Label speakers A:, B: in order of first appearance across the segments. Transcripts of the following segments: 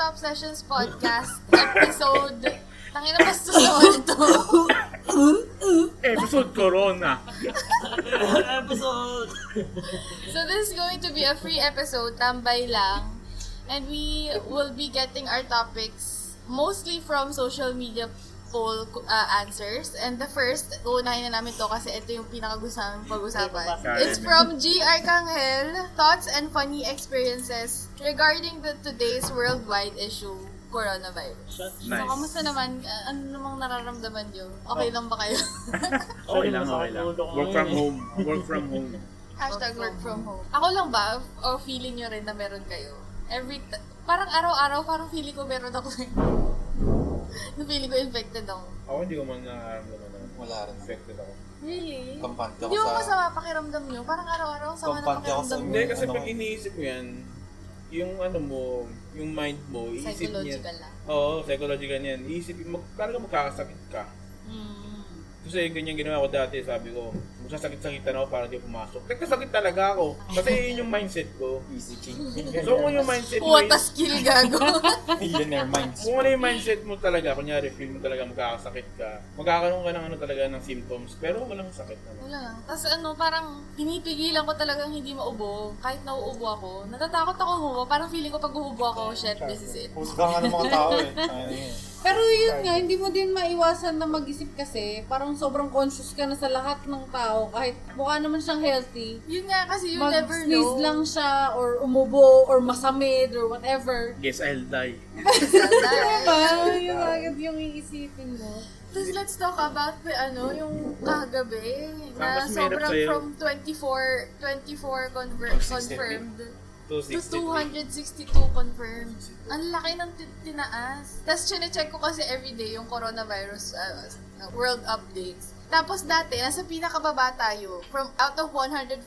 A: Confessions Podcast, episode... Tangina, basta susunod to.
B: Episode Corona.
C: episode.
A: So this is going to be a free episode, tambay lang. And we will be getting our topics mostly from social media poll uh, answers. And the first, uunahin na namin to kasi ito yung pinakagusto namin pag-usapan. It's from G. Arcangel, Thoughts and Funny Experiences Regarding the Today's Worldwide Issue, Coronavirus. So,
B: Nice.
A: kamusta naman? Uh, ano namang nararamdaman nyo? Okay lang ba kayo?
B: Okay lang, okay lang. Work from home. Work from home.
A: Hashtag work from home. Ako lang ba? O feeling nyo rin na meron kayo? Every t- parang araw-araw, parang feeling ko meron ako. eh. na feeling ko infected ako.
D: Ako hindi ko man nakaramdaman na
E: Wala rin.
D: affected ako.
A: Really?
E: Kampante ako
A: Di ba
E: sa...
A: masama pakiramdam nyo? Parang araw-araw ang sama na
E: Kampante ako
A: pakiramdam
E: sa-
D: Hindi,
A: nyo.
D: kasi
E: Ano?
D: pag iniisip ko yan, yung ano mo, yung mind mo, iisip niya.
A: Psychological ah. lang.
D: Oo, psychological yan. Iisip, mag, talaga magkakasakit ka.
A: Mm.
D: Kasi ganyan ginawa ko dati, sabi ko, magsasakit-sakitan ako para di ako pumasok. Nagkasakit talaga ako. Kasi yun yung mindset ko.
E: Easy king.
D: So kung yung mindset mo,
A: What a skill gago.
E: Millionaire minds.
D: kung ano yung mindset mo talaga, kunyari feel mo talaga magkakasakit ka, magkakaroon ka ng ano talaga ng symptoms, pero walang sakit naman.
A: Wala lang. Tapos ano, parang pinipigilan ko talagang hindi maubo. Kahit nauubo ako, natatakot ako humubo. Parang feeling ko pag humubo ako, shit, this is it.
E: Husga nga ng mga tao eh. Ayun eh.
F: Pero yun nga, hindi mo din maiwasan na mag-isip kasi parang sobrang conscious ka na sa lahat ng tao kahit mukha naman siyang healthy.
A: Yun nga kasi you never
F: Mag-sneeze
A: know.
F: lang siya or umubo or masamid or whatever.
B: Guess I'll die.
F: Diba? Yun agad yung iisipin mo.
A: Tapos let's talk about the ano, yung kagabi na
B: Tapos meron
A: sobrang
B: sa'yo.
A: from 24, 24 conver- confirmed to 262
D: 263.
A: confirmed. Ang laki ng ti- tinaas. Tapos chine-check ko kasi everyday yung coronavirus uh, world updates. Tapos dati, nasa pinakababa tayo from out of 141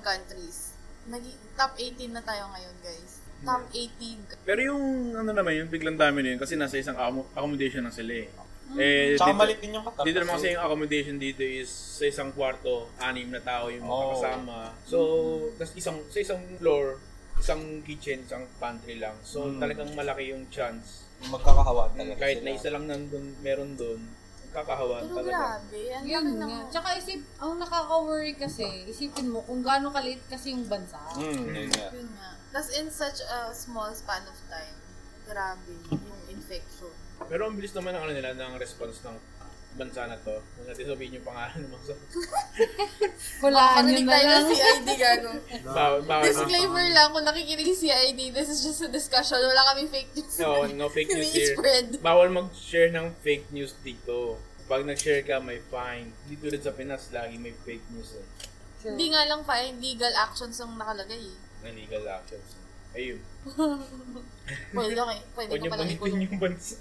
A: countries. Nag- top 18 na tayo ngayon, guys. Top 18.
B: Pero yung ano naman, yung biglang dami na yun kasi nasa isang accom- accommodation lang sila eh.
A: Mm.
B: Eh,
E: Tsaka
B: dito-
E: maliit din yung katawan.
B: Dito naman kasi yung accommodation dito is sa isang kwarto, anim na tao yung
E: Oh.
B: makakasama. So, tas isang, sa isang floor, isang kitchen, isang pantry lang. So,
D: Hmm.
E: Mm.
B: talagang malaki yung chance.
E: Magkakahawad talaga
B: Kahit
E: sila.
B: na isa lang nandun, meron dun, kakahawaan
A: Pero
B: talaga.
A: grabe, ang laki
F: Yun
A: ng...
F: nga. Tsaka isip, ang nakaka-worry kasi, isipin mo kung gaano kaliit kasi yung bansa.
E: Hmm, yun nga.
A: Yun nga. Tapos in such a small span of time, grabe yung infection.
B: Pero ang bilis naman ng ano nila, ng response ng bansa na to. Huwag natin sabihin yung pangalan ng mga
F: Hulaan nyo
A: Marinig
F: na
A: tayo
F: lang.
A: ng CID gago.
B: bawal bawal na.
A: Disclaimer lang, kung nakikinig si CID, this is just a discussion. Wala kami fake news.
B: No, no fake news
A: Hindi
B: here.
A: spread.
B: Bawal mag-share ng fake news dito. Pag nag-share ka, may fine. Dito rin sa Pinas, lagi may fake news eh.
F: Sure.
A: Hindi nga lang fine, legal actions ang nakalagay eh.
B: ng legal actions. Ayun.
A: Pwede, okay, pwede
B: Huwag
A: ka
B: niyo
A: pala
B: panitin
A: ikulong.
B: yung bansa.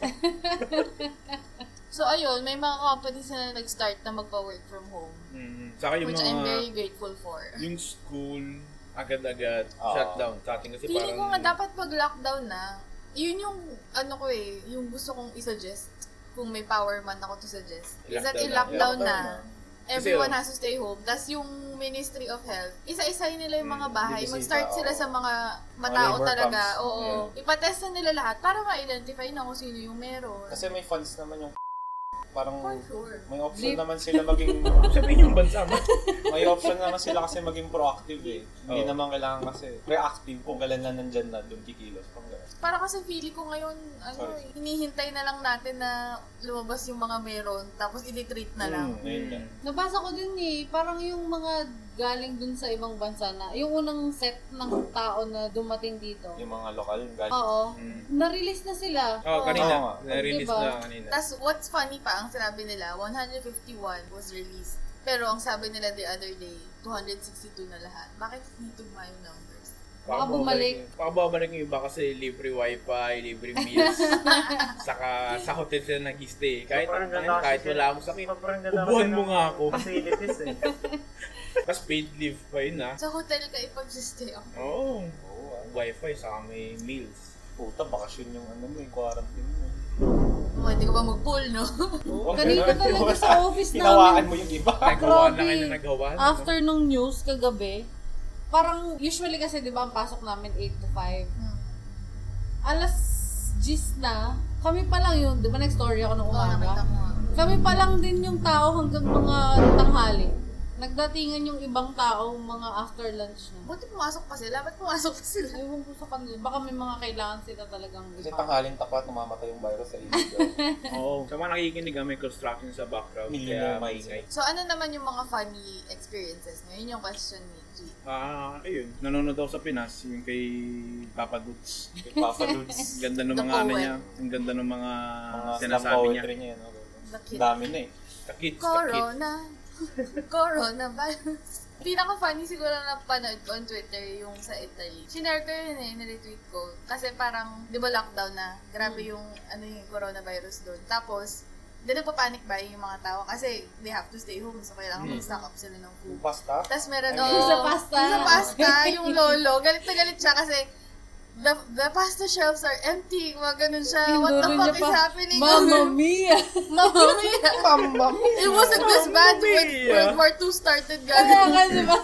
A: So ayun, may mga companies na nag-start na magpa-work from home.
B: Mm, Saka yung
A: Which
B: mga,
A: I'm very grateful for.
B: yung school, agad-agad,
E: Oo.
B: shutdown sa atin kasi
A: Feeling ko
B: parang...
A: nga dapat pag-lockdown na. Yun yung, ano ko eh, yung gusto kong i-suggest. Kung may power man ako to suggest. Is that i-lockdown
E: Lockdown
A: na.
B: Kasi,
A: Everyone
B: oh.
A: has to stay home. Tapos yung Ministry of Health, isa-isa nila yung mga
E: Mm,
A: bahay.
E: bibisita,
A: Mag-start sila
E: oo.
A: sa mga matao
E: labor
A: talaga.
E: camps.
A: Oo. Ipatest na nila lahat para ma-identify na kung sino yung meron.
E: Kasi may funds naman yung parang
A: For sure.
E: may option
F: Bleep.
E: naman sila maging
B: Sabihin yung bansa mo.
E: may option naman sila kasi maging proactive eh. Hindi
B: Oo.
E: naman kailangan kasi reactive kung kailan na nandyan na doon kikilos pang ganun.
A: Para kasi feeling ko ngayon, ano,
E: Sorry.
A: hinihintay na lang natin na lumabas yung mga meron. Tapos i-treat na lang.
E: Hmm, yun nga.
F: Nabasa ko din eh, parang yung mga galing dun sa ibang bansa na, yung unang set ng tao na dumating dito.
E: Yung mga lokal yung galing.
A: Oh.
F: Oo.
B: Mm.
F: Na-release na sila.
B: Oh, kanina.
E: Oo.
B: Na-release
F: Diba?
B: na kanina.
A: Tapos what's funny pa, ang sinabi nila, 151 was released. Pero ang sabi nila the other day, 262 na lahat. Bakit hindi tugma yung numbers?
F: baka bumalik.
B: Baka bumalik yung iba kasi libre wifi, libre meals. Saka sa hotel sila nag-stay. Kahit,
G: Sobrang ganda
B: ano,
G: kasi
B: kahit
G: sila.
B: wala akong sakit.
G: Sobrang ganda
B: Ubuhan
G: kasi
B: mo
G: ng
B: nga ako.
G: Facilities eh.
B: Tapos paid leave pa yun ah.
A: Sa hotel ka ipag-stay ako.
B: Oo.
E: Oo, ah.
B: Wifi, saka may meals.
E: Puta, bakasyon yung ano mo, yung quarantine mo.
A: Mga hindi ka ba mag-pool, no?
E: Huwag
F: Kanina
E: ganun.
F: talaga sa office
E: Hinawaan
F: namin.
E: mo yung iba.
B: Nagawa na
F: Ah, Grabe.
B: kayo na nagawa. no?
F: After nung news kagabi, parang usually kasi 'di ba ang pasok namin 8 to 5. Alas 10 gist na, kami pa lang yun, di ba nag-story ako
A: Oo,
F: ng
A: nakita
F: umaga?
A: ko nga. diba?
F: Kami pa lang din yung tao hanggang mga tanghali. Nagdatingan yung ibang tao mga after lunch na.
A: Buti pumasok pa sila. Ba't pumasok pa sila?
F: Ewan ko sa kanila. Baka may mga kailangan sila talagang
E: Kasi tanghaling tapat, namamatay yung virus sa ilog.
D: Oo. Sa mga nakikinig ah, may construction sa background. Kaya
E: Millionaire minds.
D: maingay.
A: So, ano naman yung mga funny experiences nyo? Yun yung question ni G.
D: Ah, ayun. Nanonood ako sa Pinas, yung kay Papa Goods.
E: Papa Dudes.
D: Ang ganda ng
A: The
D: mga ano
A: poet.
D: niya. Ang ganda ng mga
E: Mga slam
D: sinasabi niya.
E: poetry niya. No?
A: Bakit?
E: Dami na eh.
D: The kids, the kids.
A: Corona. Corona virus.
H: Pinaka-funny siguro na panood ko on Twitter yung sa Italy. Sinare ko yun eh, niretweet ko. Kasi parang, di ba lockdown na? Grabe
F: Hmm.
H: yung, ano yung coronavirus doon. Tapos, hindi nagpa-panic ba yung mga tao? Kasi they have to stay home. So, kailangan mag-stock up sila ng
E: Yung
H: food.
E: pasta.
H: Tapos meron, oh,
E: Ay, yung
F: Hmm. sa pasta.
H: yung Sa pasta, yung lolo. Galit na galit siya kasi the, the pasta shelves are empty. Mga ganun siya. What the
F: Tinuro
H: fuck is
F: niya pa,
H: happening?
F: Mamma mia!
H: Mamma mia!
E: Mamba.
H: It wasn't this bad when
D: mia.
H: World War II started,
F: Kaya
H: gano'n.
F: ka, di ba?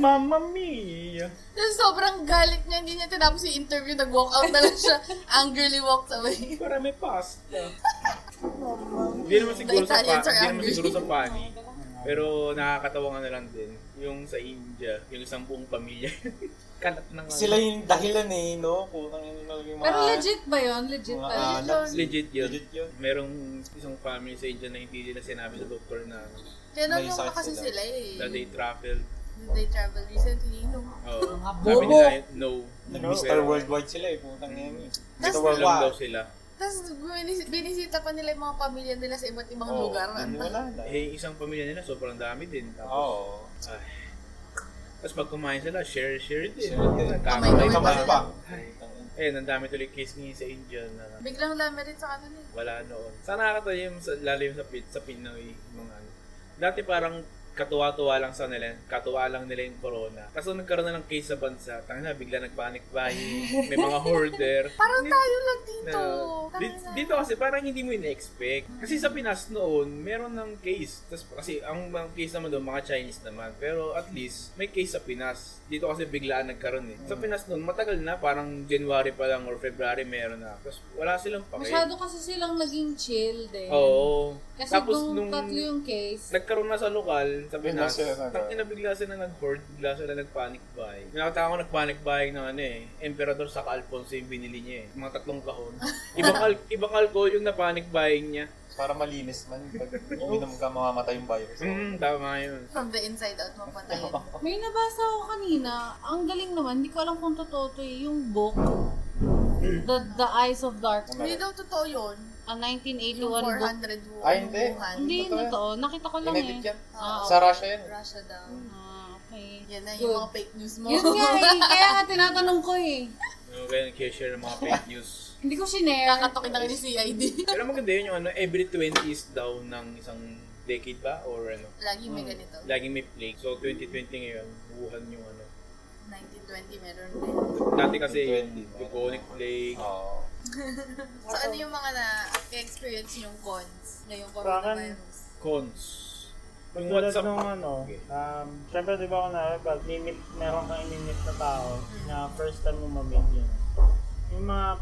D: Mamma mia!
H: Tapos sobrang galit niya, hindi niya tinapos yung interview, nag-walk out na lang siya, angrily walked away.
D: Para may pasta. Hindi naman siguro sa pa,
H: Italians are
D: hindi naman
H: angry.
D: siguro sa pani. Pero nakakatawa nga na lang din. Yung sa India, yung isang buong pamilya. Kalat na nga.
E: Sila yung dahilan eh, no? Putang ina talaga yung mga...
F: Pero legit ba yun? Legit
E: mga
F: ba?
E: anak.
D: Legit yun.
E: Legit yun.
D: Merong isang family sa India na hindi nila sinabi sa doktor na
A: Ganun
E: May
A: yung
E: sakit
A: kasi
E: sila.
A: sila eh.
D: that they traveled.
A: They travel recently. No.
D: Oh,
F: Mga
D: sabi
F: bobo.
D: nila, no.
E: Nag-Mr.
D: Pero
E: Worldwide sila eh, putang ina eh.
A: Tas
D: Lang
E: Mr.
D: daw
E: Worldwide.
D: sila.
A: Tapos binis- binisita pa nila yung mga pamilya nila sa iba't ibang
E: Oo,
A: lugar.
E: hindi Oh, ano Wala na.
D: Eh, isang pamilya nila, sobrang dami din. Tapos,
E: Oo.
D: tapos pag kumain sila, share-share din.
E: Share din.
D: Kamay-
A: Kamay-
E: May kamay
A: Kamay-
E: pa.
D: Eh, nandami tuloy case ngayon sa India na
A: Biglang lamerit sa kanila eh.
D: wala noon. Sa nakakatawa yung sa, lalo yung sa, Pin- sa Pinoy, mga ano. Dati parang katuwa-tuwa lang sa nila, katuwa lang nila yung corona. Kaso nagkaroon na ng case sa bansa, tangin na, bigla nag-panic buying, may mga hoarder.
A: Parang
D: Di-
A: tayo lang dito.
D: na-
A: Tangina.
D: di- dito kasi parang hindi mo in-expect. Kasi sa Pinas noon, meron ng case. Tas, kasi ang mga case naman doon, mga Chinese naman. Pero at least, may case sa Pinas. Dito kasi biglaan nagkaroon eh. Sa
F: Hmm.
D: Pinas noon, matagal na. Parang January pa lang or February meron na. Tapos wala silang pake.
F: Masyado kasi silang naging chill din.
D: Oo.
F: Kasi
D: Tapos
F: nung,
D: nung
F: tatlo yung case,
D: nagkaroon na sa lokal, sa Pinas,
E: Bigla sila nag-
D: tangin na bigla sila nag-hoard, bigla sila nag-panic buy. Nakita ko nag-panic buy ng ano eh, Emperador sa Alfonso yung binili niya eh. Mga tatlong kahon. Ibang, al- ibang alcohol yung na-panic buying niya.
E: Para malinis man. Pag uminom ka, mamamatay yung virus.
D: Hmm, tama yun.
A: From the inside out mapatay.
F: may nabasa ako kanina, ang galing naman, hindi ko alam kung totoo to eh, yung book, The, The Eyes of Darkness,
A: Hindi daw totoo yun.
F: a 1981
A: Yung
F: book.
A: 400 Wuhan.
E: Ay, hindi.
A: Wuhan.
F: Hindi yun
E: Totoo yan.
F: totoo, nakita ko lang
E: Inedit
F: eh.
E: yan.
F: Ah,
E: Sa Russia yan.
A: Russia daw.
F: Ah, okay.
A: Yan na
F: Good.
A: yung mga fake news mo.
F: Yun nga eh, kaya nga tinatanong ko eh.
D: So, kaya nag-share ng mga fake news.
F: Hindi ko sinare.
A: Kakatokin lang ni CID.
D: Pero maganda yun yung ano, every 20s daw ng isang decade ba? Or ano,
A: Lagi may
G: Mm.
A: ganito.
D: laging may plague. So, 2020 ngayon, Wuhan yung ano.
A: 1920 meron din.
D: Dati kasi,
E: 2020.
D: bubonic plague,
E: Oo.
A: So, ano yung mga na-experience yung cons ngayong coronavirus?
D: cons. Yung
G: Pagtulad
D: WhatsApp-
G: nung ano,
D: Okay.
G: um, syempre di ba kunwari, pag mimit, meron kang inimit na tao na first time mo mamit yun. Yung mga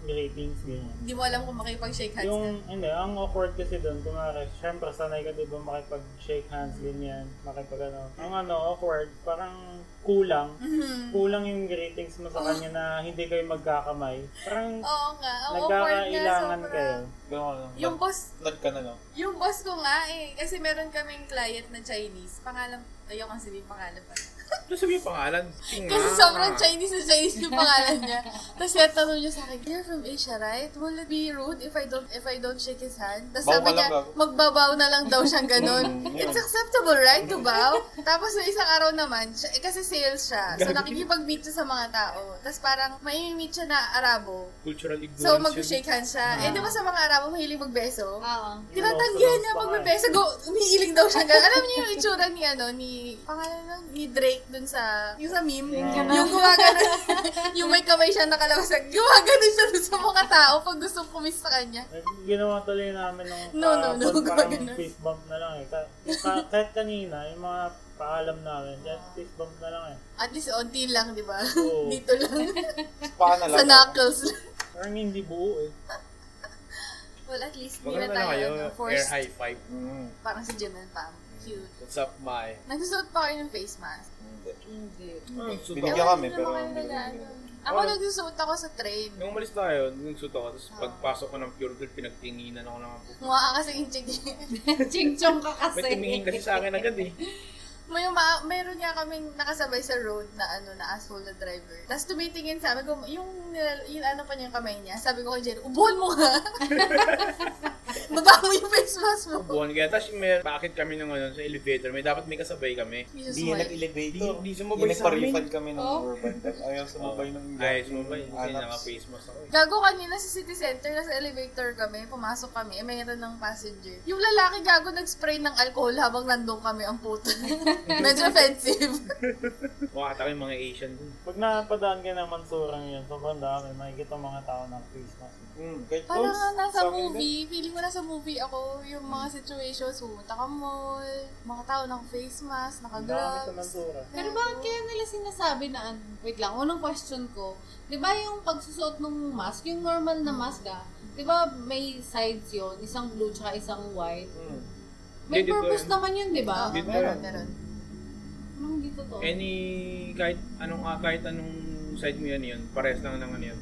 G: greetings, ganyan.
A: Hindi mo alam kung makipag-shake hands
G: yung,
A: ka.
G: hindi, ang awkward kasi doon, kunwari, syempre sanay ka diba makipag-shake hands, ganyan, makipag ano. Ang ano, awkward, parang kulang,
A: Mm.
G: kulang yung greetings mo sa kanya na hindi kayo magkakamay. Parang
A: Oo nga. Ang Oh, awkward na
G: nagkakailangan
A: sobra.
G: kayo.
E: Ganun ka
A: Yung
E: lang.
A: boss,
E: Nag ka na, no?
A: yung boss ko nga eh. Kasi meron kaming client na Chinese. Pangalan, ayoko ang sabihin pangalan pa.
D: Ano sabi yung pangalan? Tinga.
A: Kasi sobrang Chinese na Chinese yung pangalan niya. Tapos kaya tanong niya sa akin, you're from Asia, right? Will it be rude if I don't if I don't shake his hand? Tapos
E: Baw
A: sabi
E: ka
A: niya,
E: lang bago.
A: magbabaw na lang daw siyang ganun.
E: Mm,
A: It's
E: yun.
A: acceptable, right? To bow? Tapos nung isang araw naman, siya, eh, kasi sales siya. So nakikipag-meet siya sa mga tao. Tapos parang may meet siya na Arabo.
D: Cultural ignorance.
A: So
D: yun.
A: mag-shake hands siya. Eh di ba sa mga Arabo mahilig magbeso?
F: Oo.
A: Tinatanggihan niya pag may beso. Go, umiiling daw siya. Ganun. Alam niyo yung itsura ni, ano, ni, pangalan nun, ni Drake dun sa, yung sa meme. Yung gumagano, yung may kamay siya nakalabas. Gumagano siya dun sa mga tao pag gusto kumis sa kanya.
G: Eh, Ginawa tuloy namin nung
A: No, no, no,
G: kahapon, parang
A: gumagano.
G: fist bump na lang eh. Ka- ka- kahit kanina, yung mga paalam namin, just fist bump na lang eh.
A: At least, onti lang, di ba?
G: Oo.
A: Dito lang.
E: Paa na lang.
A: sa knuckles lang.
G: Parang hindi buo eh.
A: Well, at least
I: Baka
A: hindi na
I: na
A: tayo
I: kayo,
A: ano,
I: air
A: forced.
I: high five.
E: Mm,
A: Parang si Jim and Pam. Cute.
I: What's up, my?
A: Nagsusuot pa kayo ng face mask.
F: Hindi.
D: Ano, nagsuot ako.
E: Binigyan kami,
A: Ewan,
E: pero...
A: hindi naman kayo nag- ano. Ako
D: Parang-
A: nagsusuot ako sa train.
D: Nung umalis tayo, nagsuot ako. Tapos pagpasok ko ng pure gold, pinagtinginan ako ng
A: Mukha ka kasi yung chick.
F: Ching-chong ka kasi.
D: May tumingin kasi sa akin agad eh.
A: May uma- meron nga kaming nakasabay sa road na ano na asshole na driver. Tapos tumitingin sa amin, gum- yung, nilal- yung ano pa niya yung kamay niya. Sabi ko kay Jerry, ubuhan mo ha! Baba mo yung face mask mo.
D: Buwan kaya. Tapos may bakit kami ng ano, sa elevator. May dapat may kasabay kami.
A: Jesus
E: Hindi
A: Mike.
E: nag-elevator.
D: Di- di sumabay sa
E: Yung
D: amin.
E: nagpa-refund kami ng
F: Oh.
E: urban. Ayaw sumabay ng
D: Ay, sumabay. Kasi
E: Anak.
D: naka-face mask ako eh.
A: Gago kanina sa city center, nasa elevator kami, pumasok kami, eh, mayroon ng passenger. Yung lalaki gago nag-spray ng alcohol habang nandun kami ang puto. Medyo offensive.
D: Mukha ata kayong mga Asian dun.
G: Pag napadaan ka ng mansurang yun, sobrang dami, makikita mga tao ng face mask.
A: Ah,
E: Mm, kahit
A: Parang
E: close,
A: nga nasa
E: sa akin din.
A: movie, feeling ko nasa movie ako, yung mga situations, pumunta ka mall, mga tao ng face mask,
G: Ang dami sa
A: naka-gloves.
G: mansura.
F: Pero bakit kaya nila sinasabi na, an- wait lang, unang question ko, di ba yung pagsusot ng mask, yung normal na mask ah, di ba may sides yon isang blue tsaka isang white?
E: Mm.
F: May
D: Dito
F: purpose
D: yun.
F: naman yun, di
A: Oo,
F: ba?
D: Dito
A: Ah, meron,
D: yun.
A: meron.
F: Anong dito to?
D: Any, kahit anong, ah, kahit anong side mo yan yun, pares lang ng ano yun.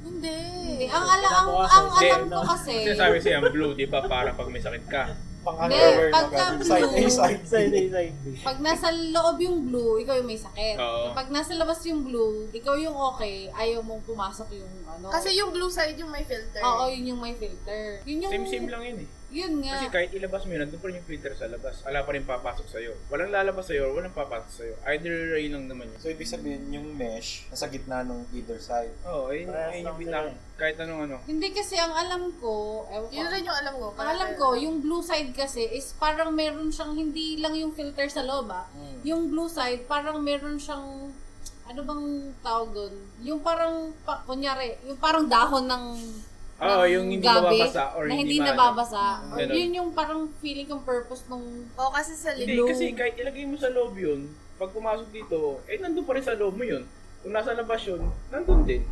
A: Hindi.
F: Hindi. ah. Ang, ala, ang,
G: Nabukasan
F: ang
D: din,
F: alam ko
G: no?
F: kasi,
D: Kasi sabi siya, blue, di ba? Para pag may sakit ka.
E: Pang-underwear
F: Hindi,
E: na
F: pagka
E: ganun. Side A,
F: blue.
E: side B.
G: Side A, side B.
F: pag nasa loob yung blue, ikaw yung may sakit.
D: Oo.
F: Kapag nasa labas yung blue, ikaw yung okay, ayaw mong pumasok yung ano.
A: Kasi yung blue side yung may filter.
F: Oo, yun yung may filter. Yun yung,
D: Same-same lang yun eh.
F: yun nga.
D: Kasi kahit ilabas mo yun, nandun pa rin yung filter sa labas. Wala pa rin papasok sa'yo. Walang lalabas sa'yo or walang papasok sa'yo. Either way lang naman yun.
E: So, ibig sabihin, yung mesh, nasa gitna ng either side.
D: Oo, oh, yun,
G: Parehas
D: yun yung
G: lang
D: bilang,
G: sila
D: kahit anong ano.
F: Hindi kasi ang alam ko, ewan ko,
A: Yun rin yung alam ko.
F: Ang alam ko, yung blue side kasi is parang meron siyang hindi lang yung filter sa loob ah. Yung blue side parang meron siyang ano bang tawag doon? Yung parang pa, kunyari, yung parang dahon ng
D: Oo,
F: ng
D: yung hindi
F: gabi
D: mababasa or
F: na
D: hindi
F: hindi
D: ma-
F: nababasa. Or
D: Ganun.
F: yun yung parang feeling kong purpose nung
A: O, kasi sa
D: Hindi,
A: libro.
D: kasi kahit ilagay mo sa loob yun, pag pumasok dito, eh nandun pa rin sa loob mo yun. Kung nasa labas yun, nandun din.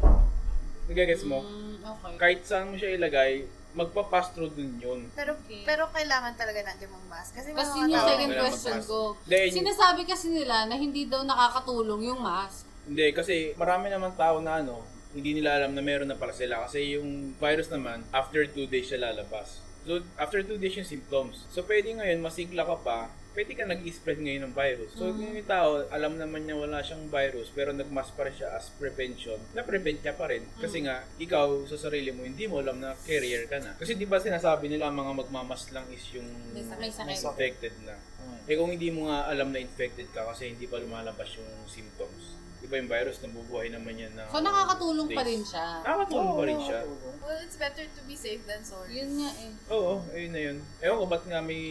D: Nagagets mo?
F: Mm, okay.
D: Kahit saan mo siya ilagay, magpa-pass through dun yun.
A: Pero,
F: Okay.
A: pero kailangan talaga natin mag mask. Kasi may
F: Kasi
A: mga
F: yun yung
A: tao.
F: second
D: Kailangan
F: question
D: magpas-
F: ko.
D: Then-
F: Sinasabi kasi nila na hindi daw nakakatulong yung mask.
D: Hindi, kasi marami naman tao na ano, hindi nila alam na meron na pala sila. Kasi yung virus naman, after 2 days siya lalabas. So, after 2 days yung symptoms. So, pwede ngayon, masigla ka pa, pwede ka nag-spread ngayon ng virus. So,
F: Mm.
D: kung yung tao, alam naman niya wala siyang virus, pero nagmask pa rin siya as prevention, na-prevent ka pa rin.
F: Mm.
D: Kasi nga, ikaw sa sarili mo, hindi mo alam na carrier ka na. Kasi di ba sinasabi nila, ang mga magmamas lang is yung
F: May sakay sakay.
E: May sakay.
D: infected na.
E: Mm.
D: Eh kung hindi mo nga alam na infected ka kasi hindi pa lumalabas yung symptoms. Di ba yung virus nabubuhay naman yan na...
F: So nakakatulong pa rin siya.
D: Nakakatulong pa rin siya.
A: Well, it's better to be safe than sorry.
F: Yun nga eh.
D: Oo, ayun na yun. Ewan ko ba't nga may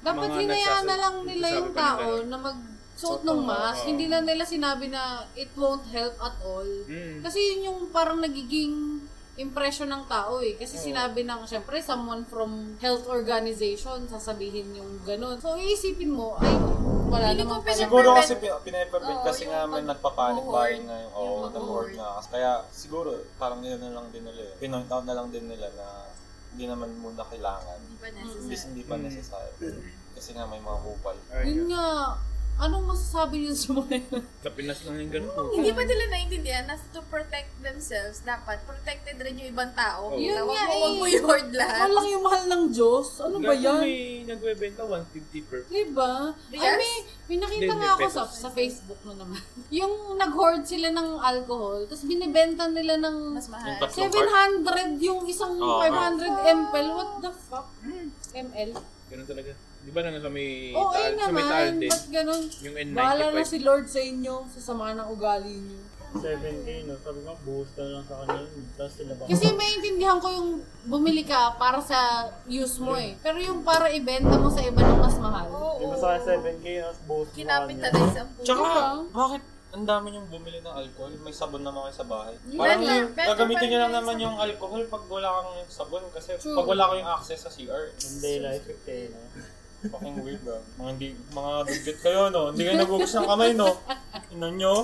F: Dapat
D: mga
F: hinayaan
D: nagsasa-
F: na lang nila
D: nagsasabi
F: yung
D: pa ng
F: tao
D: ganun.
F: na magsuot ng mask.
D: oo.
F: Hindi na nila sinabi na it won't help at all.
D: Mm.
F: Kasi yun yung parang nagiging impression ng tao eh. Kasi sinabi ng, syempre, someone from health organization sasabihin yung ganun. So, iisipin mo, ay, wala
A: Feeling ko
F: naman pala.
A: pinag-
E: Siguro
A: Prevent-
E: kasi pin- pinaprevent
A: Oo,
E: kasi
A: yung
E: nga may
A: pag-
E: nagpapanik
A: cohort.
E: ba yun ngayon. Oo,
A: Yung
E: the board
A: cohort.
E: nga. Kaya siguro parang yun na lang din nila. eh. Pinoint out na lang din nila na hindi naman muna kailangan.
A: Hindi pa
E: Hindi,
A: necessary.
E: hindi pa necessary. Kasi nga may mga hupal.
D: Ayun
F: Yun
D: nga.
F: nga, anong masasabi niyo sa mga yun?
D: Sa Pinas lang yung ganun po.
A: Hindi pa nila naintindihan na to protect themselves, dapat protected rin yung ibang tao.
D: Oo.
A: Yun
F: Yun
A: nga
F: nga
A: mo,
F: eh.
A: Huwag mo i-hoard lahat.
F: Mahal lang yung mahal ng Diyos. Ano ba
D: Ganun
F: yan?
D: may nagbebenta 150 per
F: Diba? Ay,
A: Yes.
F: may, may nakita
D: Hindi,
F: nga
D: may
F: ako sa,
D: pesos.
F: sa Facebook mo naman. yung nag-hoard sila ng alcohol, tapos binibenta nila ng
A: Mas mahal.
E: Yung tat-
F: 700 yung isang
E: Oo.
F: 500 ml. What the fuck?
A: Hmm.
F: ML?
D: Ganun talaga. Di ba nang sa may
F: Oo,
D: taal,
F: ayun
D: ah, sa may taal
F: naman.
D: din.
F: Ba't ganun?
D: Yung N95.
F: Bahala na si Lord sa inyo sa sama ng ugali niyo.
G: 7K, no? Sabi ko, buhos ka lang sa kanila. yun. Tapos sila ba?
F: Kasi maintindihan ko yung bumili ka para sa use mo eh. Pero yung para ibenta mo sa iba ng mas mahal.
A: Oo.
G: Di ba sa akin 7K, tapos buhos mo
A: Kinapit na
G: kanila.
A: dahil sa puso.
E: Tsaka,
F: Diba?
E: bakit ang dami niyong bumili ng alcohol? May sabon naman kayo sa bahay.
F: Yun
E: Parang
A: lang,
E: yung,
A: better
E: gagamitin
A: pa
E: niyo lang
A: rin
E: naman
A: yung
E: yung alcohol pag wala kang sabon. Kasi
F: True.
E: pag wala kayong access sa CR,
G: Hindi, life eh, no?
E: Fucking ah. weird bro. Mga hindi, mga dugyot kayo no. Hindi kayo nagugas ng kamay no. Inang nyo.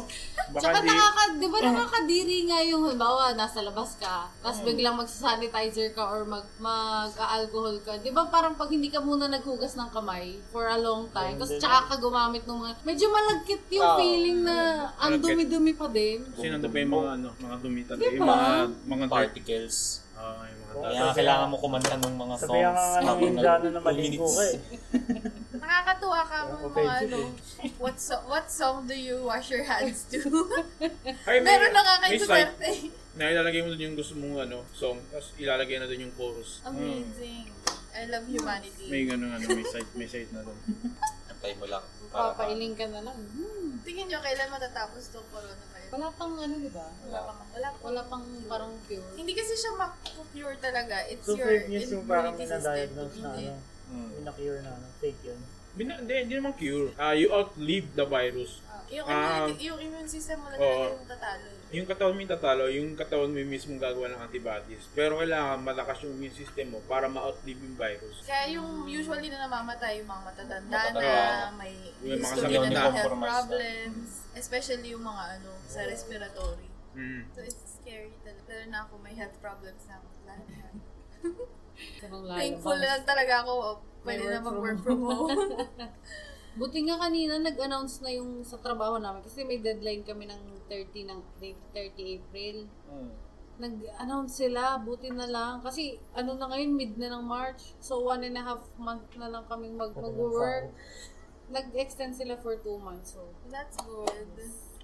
D: Baka
F: Tsaka
D: hindi.
F: nakaka, di ba nakakadiri nga yung, halimbawa, nasa labas ka, tapos biglang magsasanitizer ka or mag, mag-alcohol ka. Di ba parang pag hindi ka muna naghugas ng kamay for a long time, tapos tsaka ka gumamit ng mga, medyo malagkit yung feeling na ang
D: Malagkit.
F: dumi-dumi pa din.
D: Kasi nandun pa yung mga ano, mga dumitag,
F: Diba?
D: yung mga, mga dirt.
E: Particles.
D: Ah, yung mga
G: Oo.
D: dirt.
E: Kaya nga kailangan mo kumanta ng mga songs.
G: Sabihan ka nga ng
E: habang
G: Indiano na
E: nag- two
G: maligo
E: minutes.
G: ka eh.
A: Nakakatuwa ka mga mga
G: Offensive
A: ano.
G: eh.
A: What, so- what song do you wash your hands to?
D: Ay, may-
A: Meron na nga kayo
D: may
A: sa
D: slide.
A: birthday.
D: Na ilalagay mo dun yung gusto mong ano, song, tapos ilalagay na dun yung chorus.
A: Amazing. I love humanity.
D: May ganun ano, may site, may site na dun.
E: Antay mo lang. Para ka-
F: Papailing ka na lang. Hmm,
A: Tingin nyo kailan matatapos itong corona virus?
F: wala pang ano, di ba?
A: Wala pa. Wala pa.
F: Wala pang parang pure.
A: Hindi kasi siya ma-cure talaga. It's
G: So
A: your
G: fake news yung parang
A: immunity system to
G: minadiagnose na
A: beat
G: ano.
A: it.
E: Mm.
G: Pinakure na ano. Fake yun.
D: Bina, hindi, hindi naman cure. Ah, you outlive the virus.
A: Ah, yung,
D: Ah.
A: immunity, yung immune system mo na
D: Oo.
A: talaga yung tatalo. eh.
D: Yung katawan mo yung tatalo, yung katawan mo yung mismo gagawa ng antibodies. Pero kailangan malakas yung immune system mo para ma-outlive yung virus.
A: Kaya yung usually na namamatay yung mga matatanda na,
E: Matatanda.
A: may
D: Yung mga
A: history
D: sakit
A: na
D: na.
A: ng health
E: Compromised na.
A: problems, especially yung mga ano, sa respiratory.
D: Mm.
A: So it's scary talaga. Pero na ako, may health problems na ako. Lahat na.
F: Parang
A: Thankful
F: lalabas.
A: lang talaga ako. oh, Pwede na
F: May work
A: mag-work
F: from
A: from home.
F: Buti nga kanina nag-announce na yung sa trabaho namin kasi may deadline kami ng 30 ng 30 April.
E: Mm.
F: Nag-announce sila, buti na lang kasi ano na ngayon mid na ng March. So one and a half month na lang kaming mag mag-work. Nag-extend sila for two months. So
A: That's good.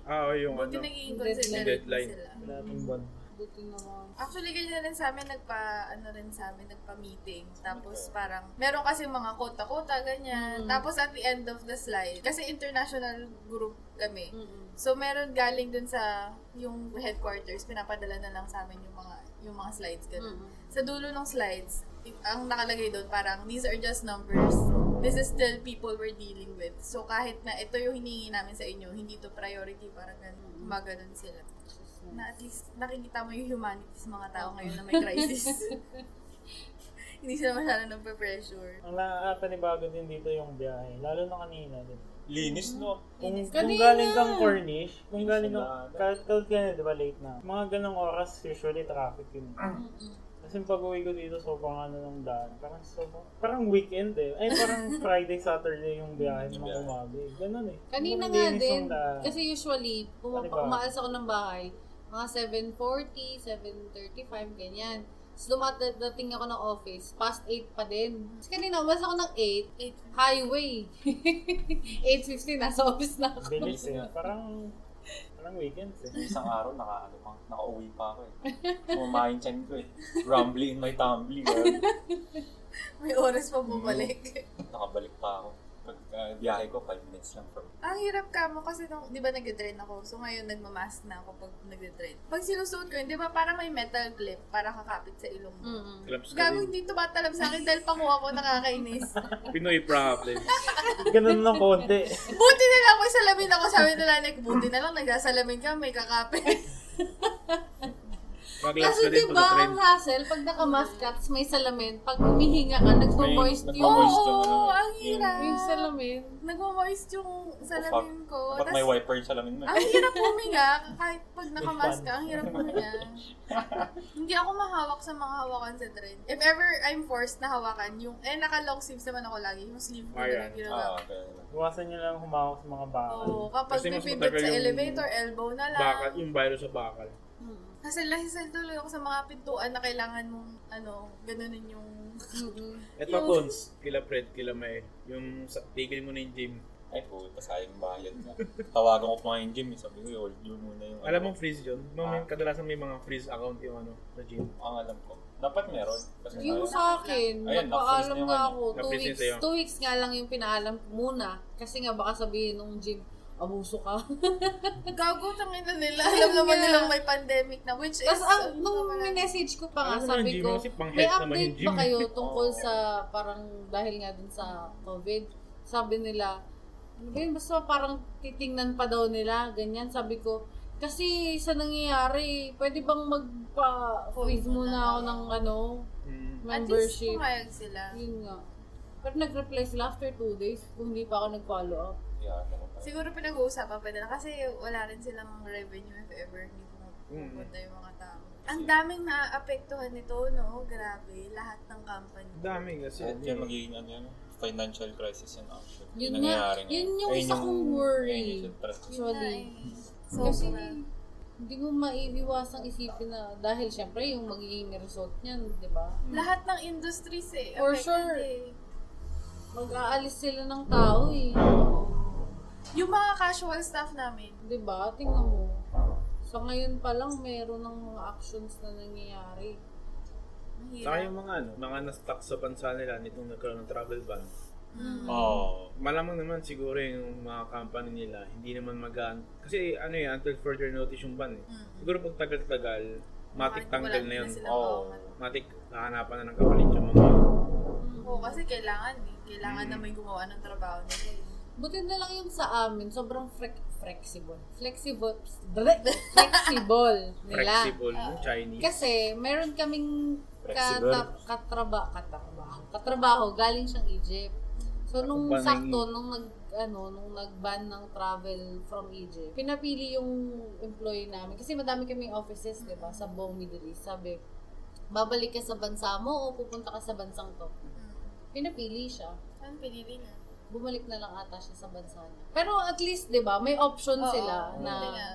D: Ah, oh, yung
A: Buti
D: ano.
A: naging
F: Yung
A: considerate
D: deadline.
A: sila.
G: Wala pang bon.
F: buti naman.
A: Actually, ganyan rin sa amin, nagpa, ano rin sa amin, nagpa-meeting. Tapos parang, meron kasi mga kota-kota, ganyan.
F: Mm.
A: Tapos at the end of the slide, kasi international group kami.
F: Mm-mm.
A: So, meron galing dun sa yung headquarters, pinapadala na lang sa amin yung mga yung mga slides ganun.
F: Mm-mm.
A: Sa dulo ng slides, i- ang nakalagay doon parang these are just numbers. This is still people we're dealing with. So, kahit na ito yung hiningi namin sa inyo, hindi to priority, parang ganun,
F: Mm.
A: gumaganon sila.
F: Just
A: Na at least nakikita mo yung humanity sa mga tao ngayon na may crisis. hindi sila masyado nagpa-pressure.
G: Ang nakakapanibago din dito yung biyahe. Lalo na kanina. Din.
E: Linis, no?
G: Kung, kung
F: Kanina!
G: galing kang Cornish, kung galing
E: Sa
G: kang, kahit kahit ka na, di ba, late na. Mga ganong oras, usually traffic yun.
F: Mm-mm.
G: Kasi pag uwi ko dito, sobrang ano ng daan. Parang, sobrang, parang weekend eh. Ay, parang Friday, Saturday yung biyahe ng mga umaga eh. Ganon eh.
F: Kanina
G: Sobrang
F: nga
G: linis
F: din,
G: ng daan.
F: kasi usually, pum-
G: Ano ba?
F: umaalis ako ng bahay, mga 7.40, 7.35, ganyan. Tapos dumadating ako ng office, past 8 pa din. Tapos kanina, umalis ako ng 8, highway. 8.50, nasa office na ako.
G: Bilis eh. Parang, parang weekends eh.
E: Isang araw, naka, ano, pang- nakauwi pa ako eh. Kumain chan ko eh. Rumbly in my tumbly. girl.
A: May oras pa
E: Mm-hmm.
A: bumalik.
E: Nakabalik pa ako. Pag uh, biyahe ko, 5 minutes lang from
A: Ang hirap ka mo kasi nung, di ba nagde-train ako? So ngayon nagmamask na ako pag nagde-train. Pag sinusuot ko yun, di ba para may metal clip para kakapit sa ilong
E: Mm-hmm.
A: mo.
F: Mm-mm.
D: Clubs ka
A: Gago
D: rin.
A: hindi tumatalab sa akin dahil panguha ko nakakainis.
D: Pinoy problem.
G: Ganon ng konti.
A: Buti na lang may salamin ako. Sabi nila, like, buti na lang nagsasalamin ka, may kakapit.
D: Mag-clubs
F: Kasi
D: ka din
F: di
D: pala
F: ba
D: trend.
F: ang hassle, pag nakamask ka, tapos may salamin, pag humihinga ka, nagmo-moist
E: May-
F: yung,
E: nagmo-moist. ano,
A: Oo, Oh, ang
F: yung
A: hirap.
F: salamin.
A: Nagmo-moist yung salamin ko.
E: Oh, Dapat may
A: Tapos,
E: wiper sa lamin mo. eh.
A: ang hirap huminga. Kahit pag nakamask ka, ang hirap huminga. Hindi ako mahawak sa mga hawakan sa trend. If ever I'm forced na hawakan, yung, eh, naka-long sleeves naman ako lagi. Yung sleeve ko na
D: Ayan.
A: ginagamit.
E: Ah, okay.
G: Iwasan nyo lang humawak sa mga bakal.
A: Oo, kapag
D: Kasi mas
A: pipindot
D: matagal
A: sa
D: yung
A: elevator, elbow na lang.
D: Bakal, yung virus sa bakal.
F: Mm-mm.
A: Kasi lahisal tuloy ako sa mga pintuan na kailangan mong, ano, ganunin yung...
F: Mm-mm.
D: Ito,
A: Yung-
D: Tons, kila Fred, kila May. Yung sa- tigil mo na yung gym.
E: Ay, puta, sayang bayad na. Tawagan ko pa nga yung gym, eh. sabi ko, i-hold nyo muna yung...
D: Alam mo
E: ano,
D: freeze yun? Mga, kadalasan may mga freeze account yung ano, sa gym.
E: Ang alam ko. Dapat meron. Kasi
F: Yung
E: sayang.
F: sa akin,
E: Ayun,
F: nagpaalam
E: na-freeze na
F: nga
E: yun.
F: ako. Two
D: Na-freeze na
F: weeks,
D: sa'yo.
F: two weeks nga lang yung pinaalam ko muna. Kasi nga baka sabihin nung gym, abuso ka.
A: Gago, tangin na nila.
F: Ayun
A: Alam naman
F: nga.
A: nilang may pandemic na, which is...
F: Tapos ang,
A: ano
F: nung
A: naman natin.
F: minessage ko pa nga,
D: Alam mo ng
F: sabi
D: gym,
F: ko,
D: kasi pang
F: may
D: health naman yung
F: update
D: gym. eh."
F: ba kayo tungkol sa parang dahil nga dun sa COVID? Sabi nila, ano ba yun, basta parang titingnan pa daw nila, ganyan. Sabi ko, kasi sa nangyayari, pwede bang magpa-freeze
A: Hold muna.
F: muna ako ng ano,
D: Mm.
A: At least
F: membership?
A: pumayag sila.
F: Yun nga. Pero nag-reply sila after two days kung hindi pa ako nag-follow up.
E: Yeah, ano ko pa.
A: Siguro pinag-uusapan pa nila kasi wala rin silang revenue if ever hindi pumunta yung mga tao. Ang daming naapektuhan nito, no? Grabe, lahat ng company.
D: Dami kasi.
E: At yun, magiging ano yun, financial crisis yun actually.
F: Yun
E: Yung
F: nga.
E: nangyayari
F: Yun
E: ngayon.
F: yung
E: Ayun
F: isa kong worry.
E: ayun yung stress.
A: eh.
F: Actually.
A: So,
F: Kasi hindi ko maiiwasang isipin na dahil syempre yung magiging result niyan, di ba?
A: lahat ng industries eh.
F: For
A: affected
F: sure.
A: eh.
F: Mag-aalis sila ng tao eh.
A: Yung mga casual staff namin,
F: Di ba? Tingnan mo. So ngayon pa lang meron ng mga actions na nangyayari.
D: Saka
A: mahirap.
D: yung mga ano, mga na-stuck sa bansa nila nitong nagkaroon ng travel ban.
E: Oo.
D: Malamang naman siguro yung mga company nila, hindi naman magaan. Kasi ano yun, until further notice yung ban eh.
A: Hmm.
D: Siguro pag tagal-tagal, matik tanggal na yun.
A: Sila
E: Oo.
D: Matik, hahanapan na ng kapalit yung mga...
A: Oo, kasi kailangan eh. Kailangan na may gumawa ng trabaho nila eh.
F: Buti na lang yung sa amin, sobrang frek- flexible. Flexible. Flexible nila.
D: Flexible, yung Chinese.
F: Kasi meron kaming
E: Flexible.
F: kata- katraba, katrabaho, katrabaho galing siyang Egypt. So nung
D: Banning.
F: sakto nung nag ano nung nag-ban ng travel from Egypt, pinapili yung employee namin kasi madami kaming offices, 'di ba, sa buong Middle East. Sabi, babalik ka sa bansa mo o pupunta ka sa bansang to. Pinapili siya.
A: Saan Mm. pinili na?
F: Bumalik na lang ata siya sa bansa niya. Pero at least, 'di ba, may option sila na
A: Buti nga.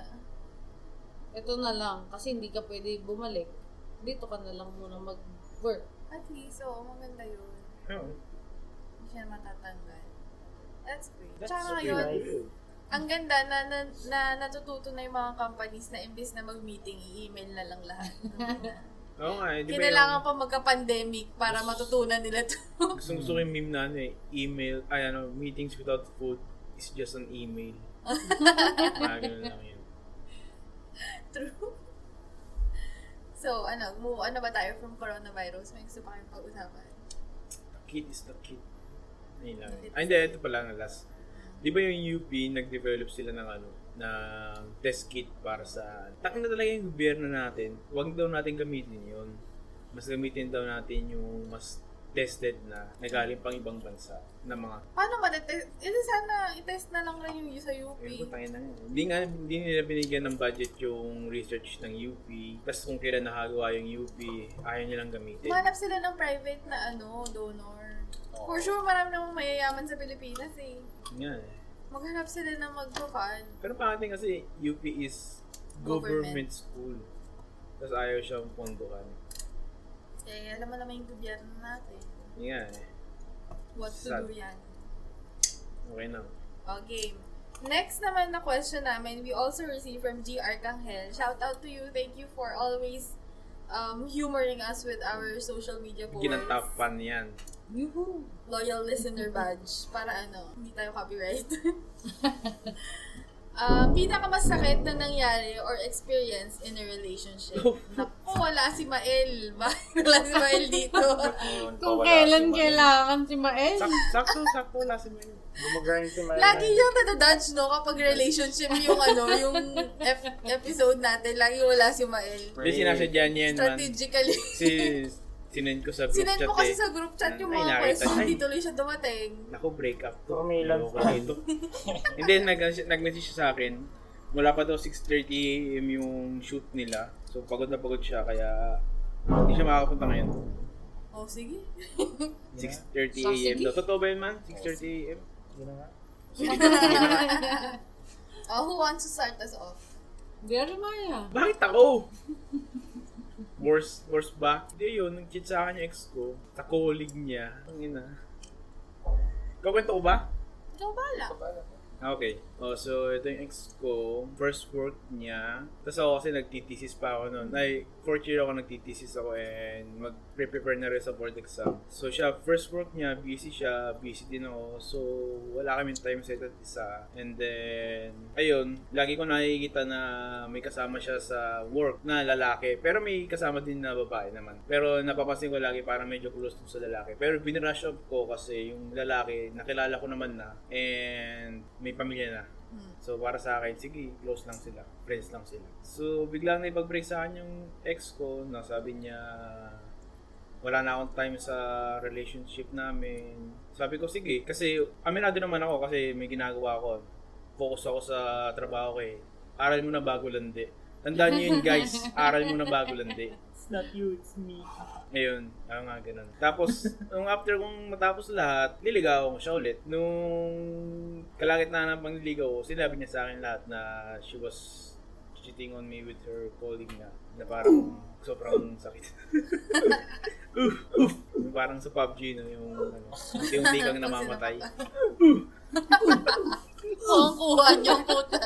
F: ito na lang kasi hindi ka pwede bumalik. Dito ka na lang muna mag-work.
A: At least, oo, maganda yun.
D: Oo.
A: Hindi siya matatanggal. That's great.
D: That's
A: Tsaka
D: okay,
A: ngayon,
D: right?
A: ang ganda na, na, na natututo na yung mga companies na imbis na mag-meeting, i-email na lang lahat.
D: Oo nga, eh, di ba
A: Kinailangan pa magka-pandemic para matutunan nila to.
D: yung gusto gusto ko yung meme na ano eh, email, ay ano, meetings without food is just an email. ah, ganun lang yun.
A: True. So, ano, move on na ba tayo from coronavirus? May gusto pa kayong pag-usapan?
D: The kid is the kid. Ayun lang. yun. Ay, hindi, ito pala na last. Di ba yung UP, nag-develop sila ng ano, ng test kit para sa... Takin na talaga yung gobyerno natin. Huwag daw natin gamitin yun. Mas gamitin daw natin yung mas tested na nagaling pang ibang bansa na mga
A: Paano matetest? Hindi sana itest na lang rin yung sa UP.
D: Ayun, putang ina nga. Hindi nga, hindi nila binigyan ng budget yung research ng UP. Tapos kung kailan nakagawa yung UP, ayaw nilang gamitin.
A: Manap sila ng private na ano, donor. For sure, marami namang mayayaman sa Pilipinas eh.
D: Nga eh.
A: Maghanap sila ng magpa-fund.
D: Pero pangating kasi, UP is government,
A: Government.
D: school. Tapos ayaw siyang pondokan.
A: Eh, alam mo naman yung gobyerno natin.
D: Yun Nga eh.
A: What to do
D: Sad.
A: yan.
D: Okay na.
A: O, game. Next naman na question namin, we also received from G. Arcangel. Shout out to you. Thank you for always um, humoring us with our social media posts.
D: Ginantapan yan.
F: Yuhu!
A: loyal listener badge para ano, hindi tayo copyright. Ah, pinakamasakit na nangyari or experience in a relationship. Naku, wala si Mael. wala si Mael dito.
E: Yun,
F: Kung
E: pawala
F: kailan
E: si Mael.
F: kailangan si Mael.
D: Sak- sakto, sakto, last mo yun.
G: Gumagaling si Maya.
A: Lagi yung nadadodge, no? Kapag relationship yung ano, yung ep- episode natin, lagi wala si Mael.
D: Hindi sinasadya niya yan man.
A: Strategically.
D: Si, sinend ko sa group
A: Sinend
D: chat
A: ko kasi
D: eh.
A: sa group chat yung
D: Ay,
A: mga
D: nakita
A: questions,
D: siya eh.
A: hindi tuloy siya dumating.
D: Naku, break up to.
G: Kumilan
D: Ayoko dito. And then, nag- nag-message siya sa akin. Wala pa daw 6.30 am yung shoot nila. So, pagod na pagod siya. Kaya, hindi siya makakapunta ngayon.
A: Oh, sige.
D: 6.30 am
F: So, sige.
D: daw. Totoo ba yun, man? 6.30 am?
G: Yun na nga.
A: Oh, who wants to start us off?
F: Jeremiah.
D: Bakit ako? worse, worse ba? Hindi yun. Nag-cheat sa akin yung ex ko. Sa colleague niya. Ang ina. Kukwento ko ba?
A: Ikaw bala.
D: Ah, Okay. Oh, so ito yung ex ko, first work niya. Tapos ako kasi nagtitesis pa ako noon. Ay, fourth year ako nagtitesis ako and mag-prepare na rin sa board exam. So siya, first work niya, busy siya, busy din ako. So wala kaming time sa isa't isa. And then, ayun, lagi ko nakikita na may kasama siya sa work na lalaki. Pero may kasama din na babae naman. Pero napapansin ko lagi parang medyo close dun sa lalaki. Pero binrush up ko kasi yung lalaki, nakilala ko naman na. And may pamilya na. So para sa akin, sige, close lang sila. Friends lang sila. So biglang naipag-break sa akin yung ex ko na sabi niya, wala na akong time sa relationship namin. Sabi ko, sige. Kasi aminado naman ako kasi may ginagawa ako. focus ako sa trabaho ko eh. Aral mo na bago landi. Tandaan niyo yun guys, aral mo na bago landi.
G: It's not you, it's me.
D: Ngayon, ah, nga ganun. Tapos, nung after kong matapos lahat, niligaw ko siya ulit. Nung kalagitnaan ng pangliligaw ko, sinabi niya sa akin lahat na she was cheating on me with her colleague na, na parang sobrang sakit. Oof, oof. Yung parang sa PUBG, no? yung ano, yung tikang namamatay.
A: Oo, ang Oh, kuha niyong puta.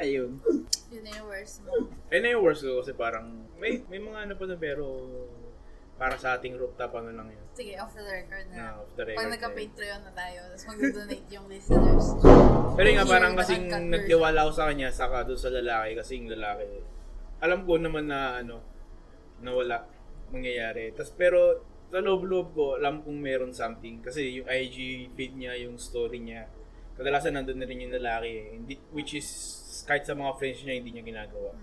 D: Ayun.
A: Yun na yung worst mo.
D: Ayun Eh, na yung worst ko kasi parang may, may mga ano pa na pero para sa ating rooftop ano lang yun.
A: Sige, off the record na.
D: Na off the record. eh.
A: Pag nagka-Patreon na tayo, tapos mag-donate yung listeners.
D: Pero yun nga,
A: Here,
D: parang
A: the
D: kasing
A: uncut version.
D: nagtiwala ako sa kanya, saka doon sa lalaki, kasi yung lalaki, alam ko naman na, ano, na wala mangyayari. Tas, pero, sa loob-loob ko, alam kong meron something. Kasi yung IG feed niya, yung story niya, kadalasan nandun na rin yung lalaki eh. Hindi, which is, kahit sa mga friends niya, hindi niya ginagawa.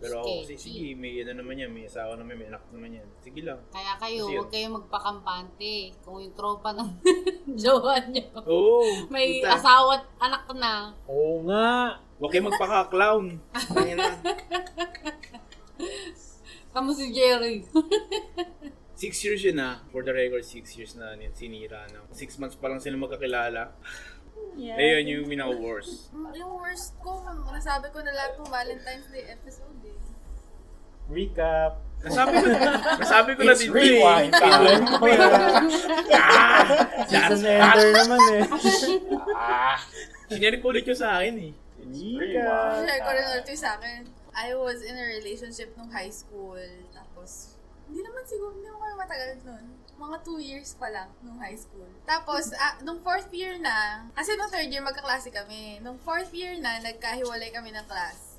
D: Pero ako, kasi,
F: Sketchy.
D: sige, may ano naman yan, may asawa naman, may anak naman yan. Sige lang.
F: Kaya kayo,
D: Kasi yun.
F: huwag kayong magpakampante. Kung yung tropa ng jowa nyo.
D: Oo!
F: May
D: puta.
F: asawa at anak na.
J: Oo nga.
D: Huwag kayo magpaka-clown. Ayun na.
F: Kamo si Jerry.
D: Six years yun na. For the record, six years na ni- sinira na. Six months pa lang sila magkakilala.
K: Yeah.
D: Ayun yung winawars.
A: Hmm. Yung worst ko, nasabi ko na lahat ng Valentine's Day episode eh.
G: Recap.
D: Nasabi ko, nasabi ko na din. eh. Ah!
E: rewind time.
G: Season ender naman eh.
E: Ah!
D: Sinari ko ulit yun sa akin eh.
G: Recap.
A: Share ko rin ulit yung sa akin. I was in a relationship nung high school. Tapos, hindi naman siguro, hindi naman kayo matagal nun. Mga two years pa lang nung high school. Tapos, ah, nung fourth year na, kasi nung third year magkaklase kami. Nung fourth year na, nagkahiwalay kami ng class.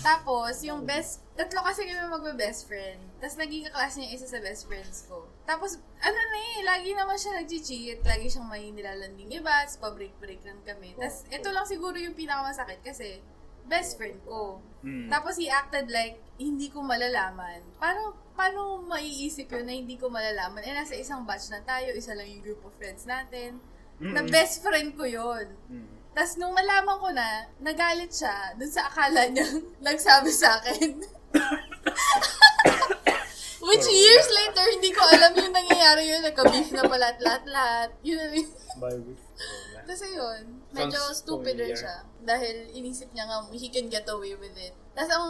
A: Tapos, yung best, tatlo kasi kami magbe-best friend. Tapos, naging kaklase niya isa sa best friends ko. Tapos, ano na eh, lagi naman siya nag-cheat, lagi siyang may nilalanding iba, tapos pa-break-break lang kami. Tapos, ito lang siguro yung pinakamasakit kasi best friend ko.
D: Hmm.
A: Tapos, he acted like, hindi ko malalaman. Paano, paano maiisip yun na hindi ko malalaman? Eh, nasa isang batch na tayo, isa lang yung group of friends natin. Na
D: Mm-mm.
A: best friend ko yun.
D: Mm.
A: Tapos nung nalaman ko na, nagalit siya dun sa akala niya nagsabi sa akin. Which years later, hindi ko alam yung nangyayari yun. Nagka-beef na pala at lahat-lahat. Yun na yun. Tapos yun, medyo
D: Sounds
A: stupid rin
D: familiar.
A: siya. Dahil inisip niya nga, he can get away with it. Tapos ang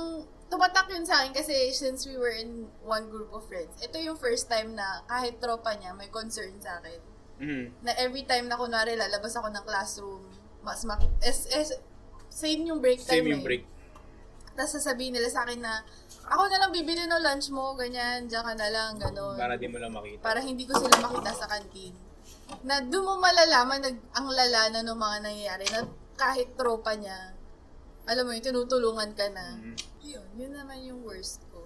A: tumatak yun sa akin kasi since we were in one group of friends, ito yung first time na kahit tropa niya, may concern sa akin
D: Mm.
A: na every time na kunwari lalabas ako ng classroom, mas mak... Es, es, same yung break time.
D: Same
A: eh.
D: yung break.
A: Tapos sasabihin nila sa akin na, ako na lang bibili ng lunch mo, ganyan, dyan ka na lang, gano'n. Para,
D: Para di mo lang makita.
A: hindi ko sila makita sa canteen. Na doon mo malalaman nag, ang lala na ng mga nangyayari na kahit tropa niya, alam mo yun, tinutulungan ka na.
D: Mm-hmm.
A: Yun, yun naman yung worst ko.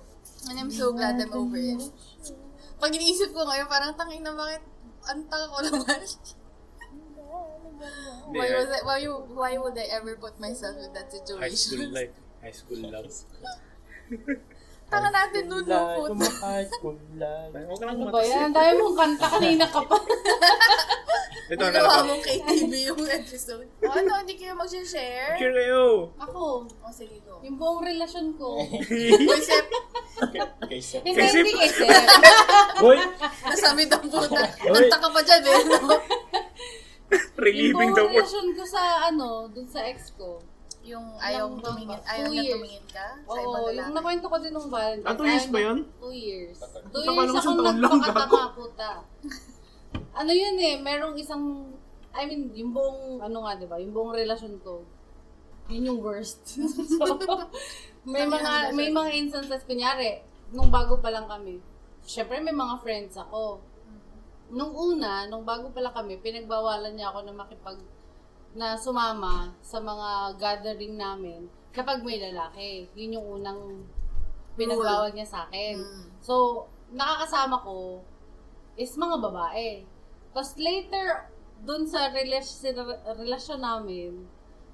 A: And I'm so glad I'm over it. Pag iniisip ko ngayon, parang tangin na bakit ang tanga ko naman.
D: Hindi,
A: Why was
D: high-
A: I, why you, why would I ever put myself in that
D: High school
A: situation?
D: life. High school love.
A: Tanga natin nun, no food.
G: Kumakas, kulay.
D: Huwag ka lang
F: Ano ba
D: kumatas.
F: yan? Ang dami mong kanta kanina ka pa.
D: Ito
F: Ano
D: na
A: Ginawa mong KTV yung episode. O ano, hindi kayo mag-share?
D: Cheer kayo!
F: Ako,
A: O Oh, sige, go.
F: yung buong relasyon ko. Ano
A: Boysep,
E: Kaysa.
F: Hindi,
D: Kasi-
F: hindi kasi.
G: Hoy!
A: nasamid ang puta.
G: Oy.
A: Kanta ka pa dyan, eh.
F: Yung
D: Reliving the
F: buong
D: worst.
F: relasyon ko sa ano, dun sa ex ko.
A: Yung ayaw
F: Ilang
A: mong tumingin,
F: ba?
A: ayaw
F: Two
A: na
F: years.
A: tumingin ka sa ibang
F: Oo, yung
A: lalaki.
F: nakwento ko din nung Valentine's.
D: Ah, two years ba yun?
F: Two years. Two
D: Akala
F: years
D: ko isang
F: akong
D: taon lang,
F: nagpakatama, puta. Ano yun eh, merong isang, I mean, yung buong, ano nga, di ba? Yung buong relasyon ko. Yun yung worst. so, may mga, may mga instances, kunyari, nung bago pa lang kami, syempre may mga friends ako. Nung una, nung bago pa lang kami, pinagbawalan niya ako na makipag, na sumama sa mga gathering namin kapag may lalaki. Yun yung unang pinagbawal niya sa akin.
A: Mm.
F: So, nakakasama ko is mga babae. Tapos later, dun sa relasyon, relasyon namin,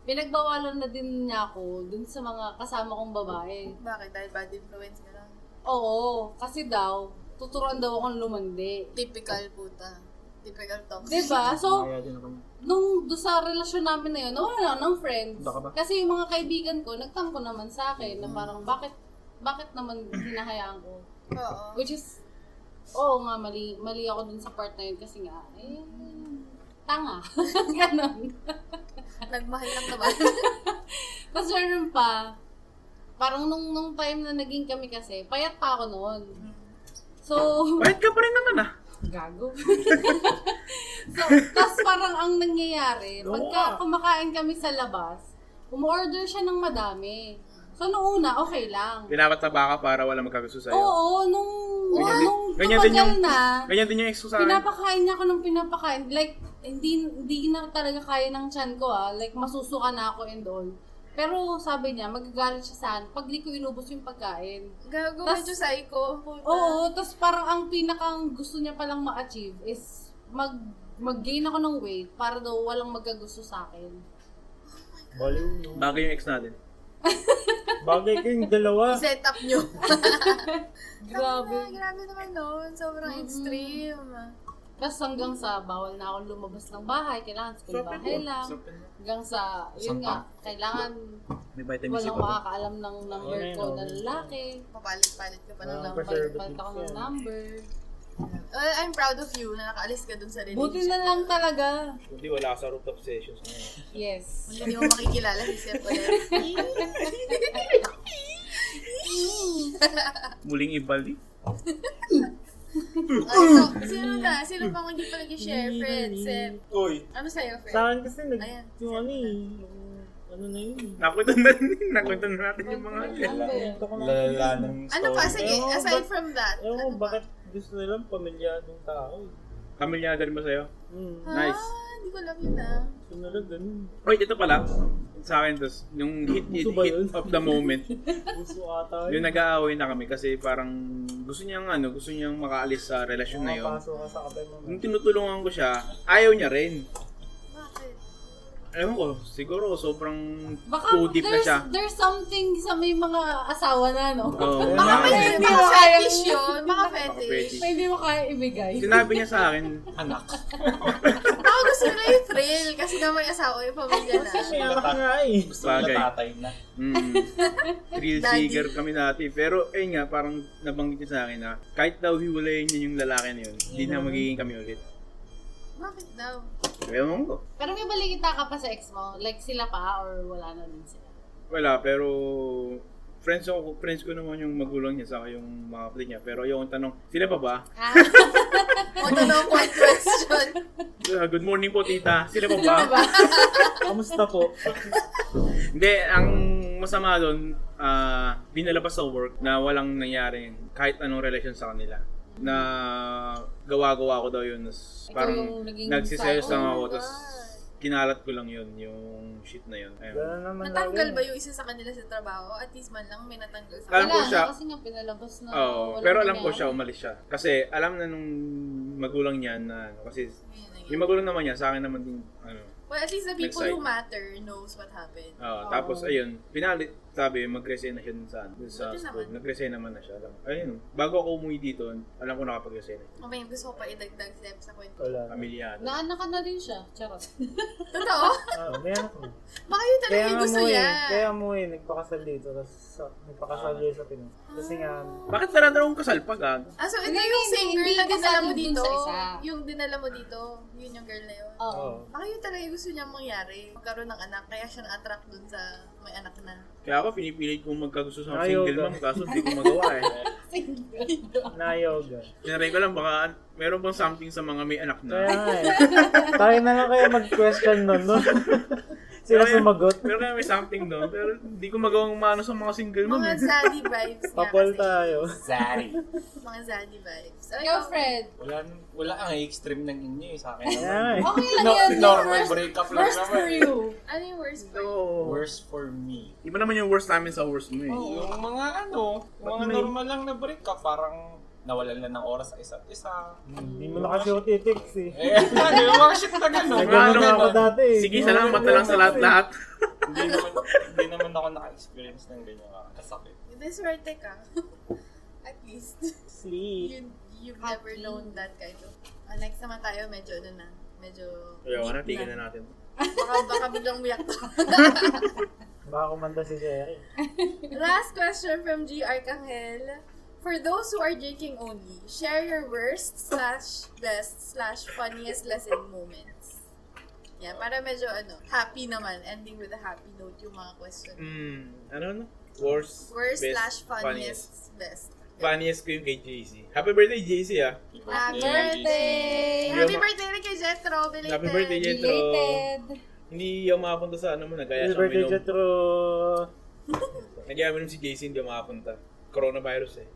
F: pinagbawalan na din niya ako dun sa mga kasama kong babae.
A: Bakit? Dahil bad influence ka lang.
F: Oo, kasi daw, tuturuan daw akong lumandi.
A: Typical puta. Typical toxic.
F: Diba? So,
E: Kaya din ako.
F: nung do sa relasyon namin na yun, nawala na ng friends.
E: Baka ba?
F: Kasi yung mga kaibigan ko, nagtampo naman sa akin na parang bakit bakit naman hinahayaan ko.
A: Oo.
F: Which is, oo nga, mali, mali ako dun sa part na yun kasi nga, eh, tanga. Ganon.
A: Nagmahal lang naman.
F: Tapos meron pa, parang nung, nung time na naging kami kasi, payat pa ako noon. So,
D: Bakit ka pa rin naman ah?
F: Gago. so, tas parang ang nangyayari, pagka kumakain kami sa labas, umorder siya ng madami. So, nung una, okay lang.
D: Pinapataba ka para wala magkagusto sa'yo.
F: Oo, nung, ah,
D: Ganyan din-
F: nung
D: ganyan
F: tumagal
D: din yung-
F: na,
D: Ganyan din yung excuse sa akin.
F: pinapakain niya ako ng pinapakain. Like, hindi, hindi na talaga kaya ng chan ko ah. Like, masusuka na ako and all. Pero sabi niya, magagalit siya sa akin pag di ko inubos yung pagkain.
A: Gago,
F: Tas-
A: medyo psycho. ang puta.
F: Oo, tapos parang ang pinakang gusto niya palang ma-achieve is mag mag-gain ako ng weight para daw walang magkagusto sa akin.
G: Baliw no.
D: Bagay yung ex natin.
G: Bagay kayong dalawa.
A: Set up nyo.
F: Grabe.
A: Grabe naman noon. Sobrang extreme.
F: Tapos hanggang sa bawal na akong lumabas ng bahay, kailangan sa kong bahay lang. Hanggang sa, yun nga, kailangan
D: May vitamin C
F: walang
D: pa ba?
F: makakaalam ng number
G: Ayun,
F: ko
G: ayun,
F: na
G: ayun.
F: lalaki.
A: Papalit-palit ka pa ng
G: Ah,
A: lang.
F: Palit-palit ako ng
G: Preservative yan.
F: number.
A: Well, I'm proud of you na nakaalis ka dun sa
F: Buti
A: relationship.
F: na lang talaga.
B: Hindi, wala ka sa rooftop sessions.
F: Yes.
A: Hindi mo makikilala si Seth ulit.
D: Muling ibaldi.
A: Ah, so, sino na? Sino pa kung hindi pa nag-share, Fred? Seth?
E: Uy,
A: Ano sa'yo, Fred?
G: Saan kasi nag...
A: Ayan.
G: Yung ano eh. yung Ano na yun.
D: Nakwento na rin. Nakwento na natin yung mga yun.
F: Number.
G: Ito ko na.
E: lalala ng story.
A: Ano pa? Sige,
G: Ewan ko,
A: aside
G: bak-
A: from that.
G: Ewan ko
A: Ano pa?
G: bakit gusto nilang pamilyadong tao. eh.
D: Pamilyada rin ba sa'yo?
G: Hmm.
D: Nice.
A: Ah, hindi ko alam yun ah.
G: Sunod ganun.
D: Wait, ito pala. Sa akin, tos, yung hit, hit,
G: Uso ba
D: hit
G: yun?
D: of the moment,
G: Gusto ata.
D: yung nag-aaway na kami kasi parang gusto niyang ano, gusto niyang makaalis sa relasyon na yun.
G: Pasok ka sa kapay mo.
D: Nung tinutulungan ko siya, ayaw niya rin.
A: Bakit?
D: Alam ko, siguro sobrang
F: Baka
D: too deep na
F: there's,
D: siya.
F: there's something sa may mga asawa na, no?
D: Oo.
A: Baka may
F: Ay, hindi
A: baka
F: ko kaya.
A: fetish yun. Baka
D: Baka
A: fetish.
D: fetish.
F: May hindi mo kaya ibigay.
D: Sinabi niya sa akin,
E: Anak.
A: Ako gusto nila yung thrill kasi na may asawa yung pamilya na.
G: May anak nga eh.
E: Gusto nila
D: Bagay.
E: tatay na.
D: Mm. Thrill
A: Daddy.
D: seeker kami dati. Pero, ayun nga, parang nabanggit niya sa akin na kahit daw hiwalayin niya yung lalaki na yun, hindi na magiging kami ulit.
A: Bakit daw?
D: Ewan ko.
F: Pero may balikita ka pa sa ex mo? Like sila pa or wala na din sila?
D: Wala, pero friends ako, friends ko naman yung magulang niya sa yung mga kapatid niya. Pero yung tanong, sila pa ba?
F: Ah,
A: O tanong ko ang question.
D: Uh, good morning po tita, sila pa ba?
G: Kamusta po?
D: Hindi, ang masama doon, ah, binalabas sa work na walang nangyari kahit anong relasyon sa kanila. Na gawa-gawa ko daw yun. tas
F: Ikaw
D: Parang
F: yung naging
D: nagsisayos
F: side.
D: lang
A: Oh
D: ako,
A: my
D: tapos
A: God.
D: kinalat ko lang yun, yung shit na yun. Ayun.
G: Ganun naman
A: Natanggal ba yung isa sa kanila sa trabaho? At least man lang may natanggal sa
D: Alam
F: wala
D: ko
F: na
D: siya.
F: kasi nga pinalabas na.
D: Oo,
F: wala
D: pero
F: na
D: alam ko
F: nangyari.
D: siya, umalis siya. Kasi alam na nung magulang niya na, ano, kasi
A: Ayun, ayun.
D: yung magulang naman niya, sa akin naman din, ano,
A: Well, at least the people
D: Next
A: who matter knows what happened.
D: Oo, tapos ayun, pinalit, sabi, mag-resign na siya dun sa, dun sa
A: Buti
D: school.
A: naman.
D: Nag-resign naman na siya. Ayun, bago ako umuwi dito, alam ko nakapag-resign na.
A: O may Oh, gusto ko pa idagdag step sa kwento.
G: Wala.
D: Pamilyado.
F: Naanak ka na din siya. Charot.
A: Totoo?
G: Ah, may anak na.
A: Baka yun talaga
G: Kaya
A: yung
G: nga
A: gusto
G: mo eh.
A: niya.
G: Kaya mo eh. Nagpakasal dito. Tapos sa- nagpakasal dito sa Pinas. Kasi nga,
D: Bakit sarado akong kasal pa, gago?
A: Ah, so ito
F: Hindi,
A: yung same
F: hindi,
A: girl
F: hindi
A: na dinala mo
F: kasali dun
A: dito.
F: sa isa. Oh.
A: Yung dinala mo dito. Yun yung girl na yun.
F: Oo.
G: oo.
A: Baka yun talaga yung gusto niya mangyari. Magkaroon ng anak. Kaya siya na-attract dun sa may anak na.
D: Kaya ako, pinipilit kong magkagusto sa
G: Ayaw
D: single
G: ka.
D: mom, kaso hindi ko magawa eh.
G: Nayoga.
D: Tinaray ko lang, baka meron bang something sa mga may anak na.
G: Kaya nga eh. Tayo na lang kaya mag-question nun, no? Sila
D: Kaya-
G: sumagot.
D: Pero kaya may something doon, pero hindi ko magawang mano sa mga single mom.
A: Mga
D: eh.
A: zaddy vibes niya
G: Papol
A: kasi.
G: tayo.
E: Zari.
A: Mga zaddy vibes. Ay,
F: Ikaw, Fred.
E: Wala, nang- wala ang extreme ng inyo eh sa akin.
G: Kaya
E: naman.
G: nga eh.
F: Okay lang
E: No,
F: yun.
E: normal
F: Worst-
E: breakup lang
F: Worst
E: naman.
F: for you.
A: Ano yung worst part?
D: Oo.
E: Worst for me.
D: Iba naman yung worst namin sa worst
F: Oh.
D: mo eh.
E: Yung mga ano, yung mga normal lang na break ka, parang nawalan na ng oras sa isa't isa.
G: Hindi mo na kasi ako titiks eh.
E: Eh, ano, yung mga shit na gano'n.
G: Nagano
D: ano,
G: na ako
D: ano.
G: dati eh.
D: Sige,
G: Yung
D: salamat na lang sa lahat-lahat.
E: hindi naman, hindi naman ako naka-experience ng ganyan kasakit.
A: This right ka. ah. At least.
G: Sleep.
A: Yun, you've never known that kind of... Ah, next naman tayo, medyo ano na. Medyo...
D: Ayaw na,
A: deep
D: tigil na natin.
A: Baka, baka biglang umiyak to.
G: Baka kumanta si Jerry.
A: Last question from G. Arcangel. For those who are drinking only, share your worst slash best slash funniest lesson moments. Yeah, para medyo ano, happy naman. Ending with a happy note yung mga question.
D: Mm, ano ano? Worst,
A: Worst
D: best,
A: slash funniest, best.
D: Funniest ko yung kay JC. Happy birthday, JC, ah.
A: Happy
F: birthday!
A: Happy birthday rin kay Jethro. Belated.
D: Happy birthday, Jetro.
F: Related.
D: Hindi yung makapunta sa ano mo, nagaya
G: Happy
D: siyang
G: birthday,
D: minom.
G: Jetro!
D: Nagaya minom si JC, hindi makapunta. Coronavirus eh.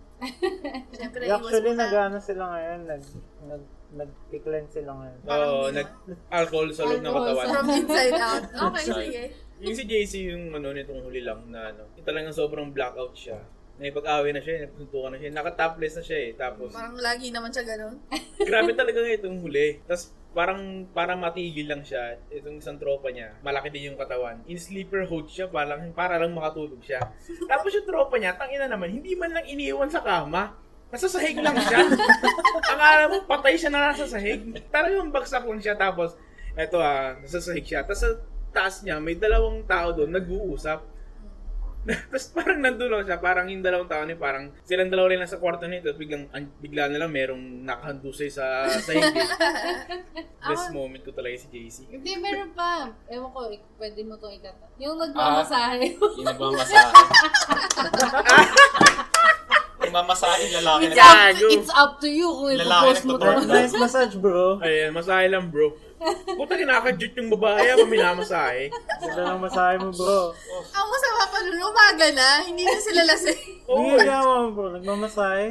A: Siyempre,
G: Actually,
A: iwas mo na.
G: nag-ano sila ngayon, nag, nag, nag-decline sila ngayon.
A: Parang
D: Oo,
A: hindi
D: nag alcohol sa loob ng
F: Alcohol
D: katawan.
F: sa-
A: From inside out. Okay,
E: Inside.
A: sige.
D: yung si JC yung ano nitong huli lang na ano, yung talagang sobrang blackout siya. Naipag-away na siya, napuntukan na siya. Naka-topless na siya eh. Tapos,
A: Parang lagi naman siya ganun.
D: grabe talaga nga itong huli. Tapos, parang para matigil lang siya, itong isang tropa niya, malaki din yung katawan. In sleeper hold siya, parang, para lang makatulog siya. Tapos yung tropa niya, tangina naman, hindi man lang iniwan sa kama. Nasa sahig lang siya. Akala mo, patay siya na nasa sahig. Talagang bagsak lang siya. Tapos, eto ah, nasa sahig siya. Tapos sa taas niya, may dalawang tao doon nag-uusap. Tapos parang nandun lang siya, parang yung dalawang tao ni parang silang dalawa rin lang sa kwarto nito tapos biglang, ang- bigla na lang merong nakahandusay sa sa hindi. Best
A: Ako-
D: moment ko talaga si JC.
F: Hindi, meron pa. Ewan ko, ik- pwede mo itong ikata. Yung nagmamasahe.
D: Ah.
E: Yung nagmamasahe. Nagmamasahe yung lalaki
F: it's,
E: na
F: up to, it's up to you kung
E: Lalaki
F: ipopost mo
E: nagtuturo.
F: to.
G: Nice massage, bro!
D: Ayan, masahe lang bro. Puta, kinakadjut yung babae habang minamasahe.
G: Ganda ng masahe mo, bro.
A: Ang masama pa nun, umaga na, hindi na sila lasing.
D: Oo,
G: Hindi yaman, bro. Nagmamasahe.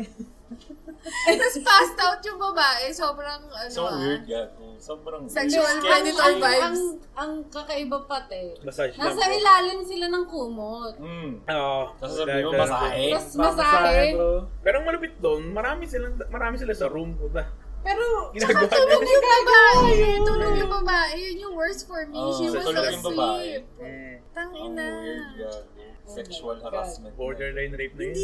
A: Tapos passed out yung babae, sobrang ano
E: So
A: ah.
E: weird, gago. Sobrang
F: Ano,
A: Sexual
E: Scary.
A: predator
F: ang,
A: vibes.
F: ang, ang kakaiba pati,
D: massage lang
F: nasa
D: bro.
F: ilalim sila ng kumot.
E: Mm.
D: Oo.
E: Tapos sabi mo,
D: Dahil-
E: masahe.
F: Tapos
G: Masahe,
F: masahe.
G: bro.
D: Pero ang malupit doon, marami sila, marami sila sa room, puta.
F: Pero,
D: Ginagawa
A: Tulog
D: nila.
A: yung babae, tulog yung babae, yun yung worst for me.
E: Oh,
A: She was
E: tulog yung babae.
A: asleep.
D: Mm,
A: Tang
E: Ang
A: ina.
E: weird, gago. Sexual
F: God.
E: harassment.
D: borderline rape na yun. eh.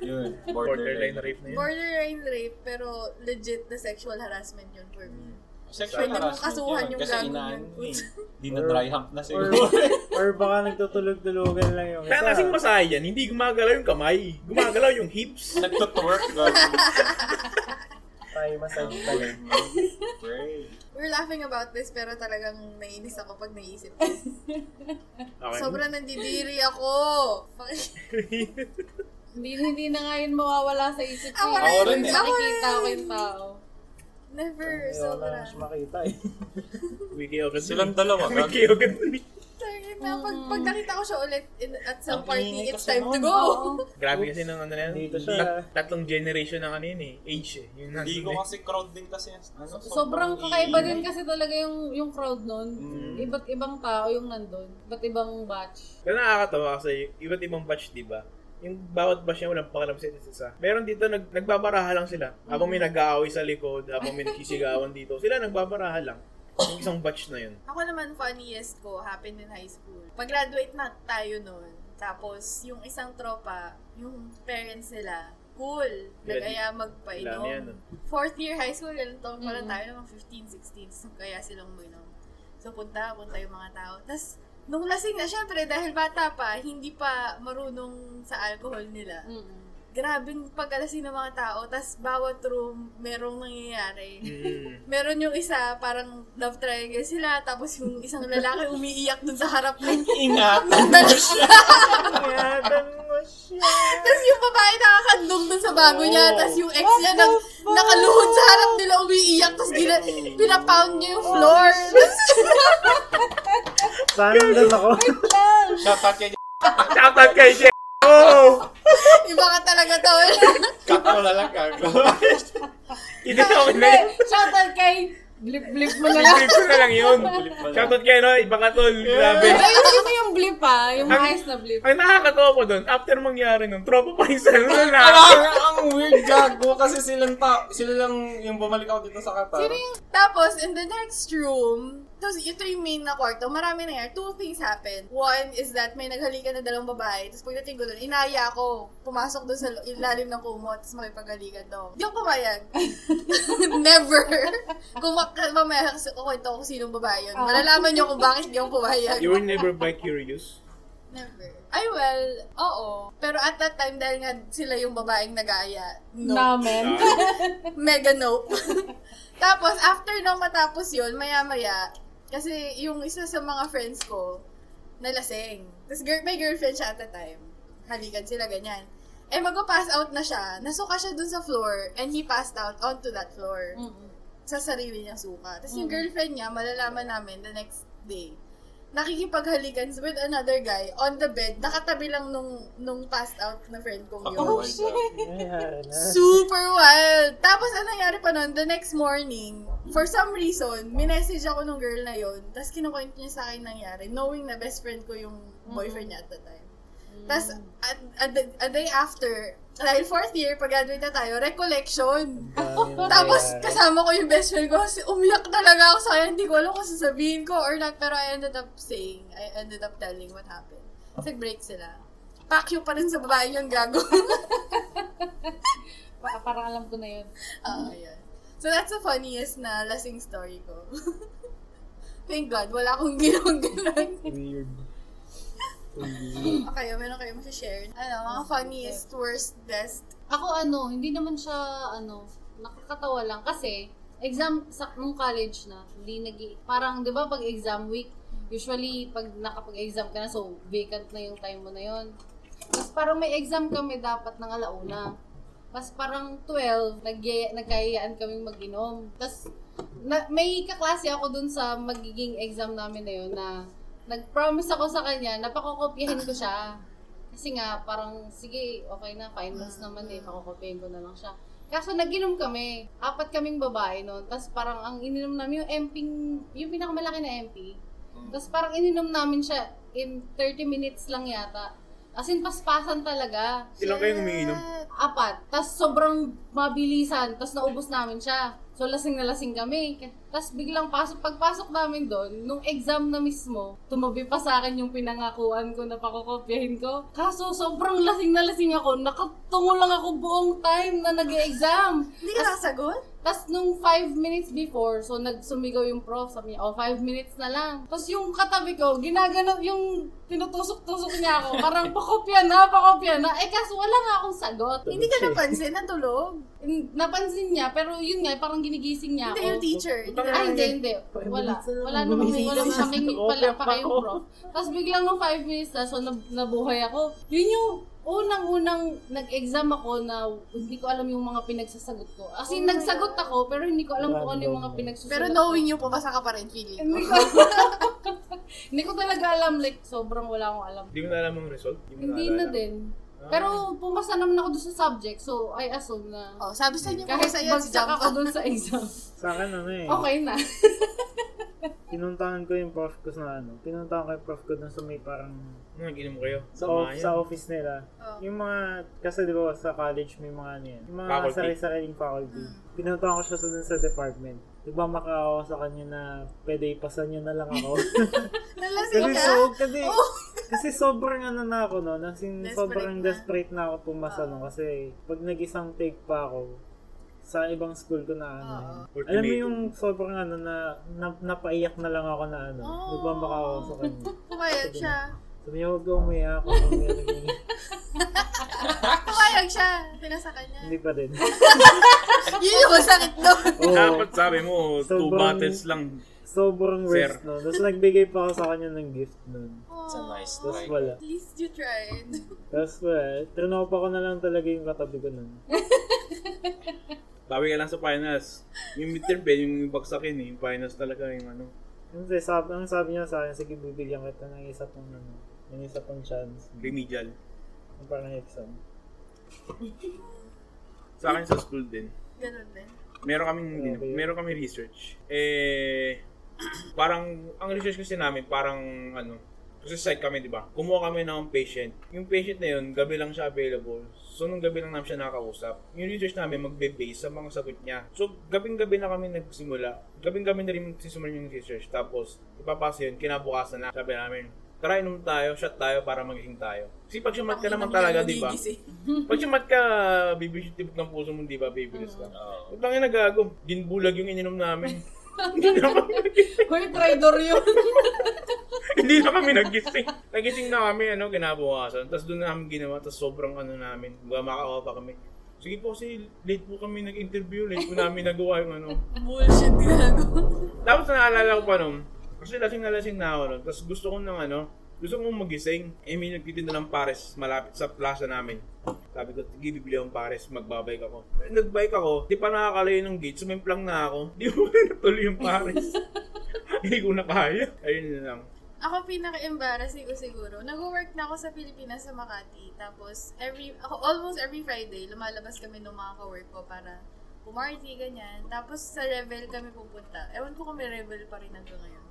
E: Yun,
D: Borderline
E: borderline.
D: rape na yun.
A: Borderline rape, pero legit na sexual harassment yun for me.
E: Sexual
A: Pwede mong
E: harassment
A: kasuhan
E: yun.
A: yung
E: Kasi
A: gago
E: inaan
A: yun.
E: mo eh. Di na dry hump na
G: Or,
E: siguro.
G: or baka nagtutulog-tulugan lang yung
D: Kaya kasing masahe yan, hindi gumagalaw yung kamay. Gumagalaw yung hips.
E: Nagtutwerk, gago.
G: Tayo, massage
E: Ang
G: tayo.
E: weird mo. Great.
A: We're laughing about this, pero talagang naiinis ako pag naisip.
D: Okay.
A: Sobrang nandidiri ako.
F: hindi, hindi na nga yun mawawala sa isip ko.
A: Ako
F: eh.
E: rin.
F: Hindi
A: Ako
F: Nakikita
A: rin.
F: ko yung tao.
A: Never,
G: Ayaw na
A: sobra.
G: siya makita eh.
D: Wiki agad
E: Silang
D: dun eh.
E: dalawa, gago.
D: Wiki agad dun eh.
A: Tangina, pag, pag nakita ko siya ulit in, at some
E: Ang
A: party,
E: ingay
A: it's
E: kasi
A: time to
E: nun.
A: go.
D: Grabe kasi ng ano na yan.
G: Dito siya.
D: Tat- tatlong generation na kanina eh. Age eh. Yung
E: Hindi
D: nandun
E: ko
D: eh.
E: kasi crowd din kasi. Ano,
F: Sobrang kakaiba din
E: iingay.
F: kasi talaga yung yung crowd nun.
E: Mm.
F: Iba't ibang tao yung nandun. Iba't ibang batch.
D: Pero nakakatawa kasi iba't ibang batch, di ba? Yung bawat batch niya walang pakialam sa isa't isa. Meron dito, nag, nagbabaraha lang sila. Habang
F: Mm.
D: may nag-aaway sa likod, habang may nagsisigawan dito, sila nagbabaraha lang. Yung isang batch na yun.
A: Ako naman, funniest ko, happened in high school. Pag-graduate na tayo noon, tapos yung isang tropa, yung parents nila, cool. Nagaya
D: Ilan yan,
A: magpainom.
D: no?
A: Fourth year high school, ilan taon pala
F: Mm.
A: tayo, mga 15, 16. So, kaya silang uminom. So, punta, punta yung mga tao. Tapos, nung lasing na, syempre, dahil bata pa, hindi pa marunong sa alcohol nila.
F: Mm-mm.
A: Grabing pag-alasing ng mga tao, tapos bawat room, merong nangyayari
D: Mm.
A: meron yung isa, parang love triangle sila, tapos yung isang lalaki umiiyak dun sa harap ng
E: Ingatan mo siya.
G: Ingatan mo siya.
A: Tapos yung babae nakakandong dun sa bago niya, tapos yung ex niya nang nakaluhod sa harap nila umiiyak, tapos gina- pinapound niya yung floor. Tapos
G: Sana nandun ako.
E: Shout out kay
D: Shoutout kay Jeff! Oh!
A: iba ka talaga to.
E: Cut mo na lang, gago.
D: Hindi na ako
F: Hindi! Shout out kay... Blip-blip mo na
D: Clip
F: lang.
D: ko na lang yun.
E: Clip mo na.
D: Shoutout kay Noy, baka tol. Grabe.
F: Ay, yun yun yung blip ha. Yung
D: Ang-
F: highest na blip.
D: Ang nakakatawa ko doon, after mangyari nun, tropa pa yung cellphone na.
E: Parang ang weird gago kasi silang ta sila lang yung bumalik ako dito sa Qatar.
A: tapos, in the next room, Tapos ito yung main na kwarto, marami nangyari. Two things happened. One is that may naghalikan na dalawang babae. Tapos pagdating ko doon, inaya ako. Pumasok doon sa lo- ilalim ng kumot. Tapos makipaghalikan daw. Hindi ako pumayag. Never. Kung mak- mamaya kasi kukwento ko kung sinong babae yun. Malalaman niyo kung bakit hindi ako pumayag.
D: You were never bi curious.
A: Never. Ay, well, oo. Pero at that time, dahil nga sila yung babaeng nag-aaya, no.
F: Namin.
D: Ah,
A: Mega no. Tapos, after nang matapos yun, maya-maya, kasi yung isa sa mga friends ko, nalasing. Tapos, girl, may girlfriend siya at the time. Halikan sila, ganyan. Eh, mag-pass out na siya. Nasuka siya dun sa floor, and he passed out onto that floor. Sa sarili niyang suka. Tapos, yung girlfriend niya, malalaman namin the next day nakikipaghalikan with another guy on the bed, nakatabi lang nung, nung passed out na friend kong yun.
E: Oh, shit.
A: Super wild! Tapos, ang nangyari pa nun, the next morning, for some reason, minessage ako nung girl na yon Tapos, kinukwento niya sa akin nangyari, knowing na best friend ko yung boyfriend niya at the time. Tapos, a, a- the- a day after, dahil fourth year, pag-graduate na tayo, recollection.
F: Oh
A: Tapos, kasama ko yung best friend ko. Kasi umiyak talaga ako sa kanya. Hindi ko alam kung sasabihin ko or not. Pero I ended up saying, I ended up telling what happened. Tapos, break sila. Pakyo pa rin sa babae yung gago.
F: Pa- parang alam ko na yun.
A: Ah, yun. So that's the funniest na lasing story ko. Thank God, wala akong ginawang ganun.
D: Weird.
A: Okay, meron kayo masashare. Ano, mga funniest, worst, best.
F: Ako ano, hindi naman siya ano, nakakatawa lang kasi exam sa nung college na, hindi nag parang 'di ba pag exam week, usually pag nakapag-exam ka na so vacant na yung time mo na yon. Tapos parang may exam kami dapat ng alauna. Tapos parang 12, nag nagkayaan kaming mag-inom. Tapos na, may kaklase ako dun sa magiging exam namin na yun na nag-promise ako sa kanya na pakokopyahin ko siya. Kasi nga, parang, sige, okay na, finals naman eh, pakokopyahin ko na lang siya. Kaso naginom kami, apat kaming babae noon, tapos parang ang ininom namin yung MP, yung pinakamalaki na MP. Tapos parang ininom namin siya in 30 minutes lang yata. As in, paspasan talaga
D: Ilang kayong umiinom?
F: apat. Tapos sobrang mabilisan. Tapos naubos namin siya. So lasing na lasing kami. Tapos biglang pasok, pagpasok namin doon, nung exam na mismo, tumabi pa sa akin yung pinangakuan ko na pakokopyahin ko. Kaso sobrang lasing na lasing ako, nakatungo lang ako buong time na nag-exam.
A: Hindi ka nakasagot?
F: Tapos nung 5 minutes before, so nagsumigaw yung prof, sabi niya, oh, 5 minutes na lang. Tapos yung katabi ko, ginagano, yung tinutusok-tusok niya ako, parang pakopya na, pakopya na. Eh kaso wala nga akong sagot.
A: Hindi ka napansin, natulog.
F: In- Napansin niya, pero yun nga, parang ginigising niya
A: Hindi, yung
F: ako.
A: teacher. Hindi ka-
F: Ay, hindi, hindi. Wala. Wala naman. Wala kaming pala pa kayong prof. Tapos biglang nung 5 minutes na, so nab- nabuhay ako. Yun yung unang-unang nag-exam ako na hindi ko alam yung mga pinagsasagot ko. As in, nagsagot ako, pero hindi ko alam kung ano yung mga pinagsasagot
A: Oh Pero knowing you, pumasa ka pa rin, feeling ko.
F: Hindi ko talaga alam. Like, sobrang wala akong alam.
D: Hindi mo na alam ang result? mo Ah.
F: Hindi na
D: naalala?
F: din. Pero pumasa naman ako doon sa subject, so I assume na
A: Oh, sabi sa inyo,
F: kahit
A: kasi yan si
F: bagsak
A: Jump.
F: ako doon sa exam,
G: Sa akin ano eh.
F: okay na.
G: Pinuntahan ko yung prof ko sa ano. Pinuntahan ko yung prof ko dun sa may parang
D: Ano, nag-inom kayo?
G: sa,
D: Tama
G: of-
D: yan.
G: sa office nila.
A: Oh.
G: Yung mga, kasi di ba sa college may mga ano yan. Yung mga
D: Faculty.
G: sarili-sariling faculty.
A: Mm.
G: Pinuntahan ko siya sa dun sa department. Nagmamakaawa ako sa kanya na pwede ipasan niya na lang ako.
A: Nalasing
G: kasi
A: ka?
G: so, kasi, kasi sobrang ano na ako no. Nasin,
A: Oh. Desperate
G: sobrang
A: na. Ah.
G: desperate na ako pumasa no. Kasi pag nag-isang take pa ako, sa ibang school ko na ano.
A: Ah.
G: eh. Alam mo yung sobrang ano na, na napaiyak na lang ako na ano.
A: Oh.
G: Nagmamakaawa ako sa kanya.
A: Pumayag siya.
G: Sabi niya, huwag ka umiyak. huwag ka umiyak."
A: Pumayag siya. Pinasa ka niya.
G: Hindi pa din.
A: Yun yung masakit doon.
G: Oo.
D: Dapat sabi mo, two
G: Sobrang-
D: bottles lang.
G: Sobrang worst
D: Sir.
G: nun. Tapos nagbigay pa ako sa kanya ng gift nun.
E: It's a nice
G: Tapos
E: try.
G: wala.
A: At least you tried.
G: Tapos wala. Trinop ako na lang talaga yung katabi ko nun.
D: Bawi ka lang sa finals. Yung midterm, pwede yung bagsakin eh. Yung finals talaga yung ano.
G: Kasi sabi, ang sabi niya sa akin, sige bibigyan kita ng isa pang ano, ng isa pang chance.
D: Remedial.
G: Yung parang exam.
D: Sa akin sa school din.
A: Ganun din.
D: Meron kaming,
G: Okay.
D: meron kami research. Eh, parang, ang research kasi namin, parang ano, Kasi side kami, di ba? Kumuha kami ng patient. Yung patient na yun, gabi lang siya available. So, nung gabi lang namin siya nakakausap. Yung research namin magbe-base sa mga sagot niya. So, gabing-gabi na kami nagsimula. Gabing-gabi na rin magsisimula yung research. Tapos, ipapasa yun, kinabukasan na. Sabi namin, tara inom tayo, shot tayo para magising tayo. Kasi pag sumat ka naman talaga, di ba?
A: eh.
D: Pag sumat ka, bibis tibok ng puso mo, di ba? Bibilis ka.
E: Oo.
D: Huwag lang yung nagago. Ginbulag yung ininom namin. Hindi na kami,
F: Hoy, traitor yun.
D: hindi na kami nagising. Nagising na kami, ano, kinabukasan. Tapos doon namin ginawa, tapos sobrang ano namin, mga makakawa pa kami. Sige po kasi late po kami nag-interview, late po namin nagawa yung ano.
C: Bullshit gago.
D: Tapos naalala ko pa nun, kasi lasing na lasing na ako nun, tapos gusto ko ng ano, gusto kong magising. Eh, may nagtitinda ng pares malapit sa plaza namin. Sabi ko, sige, bibili akong pares, magbabike ako. Eh, Nagbike ako, di pa nakakalayo ng gate, sumimplang na ako. Di ko na natuloy yung pares. Hindi ko na kaya. Ayun na lang.
A: Ako pinaka-embarrassing ko siguro. Nag-work na ako sa Pilipinas sa Makati. Tapos, every, ako, almost every Friday, lumalabas kami ng mga ka-work ko para pumarty, ganyan. Tapos, sa Revel kami pupunta. Ewan ko kung may Revel pa rin hanggang ngayon.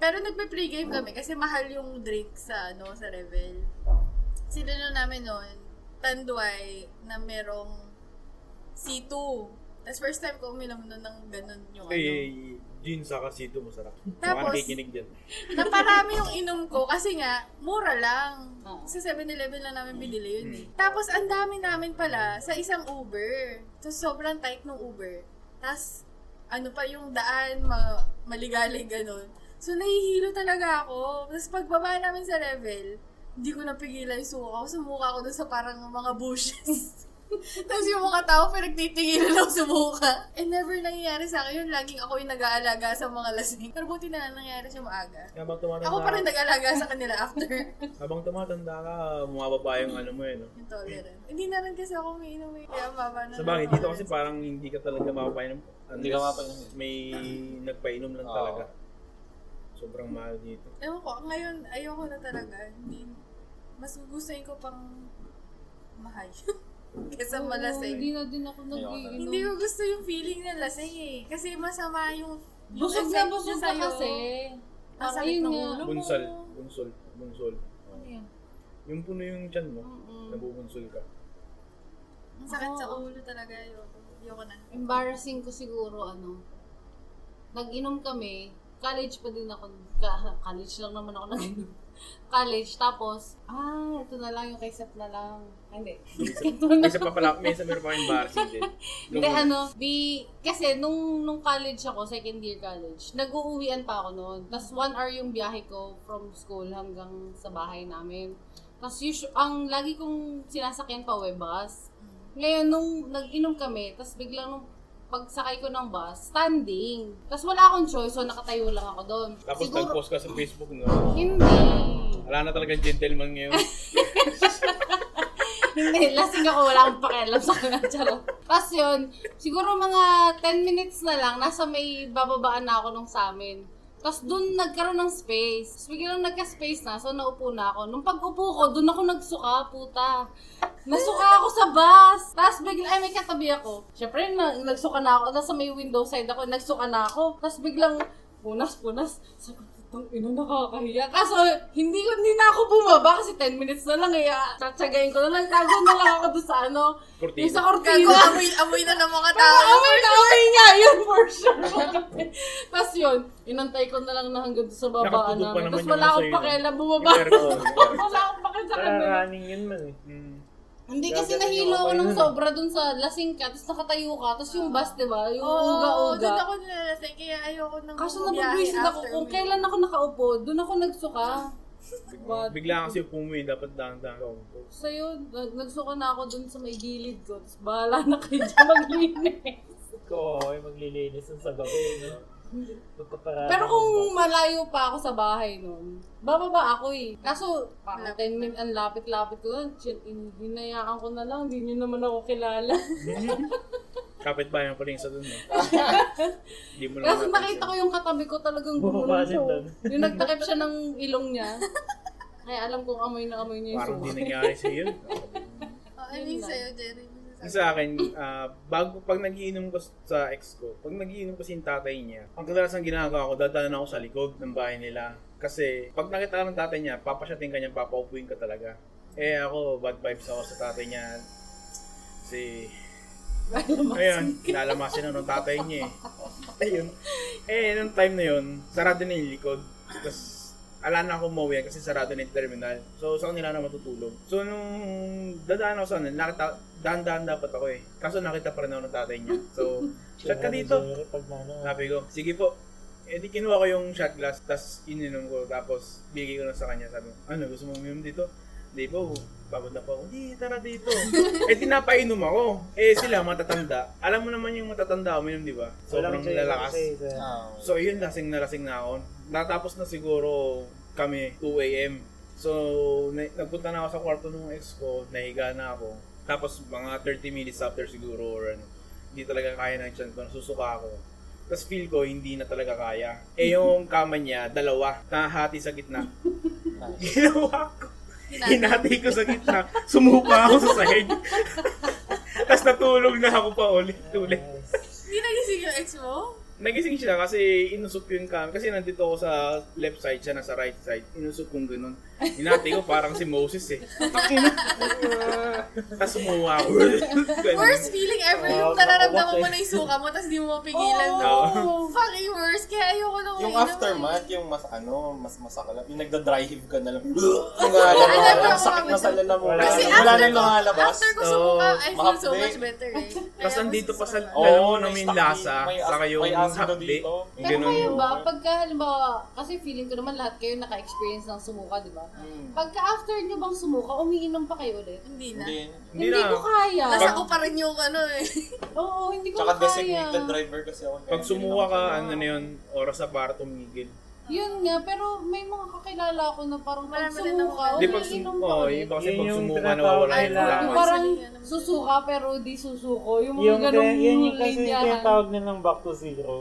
A: Pero nagpe-pregame kami kasi mahal yung drink sa, ano, sa Revel. Sinunod namin noon, tanduay na merong C2. Tapos first time ko uminom nun ng ganun yung ano.
D: Eh, gin sa kasito masarap.
A: Tapos-
D: Baka nakikinig dyan.
A: Naparami yung inom ko kasi nga, mura lang. Sa 7-Eleven lang namin binili yun eh. Tapos ang dami namin pala sa isang Uber. Tapos sobrang tight ng Uber. Tapos ano pa yung daan, ma- maligalig ganun. So nahihilo talaga ako. Tapos pagbaba namin sa level, hindi ko napigilan yung suka ko. Sumuka ako dun sa parang mga bushes. Tapos yung mga tao, pinagtitigilan ako sa buka. And never nangyayari sa akin yun. Laging ako yung nag-aalaga sa mga lasing. Pero buti na lang nangyayari siya maaga.
D: Habang tumatanda,
A: Ako pa
F: Diba?
A: rin nag-alaga sa kanila after
D: habang tumatanda ka, bumababa yung ano mo eh. No?
A: yung tolerance. Hindi na rin kasi ako umiinom eh. Kaya mama na
D: Sa
A: lang
D: bagay,
A: ako.
D: dito kasi parang hindi ka talaga mapapainom.
E: Hindi ka mapapainom.
D: May nagpainom lang
E: Oo.
D: talaga. Sobrang mahal dito.
A: Ewan ko, ngayon ayoko na talaga. Hindi, mas gugustuhin ko pang mahal. Kesa
F: Hindi
A: malasing.
F: na din ako nagiinom.
A: Hindi ko gusto yung feeling na lasing eh. Kasi masama yung yung
F: Busog na
A: effect
F: busog
A: niya
F: na
A: sa'yo.
F: kasi.
A: Ang
F: Parang
A: sakit
F: yun
A: ng
F: nga.
A: ulo mo.
D: Bunsol. Bunsol. Bunsol.
F: Ano yan?
D: Yung puno yung tiyan mo,
F: Mm-mm.
D: nabubunsol ka.
A: Ang sakit sa
F: Oo.
A: ulo talaga. Ayoko, ayoko na.
F: Embarrassing ko siguro, ano. Nag-inom kami. College pa din ako. Ka- college lang naman ako nag-inom. college. Tapos, ah, ito na lang yung kaysap na lang. Ay, Hindi. ito na.
D: May isa pa pala, may isa meron pa kayong embarrassing din.
F: Hindi, ano, di, kasi nung, nung college ako, second year college, nag-uuwian pa ako noon. Tapos one hour yung biyahe ko from school hanggang sa bahay namin. Tapos usu- ang lagi kong sinasakyan pa uwi, bus. Ngayon, nung nag-inom kami, tapos biglang nung pagsakay ko ng bus, standing. Tapos wala akong choice, so nakatayo lang ako doon.
D: Tapos nag-post ka sa Facebook, no?
F: hindi.
D: Wala na talagang gentleman ngayon.
F: Hindi, lasing ako, wala akong pakialam sa kanya, charot. Tapos yun, siguro mga 10 minutes na lang, nasa may bababaan na ako nung sa amin. Tapos dun nagkaroon ng space. Tapos biglang nagka-space na, so naupo na ako. Nung pag-upo ko, dun ako nagsuka, puta. Nasuka ako sa bus. Tapos biglang, ay may katabi ako. Siyempre, na, nagsuka na ako. Tapos sa may window side ako, nagsuka na ako. Tapos biglang, punas, punas. Sabi ko, putang ina, nakakahiya. Kaso, hindi, hindi na ako bumaba kasi 10 minutes na lang eh. Ah, Tsatsagayin ko na lang. Tago na lang ako doon sa ano.
D: Cortina.
F: Yung sa
C: Gago,
F: cortina. Ah,
C: amoy, amoy na ng mga
F: Pero
C: tao.
F: amoy na amoy niya, yun for sure. Tapos yun, inantay ko na lang na hanggang doon sa babaan
D: Nakatutok pa
F: namin.
D: naman
F: Tapos
D: yung ano
F: wala
D: nasa
F: akong
D: iyo.
F: pakialam, bumaba.
D: Yung aircon.
F: wala akong pakialam sa
G: Para
F: kanila.
G: running yun man eh.
D: Mm.
F: Hindi
G: Gagawin
F: kasi
G: yung
F: nahilo ako
G: okay
F: ng
G: nun eh.
F: sobra dun sa lasing ka, tapos nakatayo ka, tapos yung bus, di ba? Yung
A: Oo, doon
F: uga-uga.
A: ako nilalasing. Kaya ayoko nang
F: Kaso
A: bumiyahe
F: napag-wasted ako
A: after
F: kung
A: uminom.
F: kailan ako nakaupo, dun ako nagsuka. But,
D: Bigla kasi pumuwi, dapat dahan-dahan ka.
F: so yun, nag- nagsuka na ako dun sa may gilid ko, tapos bahala na kayo dyan maglinis.
G: Ko, ay maglilinis yun sa gabi, no? Magpaparada
F: Pero
G: ng
F: kung malayo pa ako sa bahay nun, bababa ako eh. Kaso, parang 10 minutes, ang lapit-lapit ko nun, chin- in- hinayaan ko na lang, hindi nyo naman ako kilala.
D: Kapit bayan pa rin sa dun. eh. Hindi mo
F: Kaso
D: naman
F: nakita ko yung katabi ko talagang
G: Bumaba
F: gumulong
G: din
F: siya. oh.
G: doon.
F: Yung nagtakip siya ng ilong niya. Kaya alam kong amoy na amoy niya yung
D: Parang di
F: suka.
D: nangyari sa iyo.
A: Oh, I mean sa'yo, Jerry.
D: Yung sa akin, ah, bago, pag nagiinom ko sa ex ko, pag nagiinom kasi yung tatay niya, ang kadalasan ginagawa ko, dadaan ako sa likod ng bahay nila. Kasi pag nakita ka ng tatay niya, papasyating ka niya, papaupuin ka talaga. Eh ako, bad vibes ako sa tatay niya. Kasi, ayun, lalamasin ako ng tatay niya eh. Ayun. Eh, nung time na yun, sarado na yung likod. Tapos, ala na ako umuwi kasi sarado na yung terminal. So, saan nila na matutulog? So, nung dadaan ako sa ano, nakita, dahan-dahan dapat ako eh. Kaso nakita pa rin ako ng tatay niya. So, shot ka dito.
G: Sorry, Pag na, ano,
D: Sabi ko, sige po. Eh di kinuha ko yung shot glass, tapos ininom ko, tapos bigay ko na sa kanya. Sabi ko, ano, gusto mong uminom dito? Hindi po, pagod na po ako. Hindi, tara dito. eh tinapainom ako. Eh sila, matatanda. Alam mo naman yung matatanda uminom, di ba? Sobrang
G: walang jail
D: lalakas.
G: kasi, sir.
E: Ah,
D: So yun, lasing na lasing na ako. Natapos na siguro kami, 2 a.m. So, na- nagpunta na ako sa kwarto ng ex ko, nahiga na ako. Tapos mga 30 minutes after siguro or ano, hindi talaga kaya ng tiyan ko, nasusuka ako. Tapos feel ko, hindi na talaga kaya. Eh yung kama niya, dalawa, nahati sa gitna. Ginawa ko. Hinati ko sa gitna. Sumuka ako sa sahig. Tapos natulog na ako pa ulit. Ulit.
A: Hindi nagising yung ex mo?
D: Nagising siya kasi inusok yung cam. Kasi nandito ako sa left side, siya nasa right side. Inusok kong ganun. Hinati ko parang si Moses eh. Tapos umuha ako. Ganun.
A: Worst feeling ever
D: Ah,
A: yung
G: Oo,
A: nararamdaman
G: mapapatay.
A: mo na yung suka mo tapos di mo mapigilan.
D: Oo.
A: Oh. Fucking worst. Kaya ayoko na
E: yung
A: uminom.
E: aftermath, yung mas ano, mas masakalap. Yung nagda-dry heave ka na lang. Ang
A: Wala na
E: alam,
A: ako
E: sakit na sa lala mo.
G: Wala
E: Wala,
G: Kasi
E: na-
G: after
E: wala nang nakalabas.
A: After ko sumuka,
D: Oo,
A: I feel so
E: mahapde.
A: much better eh.
D: Tapos andito pa sa
A: Oo,
D: lalo mo na
E: may
D: may
E: stock-
D: lasa.
E: may as-
D: Saka yung
E: may asin na
D: hapde.
E: dito.
F: Pero
D: Ganun.
F: kayo ba, pagka halimbawa, kasi feeling ko naman lahat kayo naka-experience ng sumuka, di ba?
E: Hmm.
F: Pagka after nyo bang sumuka, umiinom pa kayo ulit?
A: Hindi na.
E: Hindi.
D: Hindi
F: Hindi,
D: na.
F: ko kaya.
A: Tapos
D: Pag-
A: ako pa rin yung ano eh.
F: Oo, hindi ko
E: Tsaka
F: kaya.
E: designated driver kasi ako. kaya
D: Pag
E: hindi
D: sumuha
E: na
D: ka,
E: ako-
D: ano na yun, oras na para tumigil.
F: Yun nga, pero may mga kakilala ako na parang pag
A: Marami din
F: sumuka,
A: ako.
D: Hindi pag
F: umiinom
D: sum-
F: pa
D: oh,
F: ulit.
D: iba kasi
G: Yun
D: pag
G: yung
D: sumuha
G: tinatawag
D: nawawala yung
G: nila.
F: Yung
D: lakas.
F: parang susuka pero di susuko. Yung mga
G: Yung,
F: ganong
G: kaya- yun yung kasi yung
F: linyahan.
G: tinatawag nilang back to zero.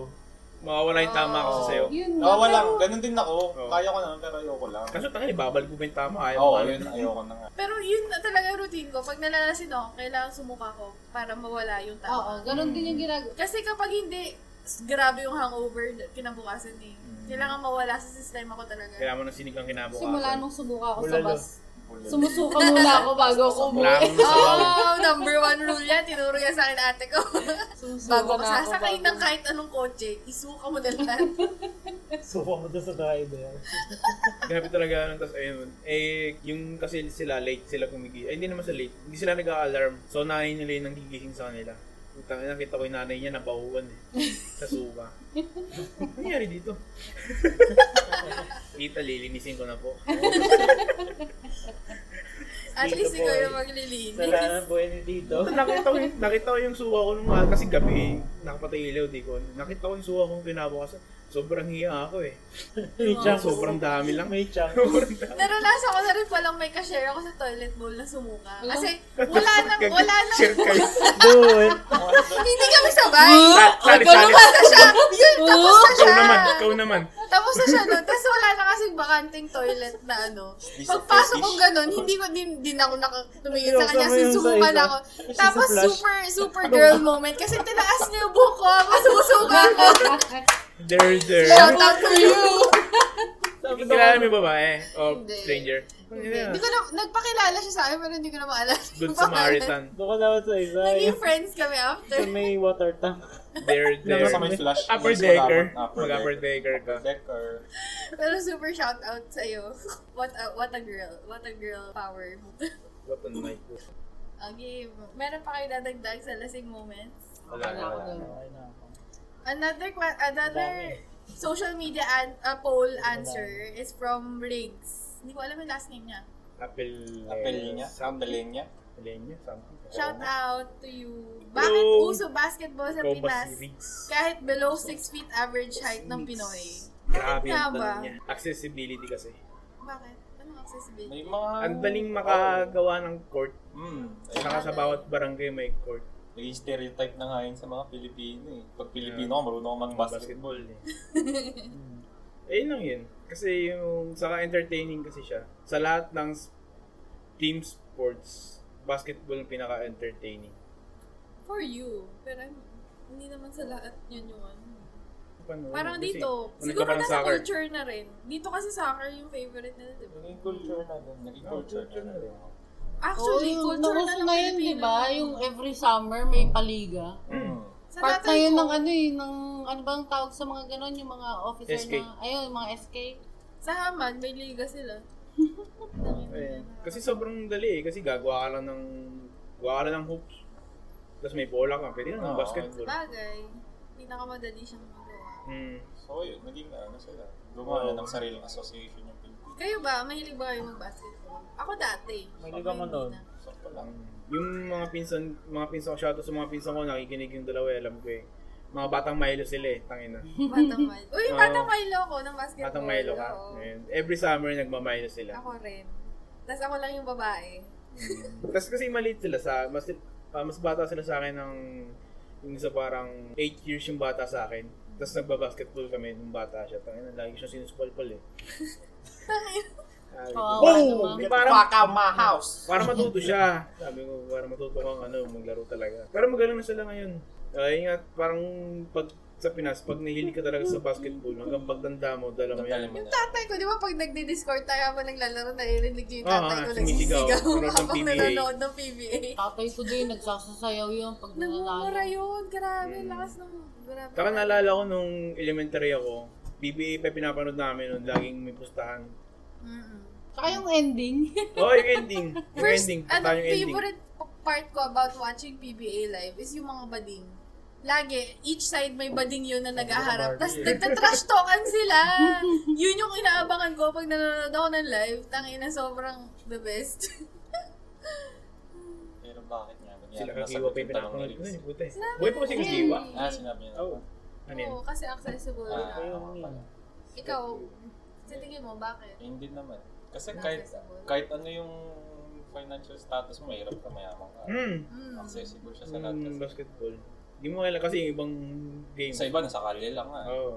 D: Mawawala yung tama
F: Oh.
D: kasi sa'yo.
F: Yun nga,
E: Oo, wala.
F: pero-
E: Ganun din ako.
D: Oo.
E: Kaya ko naman, pero ayoko lang.
D: Kaso tangin, babalik ko pa yung tama. Ayaw
E: Oo,
D: mo.
E: yun, ayoko na nga.
A: Pero yun na talaga routine ko. Pag nalalasin ako, kailangan sumuka ko para mawala yung
F: Oo,
A: tama.
F: ganun din yung ginagawa.
A: Kasi kapag hindi, s- grabe yung hangover na- kinabukasan eh. Kailangan mawala sa sistema ko talaga.
D: Kailangan mo ng sinigang kinabukasan.
F: Simula nung subuka ako sa
G: Bulalo.
F: bus,
E: Bulalo.
F: sumusuka muna ako bago ako
D: Wala
F: umuwi.
D: akong nasabaw.
A: Oh, number one rule yan. Tinuro yan sa akin ate ko.
F: Sumusuka
A: Bago ka
F: na ako
A: sasakay
F: bago-
A: ng kahit anong kotse, isuka mo na lahat.
G: Suka mo dun sa driver.
D: Grabe talaga nun. Tapos ayun, eh, yung kasi sila late sila kumigi. Eh, hindi naman sa late. Hindi sila nag-alarm. So, nanay nila yung nagigising sa kanila. Puta, nakita ko yung nanay niya, nabahuan eh. sa suka. Ano nangyari dito? Tita, lilinisin ko na po.
A: At
G: Dito
A: least
G: po
A: ikaw
G: eh.
A: yung maglilinis.
G: Sala na po yun dito.
D: nakita ko yung, nakita ko yung suka ko nung mahal kasi gabi, eh, nakapatay ilaw, di ko. Nakita ko yung suka ko kinabukasan. Sobrang hiya ako eh.
G: May chunk.
D: Sobrang dami lang.
G: May chunk.
D: Sobrang dami.
A: Naranasan ko na rin palang may kashare ako sa toilet bowl na sumuka.
F: Wala.
A: Kasi wala nang, wala nang,
D: Share kayo.
G: Dude!
A: hindi kami sabay.
D: Sa- Sali,
A: Tapos
D: sali.
A: na siya. Yun, tapos na
D: Ikaw
A: siya.
D: naman, ikaw naman.
A: Tapos na siya nun. Tapos wala na kasing bakanting toilet na ano. Pagpasok ko ganun, hindi ko din, din ako nakatumingin sa kanya.
G: Ayoko mo yun sa
A: Susuka
G: isa.
A: na ako.
G: Kasi sa
A: Tapos
G: flash. Ano?
A: super, super girl moment. Kasi tinaas niya yung buhok ko. Ako susuka ako.
D: There, there.
A: Shout out to you.
G: Sabi ko,
D: Kilala mo yung babae? O
A: Hindi.
D: stranger?
A: Hindi ko na, nagpakilala siya sa akin pero hindi ko na maalala.
D: Good
A: yung pangalan.
D: Samaritan.
G: doon ka dapat sa isa.
A: Naging
G: yung
A: friends kami after.
G: Sa may water tank.
D: There, there.
E: Sa may flash.
D: Upper
E: lights,
D: decker.
E: wala akong
D: Mag-upper decker ka.
E: Upper decker.
A: Pero super shout out sa iyo. What a, what a girl. What a girl power.
D: What a night.
A: Okay, meron pa kayo dadagdag sa lasing moments?
D: Wala
F: Wala
D: na.
F: ako dun.
A: Another que- another social media an- uh, poll answer is from Riggs. Hindi ko alam yung last name niya.
D: Apple. eh,
E: Apelinya. Apelinya.
D: Apelinya. Something.
A: Shout
D: Ewan
A: out to you. Bakit
D: Hello.
A: uso basketball
D: ko.
A: sa
D: Ikaw ba
A: Pinas?
D: si Riggs?
A: Kahit below 6 feet average height ng Pinoy.
D: Grabe
A: nga
D: ang
A: ba?
D: tanong niya. Accessibility kasi.
A: Bakit? Anong accessibility?
E: May mga...
D: Ang daling
E: Oh.
D: makagawa ng court.
E: Hmm.
D: Saka sa bawat barangay may court.
E: Naging stereotype na nga yun sa mga Pilipino eh. Pag Pilipino ako, marunong ako mag-basketball.
D: Basketball eh. Eh, yun lang yun. Kasi yung, saka entertaining kasi siya. Sa lahat ng s- team sports, basketball ang pinaka-entertaining.
A: For you. Pero hindi naman sa lahat yun yung ano.
D: panood.
A: Parang dito,
D: Kasi,
A: siguro
D: nagka- parang
A: nasa
D: soccer.
A: culture na rin. Dito kasi soccer yung favorite nila, di ba?
E: Naging culture na din. Naging
D: Oh,
E: culture na din.
A: Actually,
F: Oo,
A: culture na
F: nauso
A: ng
F: Oh, na yun, di
A: Pilipino.
F: ba? Yung every summer may paliga.
E: Mm.
A: Sa
F: Part na
A: tatay ko,
F: yun ng ano eh, ng ano bang tawag sa mga ganon, yung mga officer
D: SK.
F: na, ayun, yung mga SK.
A: sa Haman, may liga sila.
D: Ayun. Kasi sobrang dali eh. Kasi gagawa ka lang ng... Gawa ka lang ng hoops. Tapos may bola ka. Pwede na ng
E: Oo.
D: basketball.
A: Bagay, pinakamadali siyang magawa.
D: Hmm.
E: So yun, naging ano sila. Gumawa na ng sariling association yung Pilipinas.
A: Kayo ba, mahilig ba kayo mag-basketball? Ako dati.
G: Mahilig ako
A: Ngayon,
G: nun.
A: hindi na.
E: Sakto lang.
D: Yung mga pinsan, mga pinsan ko, shoutout sa mga pinsan ko, nakikinig yung dalawa, eh, alam ko eh. Mga batang Milo sila eh, tangina.
A: Batang Milo. Uy,
D: Oo.
A: Batang Milo ko ng basketball.
D: Batang Milo ka.
A: Oo.
D: Ayun. Every summer, nagmamilo sila.
A: Ako rin. Tapos ako lang yung babae.
D: Tapos Mm. kasi maliit sila sa, mas, ah, mas bata sila sa akin ng, yung sa parang 8 years yung bata sa akin. Tapos nagbabasketball kami nung bata siya. Tangina, lagi siya sinuspalpal eh. Sabi ko,
F: Kawawa
D: wow!
F: naman.
D: Di parang,
E: out my house!
D: para matuto siya. Sabi ko, para matuto kang ano, maglaro talaga. Pero magaling na sila ngayon. Ay nga, parang pag sa Pinas, pag nahilig ka talaga sa basketball, hanggang pagtanda mo, dala mo
E: Nadali
D: yan.
E: mo na.
A: Tatay ko, di ba pag nagdi-discord tayo habang naglalaro, naririnig niyo yung
D: Oo,
A: tatay ko
D: nga,
A: nagsisigaw
D: sumisigaw. Nanonood ng
A: habang
D: PBA.
A: nanonood ng PBA.
F: Tatay ko din, nagsasasayaw yun pag nanalo.
A: Nangungura yun. Grabe,
D: Mm.
A: lakas ng... Grabe.
D: Saka naalala ko nung elementary ako, BBA pa pinapanood namin nun, laging may pustahan.
A: Mm-mm.
F: Tsaka yung ending.
D: Oh, yung ending. Yung
A: First,
D: ending.
A: ano,
D: Puntahan yung ending.
A: favorite p- part ko about watching PBA live is yung mga bading. Lagi, each side may bading yun na nag-aharap. Tapos nagtatrash talkan sila. yun yung inaabangan ko pag nanonood ako ng live. Tangina, sobrang the best.
E: Pero bakit nga? Ganyan,
D: Sila kakiwa
E: nasagot
D: pa yung
E: tanong
D: pinapanood
E: ni
D: ko nun. eh,
E: Liz.
D: Puta eh. Buhay pa kasi kakiwa.
E: Ah, sinabi niya.
D: Oo. Ano yun?
A: Oo, kasi accessible
E: Ah,
A: na.
E: oo nga pala.
A: Ikaw, sa tingin mo, bakit?
E: Hindi naman. Kasi kahit, kahit ano yung financial status mo, mahirap ka, mayaman ka.
D: Hmm.
A: Mm.
E: Accessible siya sa lahat.
D: Yung
E: Kasi.
D: basketball. Hindi mo kailangan kasi yung ibang game.
E: Sa iba, nasa kalye lang nga. eh.
D: Oo.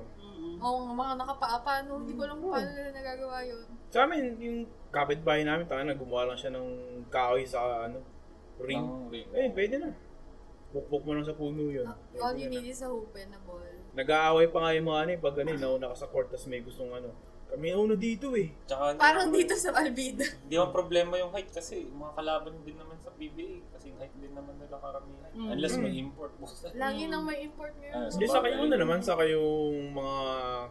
A: Oo, nga, mga nakapaapa, no? Hindi ko alam kung paano nila nagagawa yun.
D: Sa amin, yung kapitbahay namin, tanga na gumawa lang siya ng kahoy sa ano, ring.
E: Ng ring.
D: Eh, pwede na. Bukbuk mo lang sa puno yun. Pwede
A: Ah, All you
D: na.
A: need is a hoopin na ball.
D: Nag-aaway pa nga yung mga ano eh, pag ano, eh, nauna ka sa court, tapos may gustong ano. Kami nauna dito eh.
E: Tsaka,
A: Parang dito sa Albida.
E: Hindi mo problema yung height kasi mga kalaban din naman sa PBA. Kasi height din naman nila karamihan.
A: Hmm.
E: Unless
D: Hmm.
E: may import mo.
A: Lagi nang may import
E: Ah,
A: ngayon.
E: so
D: Hindi, sa
E: bagay.
D: kayo na naman, sa kayong mga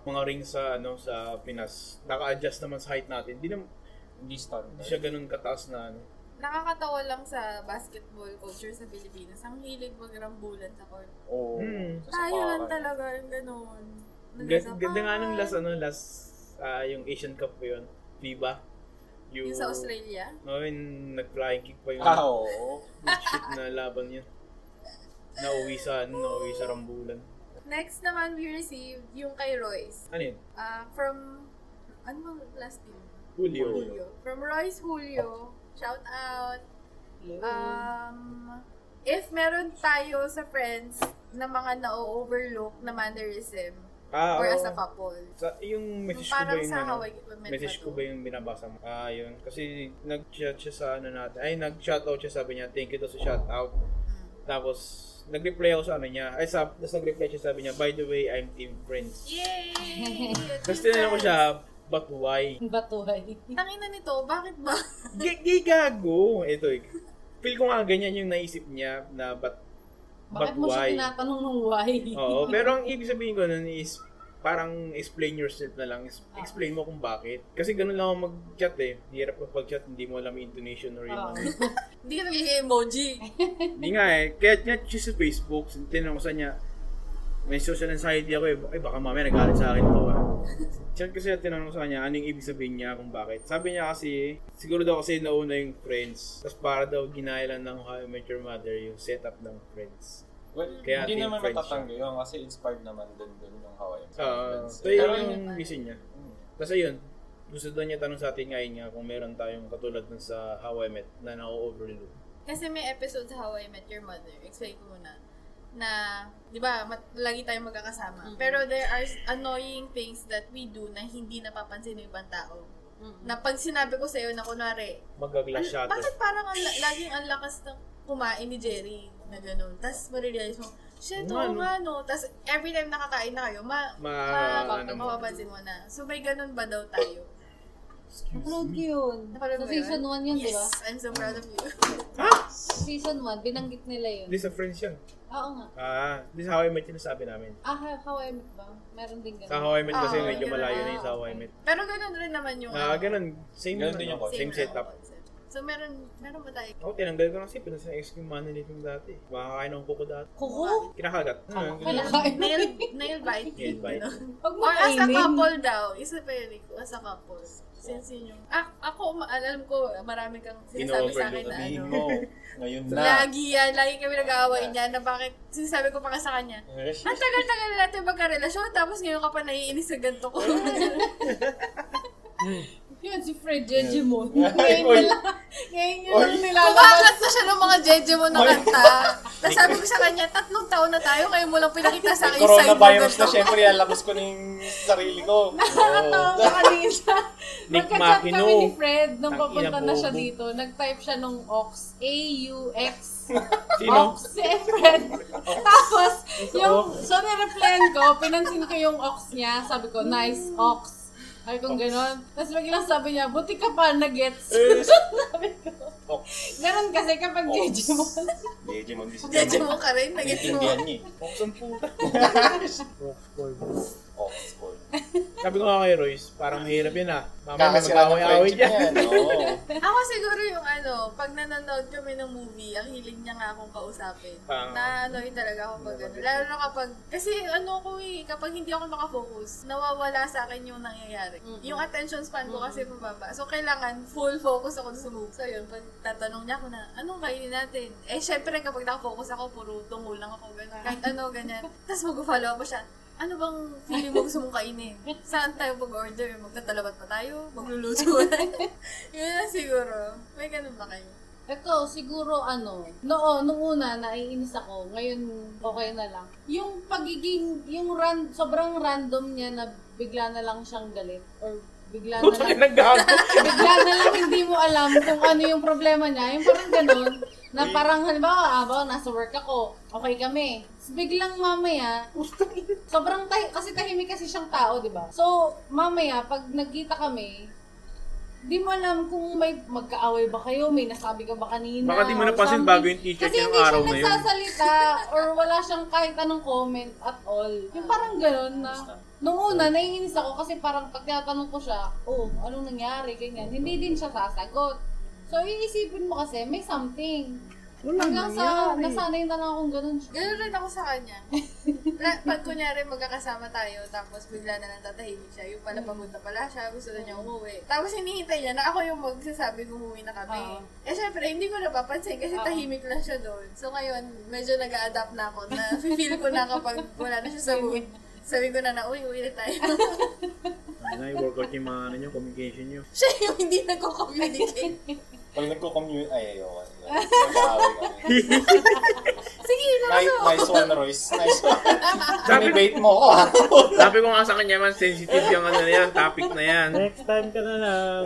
D: mga ring sa ano sa Pinas, naka-adjust naman sa height natin. Hindi naman
E: Hindi
D: hindi
E: standard.
D: siya ganun kataas na ano.
A: Nakakatawa lang sa basketball culture sa Pilipinas. Ang hilig magrambulan sa court.
E: Oo.
D: Hmm.
E: Kasi
A: Tayo Ah, lang
E: parang-
A: talaga yung ganun.
D: Ganda, ganda nga nung last ano, last ah, yung Asian Cup po yun, FIBA.
A: Yung sa Australia.
D: No, yung nag-flying kick pa yung
E: Ah, oo.
D: bullshit na laban yun. Nauwi sa ano, nauwi sa Rambulan.
A: Next naman we received yung kay Royce.
D: Ano yun?
A: Ah, from, ano bang last name?
D: Julio.
A: Julio. From Royce Julio. Shout out. Um, if meron tayo sa friends na mga na-overlook na mannerism
D: Ah,
A: or
D: oo.
A: as a couple.
D: Sa,
A: Yung
D: yung message ko ba
A: parang
D: yung
A: sa
D: ano?
A: Hawaii Equipment
D: Message ko ba yung binabasa mo? Ah, yun. Kasi nag-chat siya sa ano natin. Ay, nag-shoutout siya sabi niya. Thank you to sa shoutout. Tapos, nag-reply ako sa ano niya. Ay, sa, tapos nag-reply siya sabi niya, By the way, I'm Team Prince.
A: Yay!
D: Tapos tinanong ko siya, but why?
F: Batuhay.
A: Tangina nito, bakit ba?
D: G- G- gago! Ito eh. Feel ko nga ganyan yung naisip niya na but, but
F: Bakit mo siya
D: why?
F: tinatanong ng why?
D: Oo, pero ang ibig sabihin ko nun is parang explain yourself na lang. Is- Explain mo kung bakit. Kasi ganun lang ako mag-chat eh. Hirap ka pag-chat, hindi mo alam yung intonation or yung
F: Oo.
D: mga-
A: Hindi ka nagiging emoji.
D: Hindi nga eh. Kaya nga siya sa Facebook, tinanong ko sa niya, may social anxiety ako eh. Ay, baka mamaya nagalit sa akin to ah. Chat kasi tinanong ko sa kanya, ano yung ibig sabihin niya kung bakit. Sabi niya kasi, siguro daw kasi nauna yung friends. Tapos para daw ginaya lang ng How I Met Your Mother yung setup ng friends.
E: Well,
D: Kaya
E: hindi
D: team
E: naman
D: friendship. Ah,
E: matatanggi yun kasi inspired naman din dun yung Hawaiian
D: So,
E: Friends.
D: ito
E: Pero
D: yung,
E: yun,
D: yung reason niya.
E: mm,
D: Tapos ayun, gusto daw niya tanong sa atin ngayon nga kung meron tayong katulad dun sa How I Met na na-overlook.
A: Kasi may episode sa How I Met Your Mother, explain ko muna, na, di ba, mat- lagi tayong magkakasama. Pero there are annoying things that we do na hindi napapansin ng ibang tao. Na pag sinabi ko sa'yo na kunwari,
D: Magaglass
A: Al-
D: shatter.
A: Bakit parang ang, la- laging ang lakas ng kumain ni Jerry na ganun? Tapos marirealize mo, Shit,
D: Oo
A: oo
D: Ano nga,
A: nga, no. Tapos every time nakakain na kayo, ma,
D: Ma,
A: ma,
D: ano mo.
A: mapapansin mo na. So may ganun ba daw tayo?
F: Napanood ko yun.
A: Napanood mo
F: Sa
A: yun?
F: season 1 yun, di ba?
A: Yes, I'm so proud of you.
F: Season 1, binanggit nila yun.
D: Hindi sa friends yan.
F: Oo nga.
D: Ah, hindi sa Hawaii Met yung nasabi namin.
F: Ah, Ha- Hawaii Meat ba? Meron din ganun.
D: Sa Hawaii Met kasi
A: Ah,
D: medyo
A: ganun.
D: malayo na yung sa
F: Ah,
D: Hawaii
F: okay.
D: Met.
A: Pero ganun rin naman yung...
D: Ah,
A: ano,
D: ganun. Same,
E: Ganun
D: ano,
E: din yung concept.
D: same setup.
A: concept. So meron, meron ba tayo?
D: Ako, tinanggal ko na kasi pinasex ko yung mana nito dati. Makakain ng kuko dati.
F: Kuko?
D: Kinakagat. Ah,
F: Wala
D: ganun.
F: kain.
A: Nail, nail bite.
D: Nail bite.
A: Ganun.
F: Huwag mo
A: Or ah, as a
F: kainin.
A: couple daw. Isa pa yun eh, as a couple. Since yun yung... Ah, ako, ma- alam ko, marami kang sinasabi sa akin
E: Ino-overlook
A: na
E: sabihin
A: ano.
E: mo. Ngayon na.
A: Lagi yan, lagi kami nag-aaway niya na bakit sinasabi ko pa nga sa kanya.
E: Eh,
A: Ang tagal-tagal na natin magka-relasyon, tapos ngayon ka pa naiinis sa ganito ko.
F: Yun, si Fred Jejimon.
E: Ay,
F: Ngayon
E: oy.
F: nila. Ngayon yun
E: Oy.
F: lang nilalabas.
A: Kumakas na siya ng mga jeje mo na kanta. Tapos sabi ko sa kanya, tatlong taon na tayo, kayo mo lang pinakita sa akin yung side mo
E: Coronavirus na,
A: ganito.
E: syempre, lalabas ko na yung sarili ko.
F: Nakakatawa ka kanina.
D: Nick
F: Magka-chat kami
D: Makino.
F: ni Fred nung
D: Tangina,
F: papunta na siya
D: bobo.
F: dito. Nag-type siya nung OX. A-U-X.
D: Sino?
F: Ox si Fred. Tapos, yung, so nireplyan ko, pinansin ko yung ox niya. Sabi ko, nice ox. Sabi ko, gano'n. Tapos biglang sabi niya, buti ka pa nag-gets. sabi ko. Ganon kasi kapag
E: Oh.
F: Jejimon.
E: Digimon Visit.
A: Jeje mo ka rin, nag mo.
E: Naiintindihan niya eh.
D: Oxon puta.
G: Oxford.
E: Oh, Oxford.
D: Sabi ko nga kay Royce, parang mahirap yun ah. Mama,
E: Kakasira ng
D: mag-away-away
E: friendship
D: dyan.
E: niyan. Oo.
A: Ako siguro yung ano, pag nanonood kami ng movie, ang hiling niya nga akong kausapin.
D: Ah.
A: na ano yun talaga ako pag ano. Lalo na kapag, kasi ano ko eh, kapag hindi ako makafocus, nawawala sa akin yung nangyayari. Yung attention span ko kasi mababa. So kailangan full focus ako sa movie. So yun, pag tatanong niya ako na, anong kainin natin? Eh syempre kapag nakafocus ako, puro tungol lang ako. Ganun. Kahit ano, ganyan. Tapos mag-follow pa siya. Ano bang feeling mo gusto mong kainin? Saan tayo mag-order? Magtatalabat pa tayo? Magluluto ba tayo? Yun lang siguro. May ganun ba kayo?
F: Ito, siguro ano, noo, nung una, naiinis ako. Ngayon, okay na lang. Yung pagiging, yung ran, sobrang random niya na bigla na lang siyang galit. Or bigla na
D: Puta ka
F: lang,
D: naggago.
F: bigla na lang hindi mo alam kung ano yung problema niya. Yung parang ganun. Na parang, halimbawa, abaw, nasa work ako. Okay kami. Tapos Biglang mamaya, sobrang tahi, kasi tahimik kasi siyang tao, di ba? So, mamaya, pag nagkita kami, di mo alam kung may magkaaway ba kayo, may nasabi ka ba kanina.
D: Baka di mo
F: or
D: napansin
F: something.
D: bago yung t-shirt
F: Kasi
D: niya
F: hindi
D: ng araw
F: siya
D: na yun.
F: nagsasalita or wala siyang kahit anong comment at all. Yung parang ganun na, nung una, naiinis ako kasi parang pag tinatanong ko siya, oh, anong nangyari, ganyan, hindi din siya sasagot. So, iisipin mo kasi, may something. Hanggang sa, nasanay na lang akong ganun siya.
A: Ganun rin ako sa kanya. La, pag kunyari magkakasama tayo, tapos bigla na lang tatahimik siya. Yung pala pamunta pala siya, gusto na niya umuwi. Tapos hinihintay niya na ako yung magsasabi kung umuwi na kami.
F: Oo.
A: Eh syempre, hindi ko napapansin kasi
F: Oo.
A: tahimik lang siya doon. So ngayon, medyo nag adapt na ako na feel ko na kapag wala na siya sa mood. Sabi ko na na, uy, uwi na tayo.
D: Ano na, i-workout yung mga ano nyo, communication nyo.
A: siya yung hindi nagko-communicate.
E: Pag nagko-commute, ay, ayoko. ayoko. Mag-aaway kami.
A: Sige,
E: Nice,
A: lakas
E: nice one, Royce. Nice one.
D: Sabi-
E: Dinibate mo ko, ha?
D: Sabi ko nga sa kanya man, sensitive yung ano na yan, topic na yan.
G: Next time ka na lang.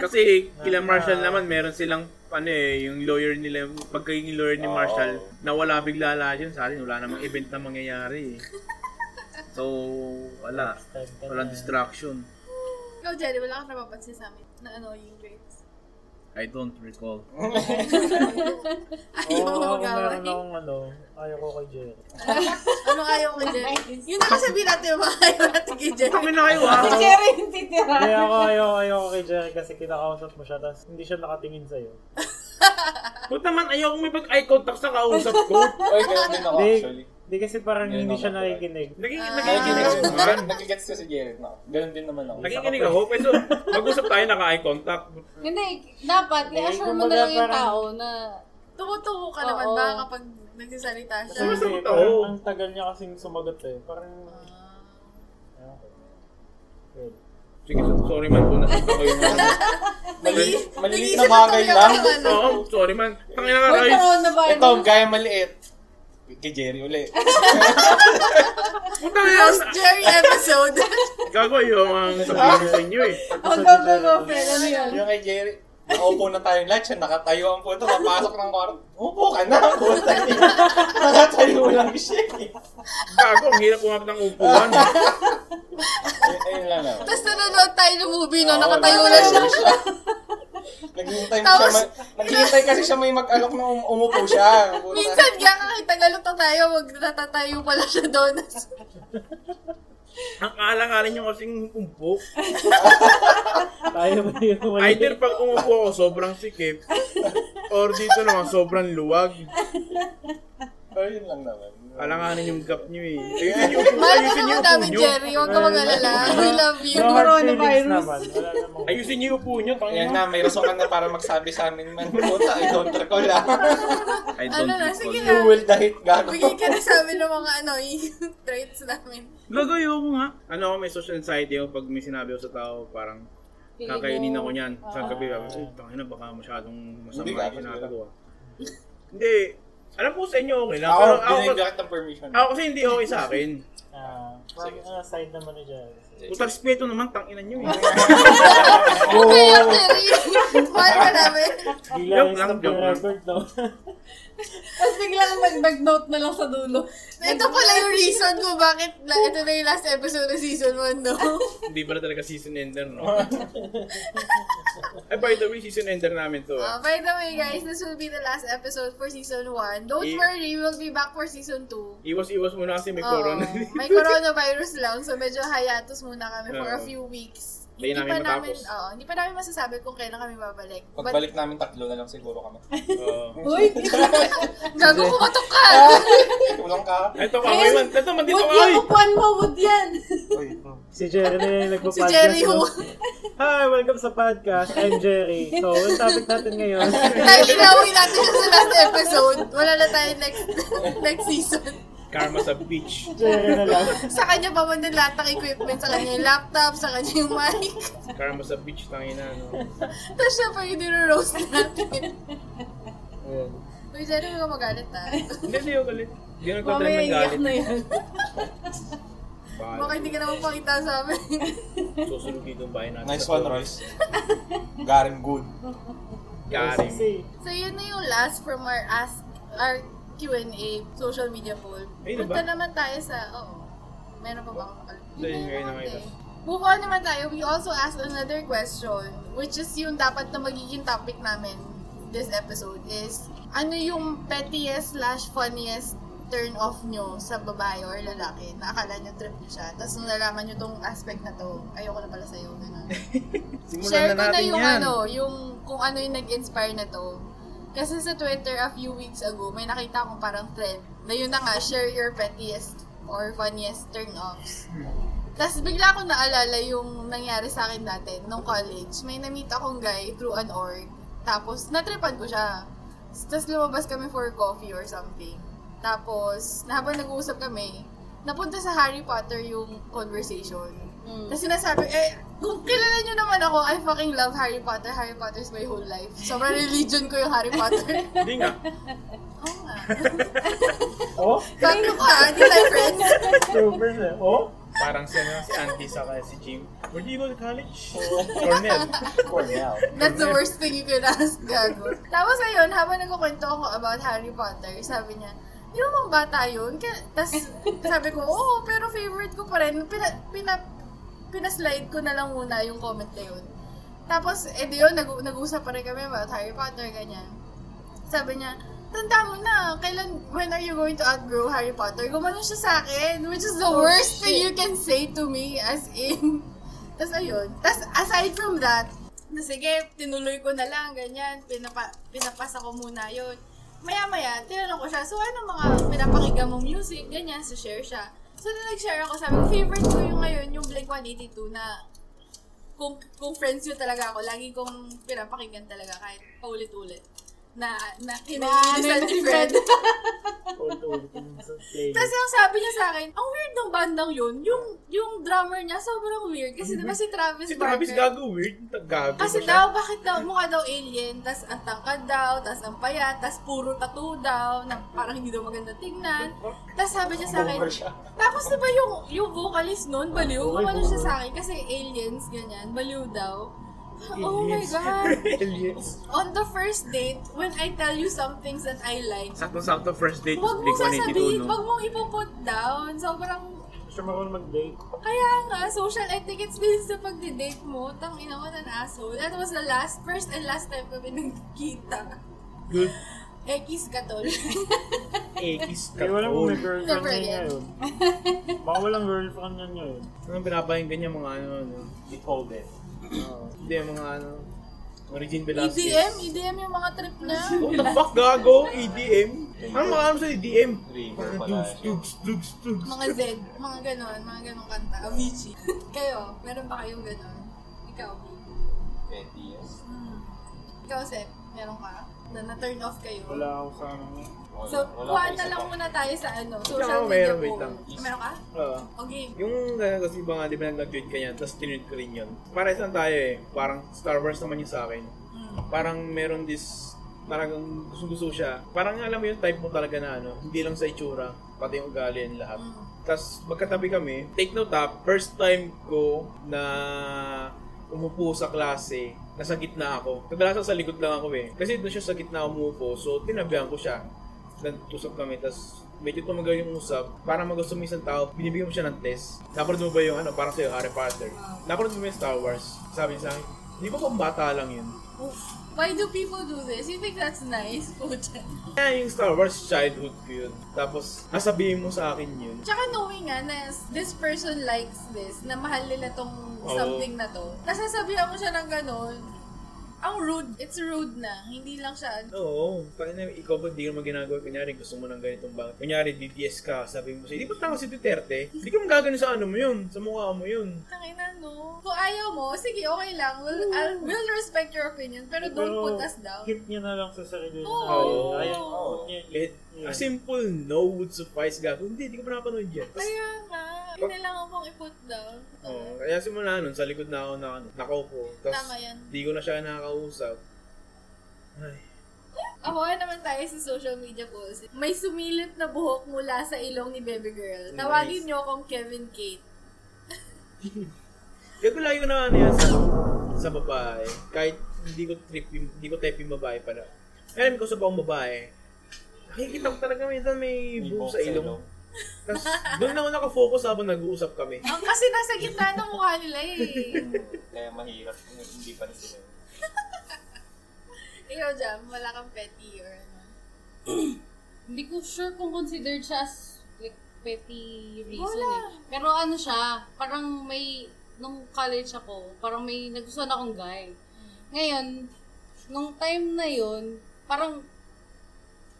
D: Kasi kila Marshall naman, meron silang ano eh, yung lawyer nila, pagkaging lawyer ni Marshall,
E: Oo.
D: nawala bigla lahat yun sa atin, wala namang event na mangyayari eh. So, wala.
G: Next time ka na.
D: Walang distraction.
A: Ikaw, Jelly, wala kang napapansin sa amin na ano yung traits.
D: I don't recall.
A: Ayaw mo
G: Oo, oh,
A: mag-away.
G: meron akong ano, ayaw ko kay Jerry.
A: Ano ayaw ko dyan? Yun na sabihin natin yung mga ayaw natin kay Jen.
D: Kami na kayo ah!
F: Si Jerry yung titira.
G: Hindi ako, ayaw, ayaw ko kay Jerry kasi kinakausap mo siya tapos hindi siya nakatingin sa'yo.
D: Huwag naman, ayaw may pag-eye contact sa kausap ko.
E: Ay, ganun din ako,
G: Hindi,
E: actually.
G: hindi kasi parang
E: Ganun
G: hindi
E: ako
G: siya
E: natural.
G: nakikinig.
D: Naging,
E: Kaya
A: Ah.
D: nakikinig
E: ginagets
D: ako
E: ko.
D: man.
E: Nagigets ko si Jared na. Ganun din naman ako.
D: Nakikinig ako, pero mag-usap tayo naka-eye contact.
F: Hindi,
D: Eh,
F: dapat,
G: Hindi,
F: i-assure mo na
G: kumbaga
F: lang yung
G: parang-
F: tao na,
A: Tumutuko ka naman
F: Oo.
A: ba kapag nagsasalita siya?
D: Sumasagot
G: Hindi,
D: ako.
G: parang ang tagal niya kasing sumagot eh. Parang, ayaw ko. Well,
D: Sige, sorry man po, nasakta ko yung mga.
E: Mali- Maliit
A: Nag-iisip
E: na bagay
A: tuloy
E: lang.
A: ako ng ano.
D: Oo, sorry man. Tangina na
F: Uy,
D: guys.
F: coronavirus.
E: Ito, gaya maliit. Kay Jerry uli.
D: Puta na yan.
A: Post Jerry episode.
D: Gago yung ang sabihin ko sa inyo eh.
F: Huwag ka, huwag ka, Fred. Ano yun?
E: Yung kay Jerry, Nakaupo na tayong lahat, siya nakatayo ang puto, papasok ng kwarto. Upo ka na, puta. nakatayo lang siya. eh.
D: Gago, ang hirap kumap ng upuan.
E: Ay- eh. Ayun lang naman.
A: Tapos nanonood tayo ng movie, no?
E: Oo,
A: Nakatayo na siya.
E: Naghihintay mo siya,
A: Tapos-
E: ma- naghihintay kasi siya may mag-alok na um- umupo siya. Puta.
A: Minsan, kaya kahit naglalutang tayo, wag natatayo pala siya doon.
D: Ang alang-alang niyo kasing upo.
G: Tayo ba yung wala?
D: Either pag umupo ako, sobrang sikip. Or dito naman, sobrang luwag.
E: Ayun lang naman.
D: Alanganin yung gap niyo eh. Ayusin yung upo,
A: Mahal ka
D: ayusin yung
A: naman
D: upo
A: namin,
D: niyo.
A: Jerry. Huwag ka mag-alala. We love you.
G: No hard feelings
F: Coronavirus.
G: naman. Wala namang-
D: Ayusin niyo yung upo niyo.
E: Ayan
D: Tangina.
E: na, may rason ka na para magsabi sa amin man. Puta, I don't recall ah.
L: I
A: Ano
L: don't
A: na,
L: recall.
A: sige
E: You
A: na.
E: will die, gago.
A: Bigay ka na sa amin ng mga ano, yung traits namin.
D: Gago, ayoko nga. Ano ako, may social anxiety ako pag may sinabi ako sa tao, parang kakainin ako niyan. Sa
F: Oo.
D: gabi, sabi ko, "Eh, tangina, baka masyadong masama
E: Hindi ka,
D: yung sinabi ko ah. Hindi. Alam ko sa inyo, okay lang.
E: Ako,
D: Pero ako,
E: binigyan kita ng permission.
D: ako kasi hindi okay sa akin.
G: Ah, from
E: Sige.
G: uh, side naman ni Jerry.
D: Puta respeto naman, tanginan nyo eh.
A: Okay, yung Jerry. Mahal ka namin.
G: Di
D: Joke
G: lang
D: lang,
G: yung
D: joke lang.
G: record daw.
F: Tapos biglang nag-note na lang sa dulo.
A: Ito pala yung reason kung bakit na, ito na yung last episode ng season 1, no?
D: Hindi pala talaga season ender, no? Ay, by the way, season ender namin to.
A: Uh,
D: ah.
A: by the way, guys, this will be the last episode for season 1. Don't
D: Eh.
A: worry, we'll be back for season 2.
D: Iwas-iwas muna kasi may
A: Oo.
D: corona.
A: May coronavirus lang, so medyo hayatos muna kami for a
D: Oo.
A: few weeks.
D: Uh, Hindi namin
A: namin,
D: matapos.
A: oo, hindi pa namin masasabi kung kailan kami babalik. But,
E: Pagbalik namin tatlo na lang siguro kami.
D: Oo.
F: Uy,
A: gago kumatok ka!
E: Kulang ka.
D: Ito, kakoy man. Ito man dito,
F: wood
D: kakoy!
F: yung upuan mo, wood yan.
G: Si Jerry na yung
A: si
G: nagpo-podcast.
A: Jerry
G: no?
A: Hu.
G: Hi, welcome sa podcast. I'm Jerry. So, ang topic natin ngayon.
A: Dahil inawin natin siya sa last episode, wala na tayo next next season.
D: Karma sa beach.
G: Jerry na lang.
A: Sa kanya pa man lahat ng equipment, sa kanya yung laptop, sa kanya yung mic.
D: Karma sa beach, tangina, no?
A: Tapos siya pa yung dinurose natin.
G: Ayan.
A: Uy, Jerry, huwag ka magalit ah.
D: Hindi, hindi ako galit. Hindi ako nagtatry
F: Mamaya
D: ng
F: iyak
D: galit.
F: na yan.
A: Baka
D: Bakit?
A: hindi ka naman pakita sa amin.
D: Susunod dito ang bahay natin.
E: Nice one, Royce. Garen good.
D: Karim.
G: Kasi,
A: so, yun na yung last from our ask, our Q&A social media poll.
D: Ayun na ba?
A: Punta naman tayo sa, oo. meron pa ba akong nakalimutan?
D: Ayun, ayun na
A: Yun na
D: kayo.
A: yun, konti. Move on naman tayo. We also asked another question, which is yung dapat na magiging topic namin this episode is, ano yung pettiest slash funniest turn off nyo sa babae or lalaki na akala nyo trip nyo siya. Tapos nung nalaman nyo tong aspect na to, ayoko na pala sa'yo. Ganun.
D: Simulan
A: Share
D: na
A: ko na
D: natin
A: yung
D: yan.
A: ano, yung kung ano yung nag-inspire na to. Kasi sa Twitter a few weeks ago, may nakita akong parang trend na yun na nga, share your pettiest or funniest turn-offs. Tapos bigla ako naalala yung nangyari sa akin dati nung college. May na-meet akong guy through an org. Tapos natripan ko siya. Tapos lumabas kami for coffee or something. Tapos, habang nag-uusap kami, napunta sa Harry Potter yung conversation.
F: Mm.
A: Tapos sinasabi, eh, kung kilala nyo naman ako, I fucking love Harry Potter. Harry Potter is my whole life. Sobrang religion ko yung Harry Potter.
D: Hindi nga.
A: Oo nga.
G: oh,
A: Tato ko ah, di tayo friends.
G: super na. Oh,
D: Parang si, ano, si Auntie sa si Jim. Where do you go to college? Cornell.
E: Cornell.
A: That's the worst thing you can ask, gago. Tapos ayun, habang nagkukwento ako about Harry Potter, sabi niya, hindi naman bata yun. Tapos sabi ko, oo, pero favorite ko pa rin. Pina, pina, pinaslide ko na lang muna yung comment na yun. Tapos, edi yun, nag- nag-usap pa rin kami about Harry Potter, ganyan. Sabi niya, tanda mo na, kailan, when are you going to outgrow Harry Potter? Gumano siya sa akin, which is the worst thing you can say to me, as in. Tapos ayun. Tapos aside from that, na sige, tinuloy ko na lang, ganyan, pinapa, pinapasa ko muna yun. Maya-maya, tinanong ko siya, so ano mga pinapakinggan mong music, ganyan, so share siya. So, na nag-share ako, sabi ko, favorite ko yung ngayon, yung Blink-182 na kung, kung friends yun talaga ako, lagi kong pinapakinggan talaga kahit paulit-ulit. Na, na, kinaiinisan ni Fred.
G: old old. Sa
A: Tapos yung sabi niya sa akin, ang weird ng bandang yun, yung, yung drummer niya, sobrang weird. Kasi di ba si Travis
D: Mm-hmm. Si
A: Barker?
D: Travis gago weird. Gago
A: Kasi
D: ba Diba siya?
A: daw, bakit daw, mukha daw alien, tas ang tangkad daw, tas ang payat, tas puro tattoo daw, na parang hindi daw maganda tingnan. Tas sabi niya sa akin,
E: Over siya.
A: tapos diba di ba yung, yung vocalist nun, baliw? Kung ano siya sa akin, kasi aliens, ganyan, baliw daw. Oh my God.
D: Aliens.
A: On the first date, when I tell you some things that I like,
D: Sakto-sakto first date,
A: Huwag mong
D: Blink
A: sasabihin,
D: 182,
A: huwag
D: no?
A: mong ipoput down. Sobrang,
G: Siya marunong mag-date.
A: kaya nga, social etiquettes din sa pagdi-date mo. Tang ina what an asshole. That was the last, first and last time kami nagkita. Eh,
D: Good.
A: X katol.
D: X
G: Eh, wala mo may
D: katol.
G: girlfriend
A: Never
G: niya
A: again.
G: ngayon. Baka walang girlfriend niya ngayon.
D: Anong pinapahinggan niya mga ano, ano?
E: Withholded.
D: Oo.
G: Ah,
D: Hindi, mga ano. Origin Velasquez.
A: EDM, EDM E yung mga trip niya.
D: What the fuck, gago? EDM? Anong mga ano sa EDM?
E: River pala
D: Plugs,
E: siya.
D: plugs, plugs, plugs.
A: Mga Z, mga ganon, mga ganong kanta. Avicii. Kayo, meron ba kayong ganon? Ikaw, babe.
E: 20 years.
A: Hmm. Ikaw, Sep, meron ka? Na na-turn off kayo?
G: Wala ako sa ano. niya.
E: Wala-
A: So,
E: wala
A: kuha na
E: pa isa
A: lang
E: pa.
A: muna tayo sa ano,
D: Ikaw,
A: social media
D: meron,
A: po.
D: wait lang.
A: Meron ka? Oh,
D: Oo.
A: Okay.
D: Ah, Yung uh, kasi ba nga, di ba nag-tweet ka niya, tapos tinweet ko rin yun. Parehas lang tayo eh. Parang Star Wars naman yung sa akin.
A: Hmm.
D: Parang meron this, parang gusto gusto siya. Parang alam mo yung type mo talaga na ano, hindi lang sa itsura, pati yung ugali and lahat.
A: Hmm.
D: Tapos magkatabi kami, take note ha, first time ko na umupo sa klase, nasa gitna ako. Kadalasan sa likod lang ako eh. Kasi doon siya sa gitna umupo, so tinabihan ko siya nag-usap kami, tapos medyo tumagal yung usap. Para magusto mo isang tao, binibigyan mo siya ng test. Napanood mo ba yung ano, parang sa'yo, Harry Potter? Napanood mo ba yung Star Wars? Sabi niya sa akin, di ba pang bata lang yun?
A: Why do people do this? You think that's nice? Pucha.
D: Kaya yung Star Wars, childhood ko yun. Tapos, nasabihin mo sa akin yun.
A: Tsaka knowing nga na this person likes this, na mahal nila tong
D: Oo.
A: something na to, nasasabihan mo siya ng ganun, ang rude, it's rude na. Hindi lang siya, ano.
D: Oo, parang na, ikaw ba di ka naman ginagawa? Kunyari, gusto mo ng ganitong bang. Kunyari, DDS ka, sabi mo siya, di ba tao si Duterte? Hindi ka magagano sa ano mo yun, sa mukha mo yun.
A: tangina no. Kung ayaw mo, sige, okay lang. We'll, I'll- we'll respect your opinion, pero don't
G: Pero,
A: put us down.
G: Keep niya na lang sa sarili niya.
A: Oo.
G: Ayaw.
A: Oo.
G: niya.
D: It, a
G: Yeah.
D: simple no would suffice, gago. Hindi, di ko pa napanood yan. Tas-
A: Kaya nga, kailangan kong i-put down.
D: Oo, kaya simula nun, sa likod na ako na, nakaupo. Tapos,
A: Tama yan.
D: di ko na siya nakakausap. Ay,
A: Ako naman tayo sa social media polls. May sumilip na buhok mula sa ilong ni Baby Girl. Tawagin niyo akong Kevin Kate.
D: kaya ko lagi ko na ano yan sa, sa babae. Kahit hindi ko trip yung, hindi ko type yung babae pala. Alam ko sa bang babae, nakikita ko talaga minsan may
E: May
D: buhok
E: buhok
D: sa
E: sa
D: ilong. Tapos, doon na ako nakafocus habang nag-uusap kami.
A: Ang kasi nasa gitna ng mukha nila eh.
E: Kaya mahirap kung hindi pa rin sila.
A: Ikaw, Jam, wala kang petty or ano.
F: Hindi ko sure kung considered siya as like, petty reason
A: Wala.
F: eh. Pero ano siya, parang may, nung college ako, parang may nagustuhan akong guy. Ngayon, nung time na yon parang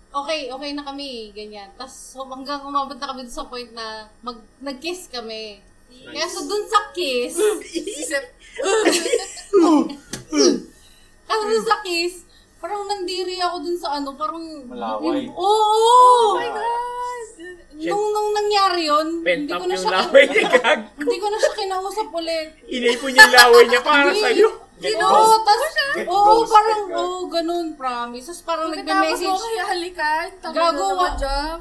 F: okay, okay na kami, ganyan. Tapos hanggang umabot na kami dun sa point na mag, nag-kiss kami. Kaya so dun sa kiss, kasi dun sa kiss, parang nandiri ako dun sa ano, parang...
E: Malaway.
F: Oo! oo.
E: Oh my God!
F: Nung, nung nangyari yun,
D: Pent
F: hindi ko
D: up
F: na
D: yung
F: siya,
D: laway niya, gag.
F: hindi ko na siya kinausap ulit.
D: Inipon niya yung laway niya para
F: Hindi.
D: sa'yo.
F: Gino,
E: Ghost.
F: tas,
E: Get
F: oo,
E: ghosted
F: parang,
E: ka.
F: oo, ganun, promise. Tapos parang
A: Pagkatapos mo
F: nagme-message.
A: kaya halikan,
F: Gago,
A: tanggal
F: wa-
A: na Jam.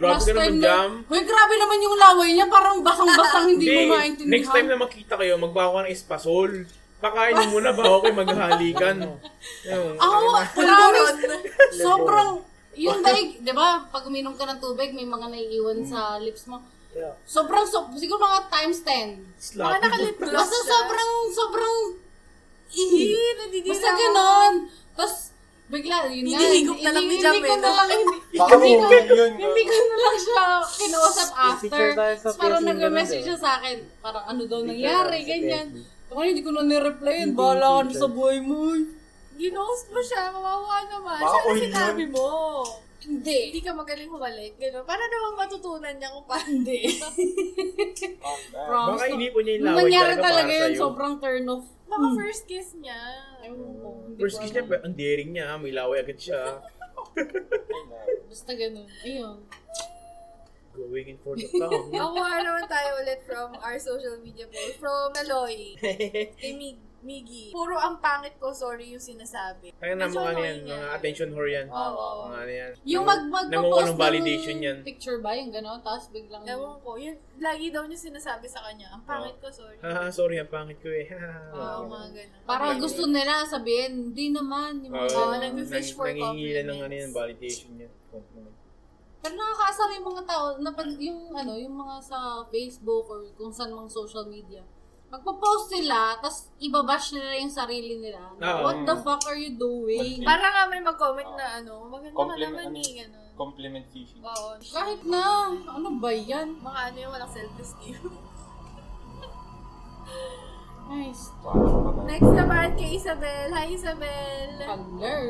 D: Grabe ka naman, Jam.
F: Uy, grabe naman yung laway niya, parang basang-basang hindi ko maintindihan.
D: next time na makita kayo, magbawa ng espasol. Pakain mo muna bago kayo maghalikan. Ayun.
F: Ako, promise, sobrang, yung daig, di ba, pag uminom ka ng tubig, may mga naiiwan sa lips mo.
G: Yeah.
F: Sobrang, so, siguro mga times 10.
A: Baka
D: Slap.
A: Ah, nakalip gloss
F: Basta sobrang, sobrang,
A: Hindi,
F: ihi.
A: nadidira
F: Basta
A: ako.
F: ganon. Tapos, bigla, yun nga.
A: Hinihigop na lang ni Jam
F: Hindi ko
A: eh,
F: na
A: no?
F: lang, hindi,
E: Baka
F: hindi ko,
E: bumalik yun, no?
F: hindi ko na lang siya kinausap after.
G: picture tayo sa
F: Tapos parang
G: Facebook
F: nag-message
G: ganun,
F: siya sa akin. Parang ano daw nangyari, ganyan. Ako hindi ko na nireply yun. Bahala ka na sa buhay mo.
A: Ginost mo siya, kawawa naman.
E: Baka
A: Siya na
E: all
A: sinabi mo.
F: Hindi.
A: Hindi ka magaling humalik, gano'n. Para namang matutunan niya kung paano. Hindi.
E: Oh,
F: Promise.
D: Baka inipon niya yung
F: Nung
D: laway
F: nangyari
D: talaga,
F: talaga
D: para
F: yun,
D: sa'yo.
F: sobrang turn off.
A: Baka first kiss niya.
F: Ayun ko, hindi
D: First
F: ko
D: kiss
F: alam.
D: niya, pero ang daring niya. ah. May laway agad siya.
F: Basta ganun. Ayun.
D: Going in for the town.
A: Nakuha naman tayo ulit from our social media poll. From Aloy. Timig. Miggy, puro ang pangit ko, sorry yung sinasabi.
D: Kaya na
A: Medyo
D: mga ano yan,
A: annoying
D: mga attention whore yan.
A: Oo.
D: Mga ano yan.
F: Yung mag mag
D: Nangungulang validation yan.
F: picture ba? Yung gano'n? Tapos biglang...
A: Ewan ko, yun, lagi daw niya sinasabi sa kanya, ang pangit ko, sorry.
D: Haha, sorry, ang pangit ko eh.
F: Ah.
A: Oo, mga
D: Haha.
A: ganun.
F: Para gusto nila sabihin, hindi naman. Yung mga
D: Oo,
A: Oo,
F: ganun.
A: nagfi-fish
D: nang-
A: for
D: nangingilan ng ano yan,
A: compliments.
D: validation yan. Compliment.
F: Pero nakakaasar yung mga tao, napad, yung ano, yung mga sa Facebook or kung saan mang social media. Magpo-post sila, tapos ibabash nila yung sarili nila.
D: Oo.
F: What the fuck are you doing?
A: Para nga may mag-comment na ano, maganda ka
E: Compliment,
A: naman
E: ano
A: eh,
E: yun?
A: ganun.
E: Compliment fishing.
A: Oo.
F: Kahit na, ano ba yan?
A: Mga ano yung walang self-esteem.
F: Nice.
A: Next naman kay Isabel. Hi, Isabel.
F: Color.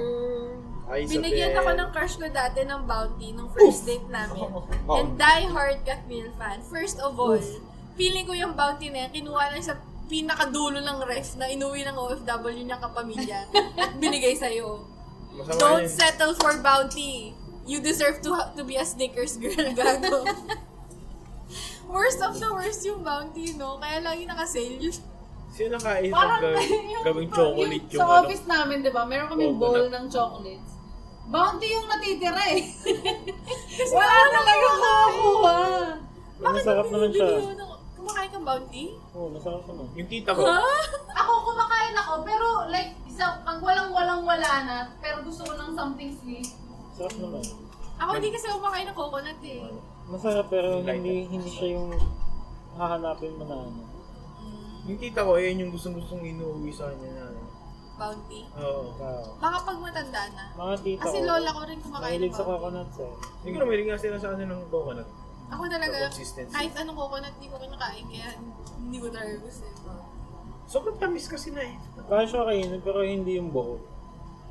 D: Ay,
A: Binigyan
D: Isabel.
A: ako ng crush ko dati ng bounty nung first date namin.
E: Oh.
A: And die hard Katmil fan. First of all, feeling ko yung bounty na yan, kinuha lang sa pinakadulo ng ref na inuwi ng OFW niya kapamilya at binigay sa'yo.
D: Masama
A: Don't
D: yan.
A: settle for bounty. You deserve to ha- to be a Snickers girl, gago. worst of the worst yung bounty, no? Kaya lagi naka-sale yun.
D: Sino nakain
F: Parang
D: ng gawing chocolate yung
F: sa
D: ano?
F: office namin, di ba, meron kaming
D: Oo,
F: bowl
D: wala.
F: ng chocolates. Bounty yung natitira eh.
A: wala talaga
F: Nakakuha.
G: Masarap naman siya.
A: Kumakain kang bounty?
G: Oo, masarap naman.
D: Yung tita ko,
F: Ako, kumakain ako, pero like, isa, pag walang-walang-wala na, pero gusto ko ng something sweet.
G: Masarap naman.
A: Ako hindi kasi kumakain ng coconut eh.
G: Masarap pero
D: Lighter.
G: hindi hindi siya yung hahanapin mo na ano.
A: Mm,
D: yung tita ko, ayun yung gustong-gustong inuwi sa kanya na. ano.
A: Bounty.
D: Oo.
G: Kao.
A: Baka pag matanda na.
G: Mga tita
A: Kasi
G: ko,
A: lola ko rin kumakain ng
G: mahilig sa
A: bounty.
G: coconuts eh.
D: Hindi ko na mahilig nga sila sa ano ng coconut.
A: Ako talaga,
D: Sa consistency.
A: kahit anong coconut, hindi ko kinakain. Kaya hindi ko eh. talaga gusto yung bounty.
D: Sobrang tamis kasi na eh.
G: Kaya siya kainin pero hindi yung buo.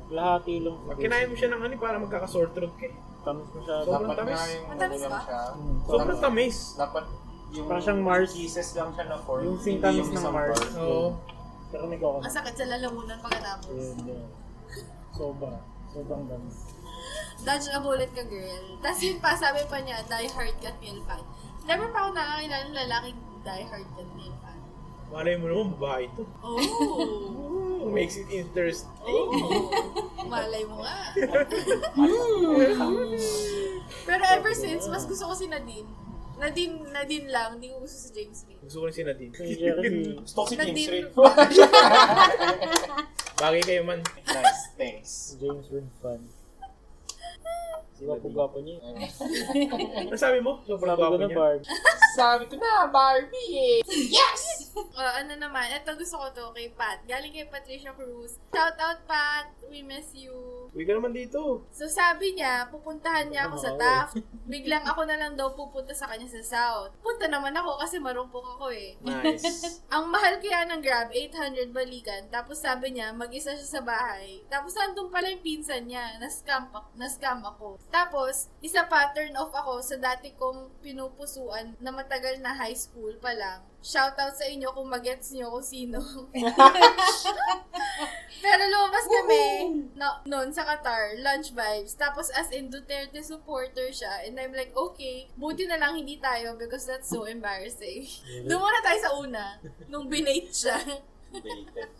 G: Lahat ilong.
D: Pag kinain mo siya ng ano, para magkaka-sore throat ka eh.
G: Tamis mo siya.
D: Sobrang
E: Dapat
D: tamis.
E: nga yung
A: Ang tamis
E: ano lang
A: ba?
E: siya.
G: Mm.
D: Sobrang tamis.
E: Dapat yung
G: Parang siyang Mars.
E: pieces lang siya na form.
G: Yung
E: hindi
G: sintamis ng
E: isang
G: Mars.
E: bar.
D: Oo.
G: Pero may coconut.
A: Masakit sa lalamunan pagkatapos.
G: Yun, yun. Sobra. Sobrang tamis.
A: Dodge na bullet ka, girl. Tapos yun pa, sabi pa niya, die hard ka, Neil fan. Never pa ako nakakilala ng lalaking die hard ka, Neil fan.
D: Malay mo naman, babae ito.
A: Oh!
D: Ooh, makes it interesting.
A: oh. Malay mo nga. Mm. Pero ever since, mas gusto ko si Nadine. Nadine, Nadine lang, hindi ko gusto si James Smith.
D: Gusto ko rin si Nadine.
G: Si Jerry,
E: Gusto ko si James
A: Nadine.
E: Reid.
D: Bagay kayo man.
E: nice, thanks.
G: si James Red Fan.
D: Si Nadine.
G: Gwapo-gwapo niya.
D: Ano sabi mo? Sobrang
G: Sabi ko
D: gwapo
G: na
D: niya.
G: Barb.
E: Sabi ko na, Barbie eh.
A: Uh, ano naman, eto gusto ko to kay Pat. Galing kay Patricia Cruz. Shout out, Pat! We miss you.
D: Uwi ka naman dito.
A: So sabi niya, pupuntahan niya ako sa
G: Wow.
A: Taft. Biglang ako na lang daw pupunta sa kanya sa South. Punta naman ako kasi marupok ako eh.
D: Nice.
A: Ang mahal kaya ng Grab, 800 balikan. Tapos sabi niya, mag-isa siya sa bahay. Tapos nandun pala yung pinsan niya. Na-scam, pa- na-scam ako. Tapos, isa pa, turn off ako sa dati kong pinupusuan na matagal na high school pa lang. Shoutout sa inyo kung magets niyo kung sino. Pero lumabas kami no, noon sa Qatar, lunch vibes. Tapos as in Duterte supporter siya. And I'm like, okay, buti na lang hindi tayo because that's so embarrassing. Doon muna tayo sa una, nung binate siya.
E: Dated.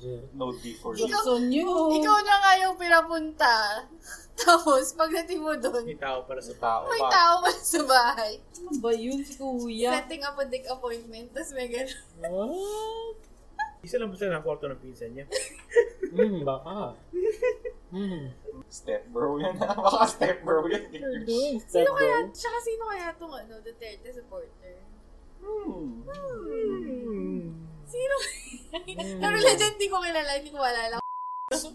G: Jerry.
E: No D for you.
A: Ikaw-
F: So new.
A: Ikaw na nga yung pinapunta. Tapos, pagdating mo doon,
D: May tao para sa
E: Tao
A: may
E: pa.
A: tao pa sa bahay.
F: Ano ba yun si Kuya?
A: Setting up a dick appointment. Tapos may ganun.
G: What?
D: Isa lang basta ng kwarto ng pinsan niya.
G: Hmm, baka. Hmm.
E: Step bro yan. Baka step bro yan.
G: You're doing step
A: Sino kaya,
G: bro.
A: tsaka sino kaya itong ano, Duterte supporter?
E: Hmm.
G: Hmm.
A: Sino? Pero legit, di ko kilala, hindi ko wala lang.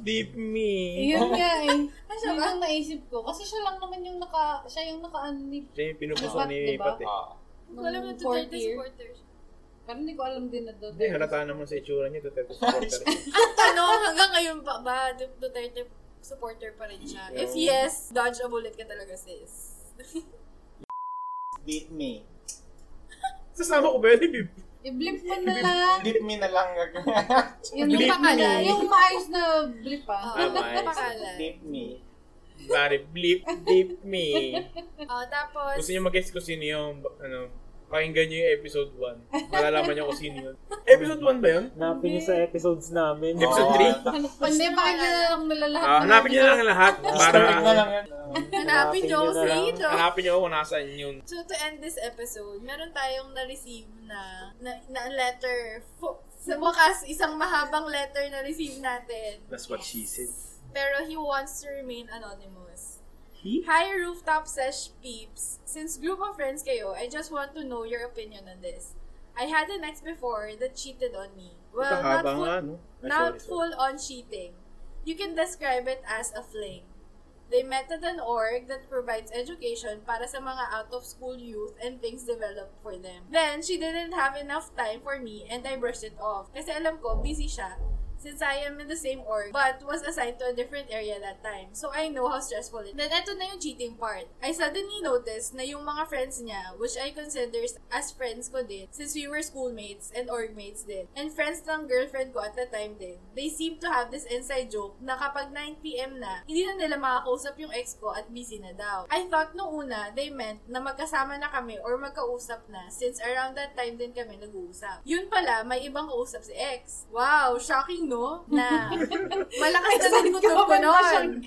D: Deep me.
F: Yun nga eh.
A: Ah, siya
F: Yun
A: ba?
F: ang naisip ko. Kasi siya lang naman yung naka, siya yung naka-unip.
D: Siya yung pinupuso ni
F: Dapat, diba?
D: Pati.
E: Ah.
A: Hindi ko alam na
F: Nung fourth
A: Duterte
F: year.
A: supporter siya.
F: Pero hindi ko alam din na doon.
D: Hindi, Eh, halata naman sa itsura niya. Duterte supporter.
A: Ang tanong, hanggang ngayon pa ba, Du- Duterte supporter pa rin siya? If yes, dodge a bullet ka talaga, sis.
E: Beat me.
D: Sasama ko ba yun, Bib?
F: I-blip mo na lang.
E: Beat me na lang.
F: Yun yung
D: Blip
F: pangalan.
A: me.
F: Yung maayos na blip ah.
A: Oo,
D: Tama, eh.
A: napakalan.
E: Beat me.
D: Pare, blip, deep me.
A: Oh, tapos,
D: Gusto niyo mag-guess ko sino yung ano, Pakinggan nyo yung episode 1. Malalaman nyo kung sino yun. Episode 1 ba yun?
G: Hanapin niyo sa episodes
E: Oh,
G: namin.
D: Episode 3?
F: Hindi, pakinggan na lang nila lahat.
D: Ah, hanapin nyo lang lahat. Para
E: na lang yan.
A: Hanapin
G: niyo
A: niyo ako
G: na
A: sa
G: lang.
A: ito.
D: hanapin nyo kung nasaan yun.
A: So, to end this episode, meron tayong na-receive na, na, na letter. Fu- sa wakas, isang mahabang letter na receive natin.
D: That's what she said.
A: Pero he wants to remain anonymous.
D: He?
A: Hi, Rooftop Sesh Peeps. Since group of friends kayo, I just want to know your opinion on this. I had an ex before that cheated on me. Well, not
D: Kahaba
A: full,
D: nga, no? Ay,
A: not
D: sorry, sorry.
A: full on cheating. You can describe it as a fling. They met at an org that provides education para sa mga out of school youth and things developed for them. Then, she didn't have enough time for me and I brushed it off. Kasi alam ko, busy siya since I am in the same org but was assigned to a different area that time. So I know how stressful it. Then eto na yung cheating part. I suddenly noticed na yung mga friends niya, which I consider as friends ko din since we were schoolmates and org mates din. And friends ng girlfriend ko at the time din. They seem to have this inside joke na kapag 9pm na, hindi na nila makakausap yung ex ko at busy na daw. I thought nung una, they meant na magkasama na kami or magkausap na since around that time din kami nag-uusap. Yun pala, may ibang kausap si ex. Wow, shocking no? Na malakas na din gutom ko noon.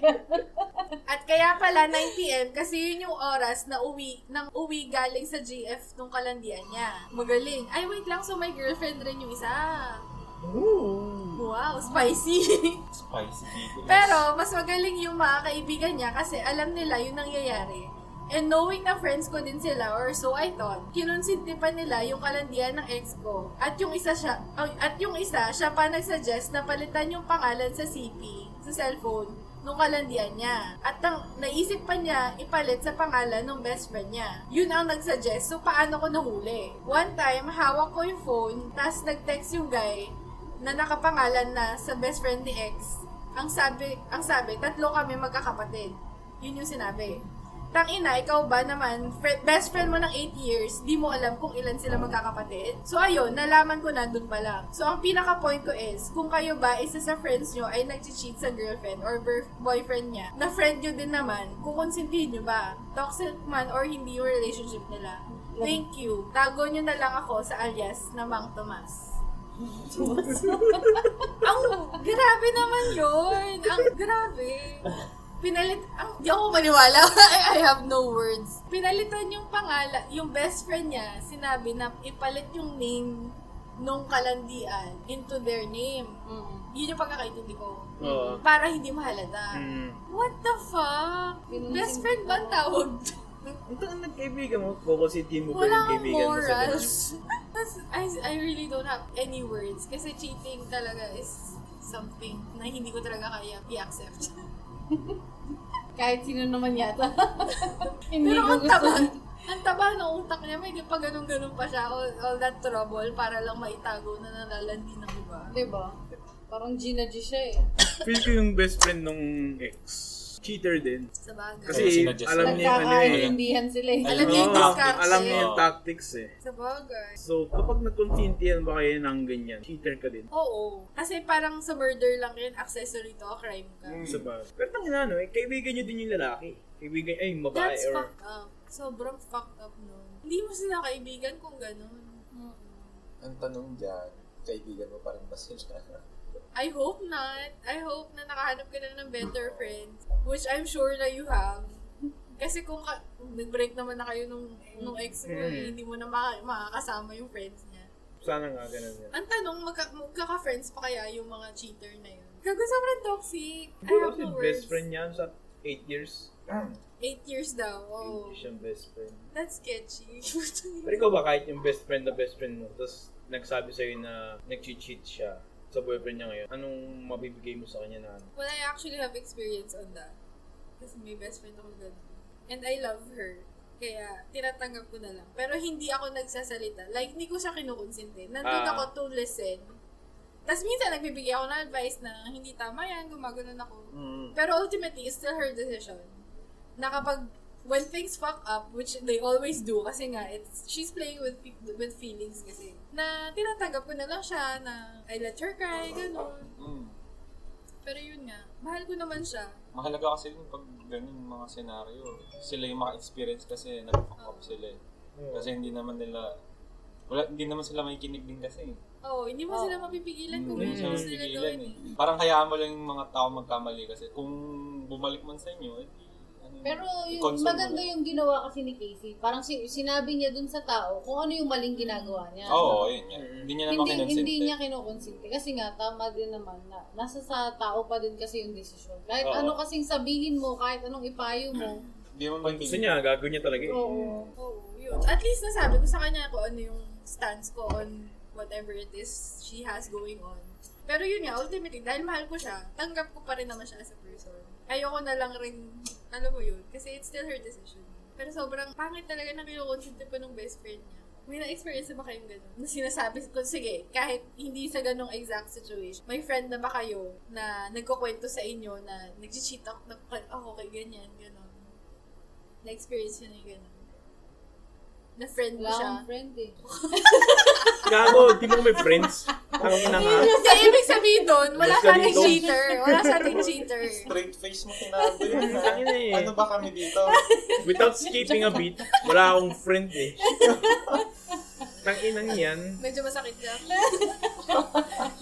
A: At kaya pala 9pm kasi yun yung oras na uwi nang uwi galing sa GF nung kalandian niya. Magaling. Ay wait lang, so may girlfriend rin yung isa. Wow, spicy.
E: Spicy people.
A: Pero, mas magaling yung mga kaibigan niya kasi alam nila yung nangyayari. And knowing na friends ko din sila or so I thought, kinonsinti pa nila yung kalandian ng ex ko. At yung isa siya, ang- at yung isa, siya pa nagsuggest na palitan yung pangalan sa CP, sa cellphone, nung kalandian niya. At ang, naisip pa niya ipalit sa pangalan ng best friend niya. Yun ang nagsuggest, so paano ko nahuli? One time, hawak ko yung phone, tas nag-text yung guy na nakapangalan na sa best friend ni ex ang sabi, ang sabi, tatlo kami magkakapatid. Yun yung sinabi. Tang ina, ikaw ba naman, fri- best friend mo ng 8 years, di mo alam kung ilan sila magkakapatid? So ayun, nalaman ko na dun pa lang. So ang pinaka-point ko is, kung kayo ba isa sa friends nyo ay nag-cheat sa girlfriend or birth- boyfriend niya, na friend nyo din naman, kukonsintihin nyo ba? Toxic man or hindi yung relationship nila. Thank you. Tago nyo na lang ako sa alias na Mang Tomas. Ang grabe naman yun. Ang grabe. Pinalit, ang, di ako maniwala. I, I have no words. Pinalitan yung pangalan, yung best friend niya, sinabi na ipalit yung name nung kalandian into their name. Yun yung pagkakaintindi ko.
D: Oo.
A: Para hindi mahalata.
D: Mm.
A: What the fuck?
F: Yun ang
A: Best
F: sin-
A: friend ba ang tawag?
D: Ito ang nagkaibigan mo. Kukusitin mo ba yung
A: Walang
D: kaibigan mo sa ganun?
A: morals. That's- I, I really don't have any words. Kasi cheating talaga is something na hindi ko talaga kaya i-accept.
F: Kahit sino naman yata. Hindi
A: Pero
F: ko
A: ang
F: gusto.
A: taba, ang taba ng utak niya, may pa ganun-ganun pa siya, all, all that trouble, para lang maitago na nalalandi ng iba.
F: Diba? Parang Gina G siya eh.
D: Feel ko yung best friend nung ex. Cheater din.
A: Sa bagay.
E: Kaya
D: Kasi
E: sinadjust
D: alam niya yung ano eh.
F: Nagkakaintindihan sila eh.
A: Alam niya
D: Oo,
A: yung discarte.
D: alam niya yung
E: Oo.
D: tactics eh.
A: Sa bagay.
D: So, kapag nagkonsintihan ba kayo ng ganyan, cheater ka din.
A: Oo. Kasi parang sa murder lang yun, accessory to, crime ka.
D: Sa bagay. Pero tangina no, eh, kaibigan niyo din yung lalaki. Kaibigan, ay, yung babae
A: That's
D: or...
A: fucked up. Sobrang fucked up nun. Hindi mo sila kaibigan kung ganun.
E: Ang tanong dyan, kaibigan mo pa rin ba sila?
A: I hope not. I hope na nakahanap ka na ng better friends. Which I'm sure na you have. Kasi kung ka- nag-break naman na kayo nung, nung ex mo,
D: Mm.
A: eh, hindi mo na maka- makakasama yung friends niya.
D: Sana nga, ganun yan.
A: Ang tanong, magka- magkaka-friends pa kaya yung mga cheater na yun? Gago, sobrang toxic. I
D: Hindi
A: have
D: kasi
A: no words.
D: best friend niya sa 8 years.
A: Eight years daw. Oh,
D: Hindi siyang best friend.
A: that's sketchy.
D: Pero ikaw ba kahit yung best friend na best friend mo, tapos nagsabi sa'yo na nag-cheat siya sa boyfriend niya ngayon, anong mabibigay mo sa kanya na ano?
A: well, I actually have experience on that. Kasi may best friend ako ganun. And I love her. Kaya, tinatanggap ko na lang. Pero hindi ako nagsasalita. Like, hindi ko siya kinukonsente. Nandun
D: Ah.
A: ako to listen. Tapos minsan, nagbibigay ako ng advice na hindi tama yan, gumaganon ako. Pero ultimately, it's still her decision. Na kapag, when things fuck up, which they always do, kasi nga, it's, she's playing with pe- with feelings kasi. Na tinatanggap ko na lang siya, na I let her cry, ganun.
E: Mm.
A: Pero yun nga, mahal ko naman siya.
E: Mahalaga kasi yun pag ganun mga senaryo. Sila yung maka-experience kasi nag-fuck up sila eh. Kasi hindi naman nila, wala, hindi naman sila makikinig din kasi. eh.
A: Oo, oh, hindi mo
F: Oo.
A: sila mapipigilan kung
E: Hindi
A: ano
E: siya
A: gusto nila
E: mapigilan
A: gawin.
E: eh. Parang hayaan mo lang yung mga tao magkamali kasi kung bumalik man sa inyo, eh, ano, yun,
F: Pero yung
E: i-console mo
F: maganda
E: lang.
F: yung ginawa kasi ni Casey. Parang si- sinabi niya dun sa tao kung ano yung maling ginagawa niya.
E: Oo, oh, yun. yun. Hindi niya naman
F: hindi,
E: kinonsente.
F: hindi niya kinukonsente. Kasi nga, tama din naman na nasa sa tao pa din kasi yung desisyon. Kahit
E: Oo.
F: ano kasing sabihin mo, kahit anong ipayo mo.
E: Hindi mo
D: Pag gusto niya, gagawin niya talaga eh.
F: Oo.
A: Oo, yun. At least nasabi ko sa kanya kung ano yung stance ko on whatever it is she has going on. Pero yun nga, ultimately, dahil mahal ko siya, tanggap ko pa rin naman siya as a person. Ayoko na lang rin, alam mo yun, kasi it's still her decision. Pero sobrang pangit talaga na kinukonsente pa ng best friend niya. May na-experience na ba kayong ganun? Na sinasabi ko, sige, kahit hindi sa ganong exact situation, may friend na ba kayo na nagkukwento sa inyo na nag-cheat ako, nag- ako kay ganyan, ganun. Na-experience niya na yung ganun. Na friend mo
F: Wala
A: siya.
F: akong friend eh.
D: Gago, di mo may friends. Ang
G: Iya.
D: ina nga.
G: Nah,
A: Hindi, ibig sabihin doon, wala
D: Yes,
A: sa ating
D: ganito.
A: cheater. Wala sa ating cheater.
E: Straight face mo sinabi yun. ha?
D: Tangina eh.
E: ano ba kami dito?
D: Without skipping a beat, wala akong friend eh. Tang inang yan.
A: Medyo masakit siya.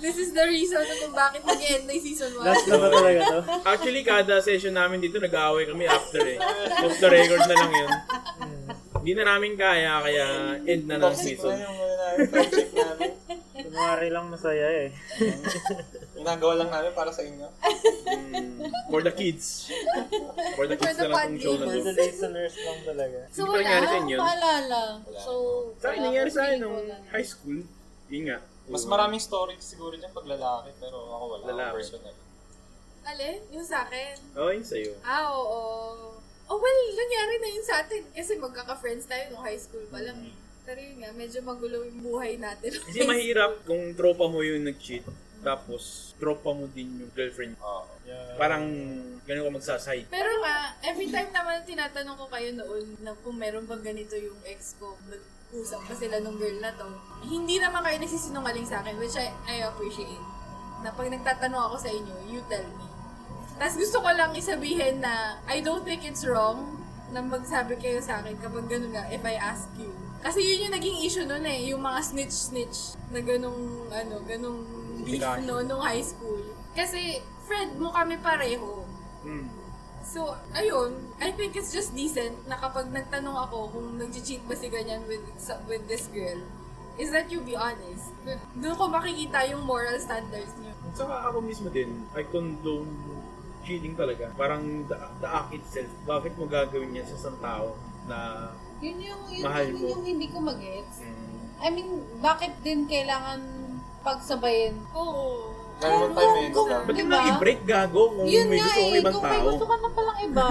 A: This is the reason kung bakit nag-end na yung season 1.
B: Last na ba talaga to?
D: Actually, kada session namin dito, nag-aaway kami after eh. Off the record na lang yun. Hindi na namin kaya, kaya end na ng
E: Toxic na
D: season.
E: yung ano, namin, friendship namin.
B: Kunwari lang masaya eh.
E: Ginagawa lang namin para sa inyo.
D: Mm, for the kids. For the
A: For
D: kids
A: the
D: na lang tong
A: fun
D: show na
G: For
D: to.
G: the listeners lang talaga.
A: So
D: Hindi pa nangyari sa
A: wala.
D: inyo yun.
F: Paalala.
E: Wala.
F: So,
D: Sa akin,
F: wala
D: nangyari
F: akong
D: sa akin
F: feeling
D: nung
F: ko na-
D: high school. Yun nga.
E: Mas maraming stories siguro dyan pag lalaki, pero ako wala. ako
D: Lalaki.
E: Personal.
A: Alin? Yung sa akin.
D: Oo, Oh, yun sa'yo.
A: Ah, oo. Oh, well, nangyari na yun sa atin. Kasi magkaka-friends tayo nung high school pa lang. Pero yun nga, medyo magulo yung buhay natin.
D: Kasi mahirap kung tropa mo yung nag-cheat, tapos tropa mo din yung girlfriend.
E: Oo.
D: Parang ganun ka magsasahid.
A: Pero nga, every time naman tinatanong ko kayo noon na kung meron bang ganito yung ex ko, nag-usap pa sila nung girl na to, hindi naman kayo nagsisinungaling sa akin, which I, I appreciate. Na pag nagtatanong ako sa inyo, you tell me. Tapos gusto ko lang isabihin na I don't think it's wrong na magsabi kayo sa akin kapag ganun nga, if I ask you. Kasi yun yung naging issue noon eh, yung mga snitch-snitch na ganung, ano, ganung beef
D: Sigaw.
A: no, nung high school. Kasi friend mo kami pareho.
D: Mm.
A: So, ayun, I think it's just decent na kapag nagtanong ako kung nag-cheat ba si ganyan with, sa- with this girl, is that you be honest. Doon ko makikita yung moral standards niyo.
D: Saka ako mismo din, I condone cheating talaga. Parang the, the act itself. Bakit mo gagawin yan sa isang tao na
F: Yun yung, yun,
D: Mahal
F: yun
D: mo.
F: yung hindi ko mag-gets.
D: mm,
F: I mean, bakit din kailangan pagsabayin?
A: Oo.
E: Dahil one time eh,
F: Kung-
E: nung
D: Ba't
F: Diba?
D: mo i-break gago kung
F: Yun
D: may
F: nga
D: gusto
F: eh,
D: kong ibang
F: kung may
D: tao?
F: gusto ka na palang iba,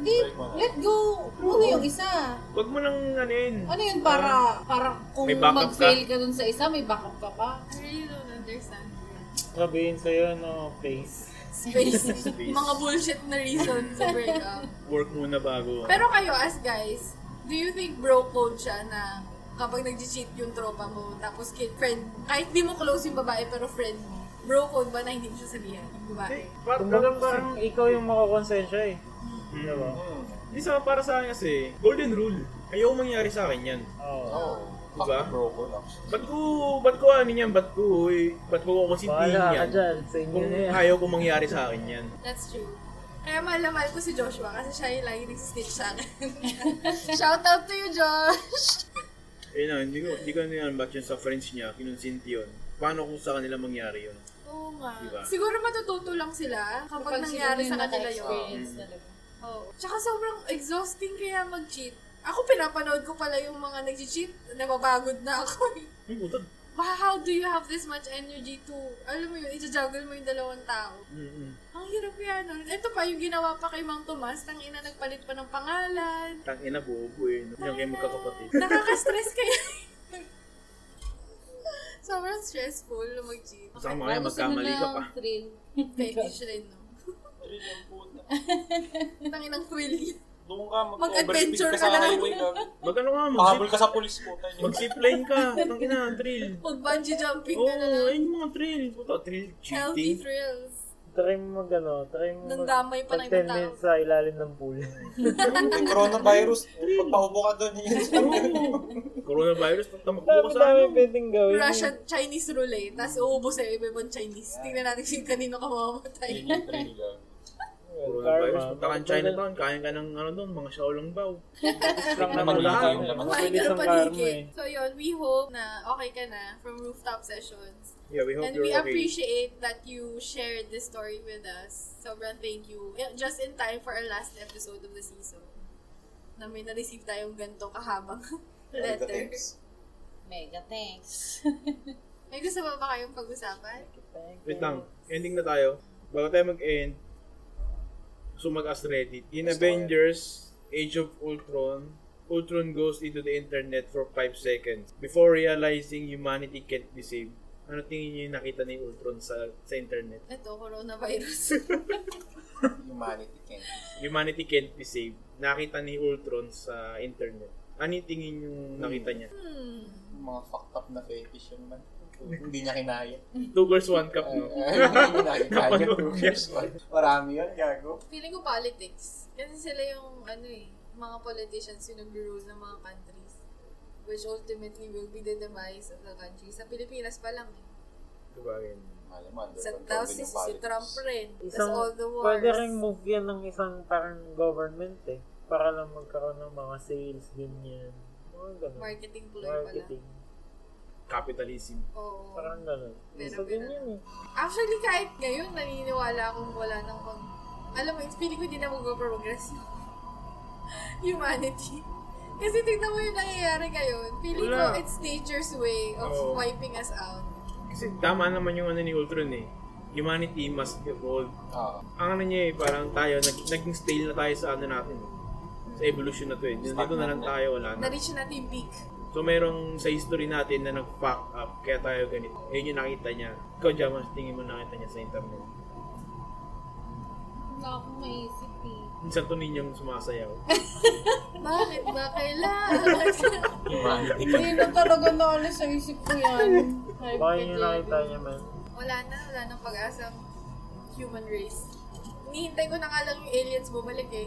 F: di, let go muna yung isa.
D: Huwag mo nang ano yun.
F: Ano yun, para, para kung
D: May backup
F: mag-fail ka dun sa isa, may backup ka pa.
A: I really don't understand.
G: Sabihin sa'yo, no, face.
A: Space.
D: Space.
A: Mga bullshit na reason sa breakup.
D: Work muna bago.
A: Pero kayo, as guys, do you think bro code siya na kapag nag-cheat yung tropa mo, tapos kid friend, kahit di mo close yung babae, pero friend mo, bro code ba na hindi mo siya sabihan yung babae?
D: Parang,
G: Kumbaga parang ikaw yung makakonsensya eh.
D: Mm.
G: Diba?
D: Hindi sa para sa akin kasi, golden rule. Ayaw mangyari sa akin yan.
G: Oo.
E: Oo.
D: Diba?
E: Fuck broken up.
D: Ba't ko, ba't ko ano yan, ba't ko, eh, ba't ko ako
G: Bahala ka
D: yan?
G: dyan. Sa inyo
D: Kung
G: na yan.
D: ayaw ko mangyari sa akin yan.
A: That's true. Kaya mahal na mahal ko si Joshua kasi siya yung lagi nagsistitch sa akin. Shout out to you, Josh!
D: Ayun Eh, na, hindi ko, hindi ko na yan, ba't yung sa friends niya, kinonsinti yun. Paano kung sa kanila mangyari yun?
A: Oo nga.
D: Diba?
A: Siguro matututo lang sila kapag, nangyari sa kanila yun.
F: experience talaga.
A: Oo. Tsaka sobrang exhausting kaya mag-cheat. Ako pinapanood ko pala yung mga nag-cheat, nababagod na ako eh.
D: Ay, putag.
A: Wow, how do you have this much energy to, alam mo yun, i-juggle mo yung dalawang tao.
D: Mm-mm.
A: Ang hirap yan. oh. Ito pa yung ginawa pa kay Mang Tomas, tang ina nagpalit pa ng pangalan.
D: Tangina, bobo eh. no? Yung kayo magkakapatid.
A: Nakaka-stress kaya. Sobrang stressful na mag-cheat.
D: Sama kaya
A: ano
F: Bago
D: magkamali ka
F: sila
D: pa.
F: ng thrill.
A: Fetish rin, no? Ang inang thrill yun.
E: Doon ka, mag-overspeed
A: Mag-adventure
E: ka
A: ka
E: sa
A: na.
E: highway ka.
D: Ba't ano ka,
E: Pahabol
D: mag-zip-
E: ka sa pulis ko. tayo.
D: mag-zipline ka. Tangina, drill.
A: Mag-bungee jumping
D: Oo,
G: Oh,
A: ka na lang.
D: ayun mga drill. Puta, drill
A: Healthy
D: cheating.
A: thrills.
G: Try mo mag ano, try mo
A: Nang
G: mag-
A: damay pa
G: pag
A: ng
G: 10
A: ibang tao.
G: minutes sa ilalim ng pool.
M: Yung coronavirus, pagpahubo ka doon.
A: Oh
D: Coronavirus, pag tumakbo ka
G: Dami
D: sa
G: dami
D: ano.
G: pwedeng gawin.
A: Russian Chinese roulette, tapos uubos sa iba ibang Chinese. Tingnan natin kung kanino ka mamamatay.
E: Yun yung thrill lang.
D: Coronavirus, punta ka ng Chinatown, kaya ka ng ano doon, mga Shaolong Bao.
G: Lang
E: naman
G: naman
E: lang.
G: lang.
E: Naman.
G: Pwede
A: Kumain ka
G: sa
A: ng
G: karma
A: paniki.
G: eh.
A: So yun, we hope na okay ka na from Rooftop Sessions.
D: Yeah, we hope
A: And
D: you're
A: we
D: okay.
A: appreciate that you shared this story with us. Sobrang thank you. Eh, Just in time for our last episode of the season. Na may na-receive tayong ganito kahabang letter.
F: Mega thanks.
A: May gusto ba ba kayong pag-usapan?
D: Wait lang, ending na tayo. Bago tayo mag-end, so mag-as Reddit. In
M: Basta
D: Avengers, Age of Ultron, Ultron goes into the internet for 5 seconds before realizing humanity can't be saved. Ano tingin niyo yung nakita ni Ultron sa sa internet?
A: Ito, coronavirus.
M: Humanity can.
D: Humanity can't be saved. Nakita ni Ultron sa internet. Ano yung tingin yung nakita niya?
A: hmm.
M: Yung Mga fucked up na fetish yun man. Hindi niya kinaya.
D: Two girls, one cup,
M: Ay,
D: no?
M: ay, Hindi niya kinaya.
D: Napanood
M: Two
D: niya.
M: years old. Marami yun, gago.
A: Feeling ko politics. Kasi sila yung, ano eh, mga politicians yung nag-rule ng mga countries. Which ultimately will be the demise of the country. Sa Pilipinas pa lang eh.
D: Diba yun?
M: Alam mo, under
A: Sa,
M: control
A: tapos
M: din
A: si,
M: yung
A: si
M: politics.
A: Trump rin. Tapos
G: Isang-
A: all the wars.
G: Pwede rin move yan ng isang parang government eh. Para lang magkaroon ng mga sales, ganyan. Mga ganun.
A: Marketing ploy pala.
G: Marketing.
D: Capitalism.
A: Oo.
G: Parang ganun.
A: Pero,
G: So,
A: pero.
G: ganyan eh.
A: Actually, kahit ngayon, naniniwala akong wala nang pag... Alam mo, it's feeling ko hindi na mag-progress yung humanity. Kasi tignan mo yung nangyayari ngayon. Feeling
D: Wala.
A: ko, it's nature's way of
D: Oo.
A: wiping us out.
D: Kasi tama naman yung ano ni Ultron eh. Humanity must evolve.
M: Oo.
D: ang ano niya eh, parang tayo, nag, naging stale na tayo sa ano natin. eh. Sa evolution na to eh. Dito na lang tayo, wala na.
A: Na-reach na natin yung peak.
D: So merong sa history natin na nag-fuck up, kaya tayo ganito. Ayun yung nakita niya. Ikaw, Jamas, tingin mo nakita niya sa internet.
F: Wala akong maisip eh.
D: Minsan to ninyong sumasayaw.
A: Bakit ba kailangan?
M: Humanity.
F: Hindi na talaga na sa isip ko yan. Hype
G: Baka
F: ka,
G: yun yung
F: Jerry.
G: nakita niya man.
A: wala na, wala nang pag-asang human race. Hinihintay ko na nga lang yung aliens bumalik eh.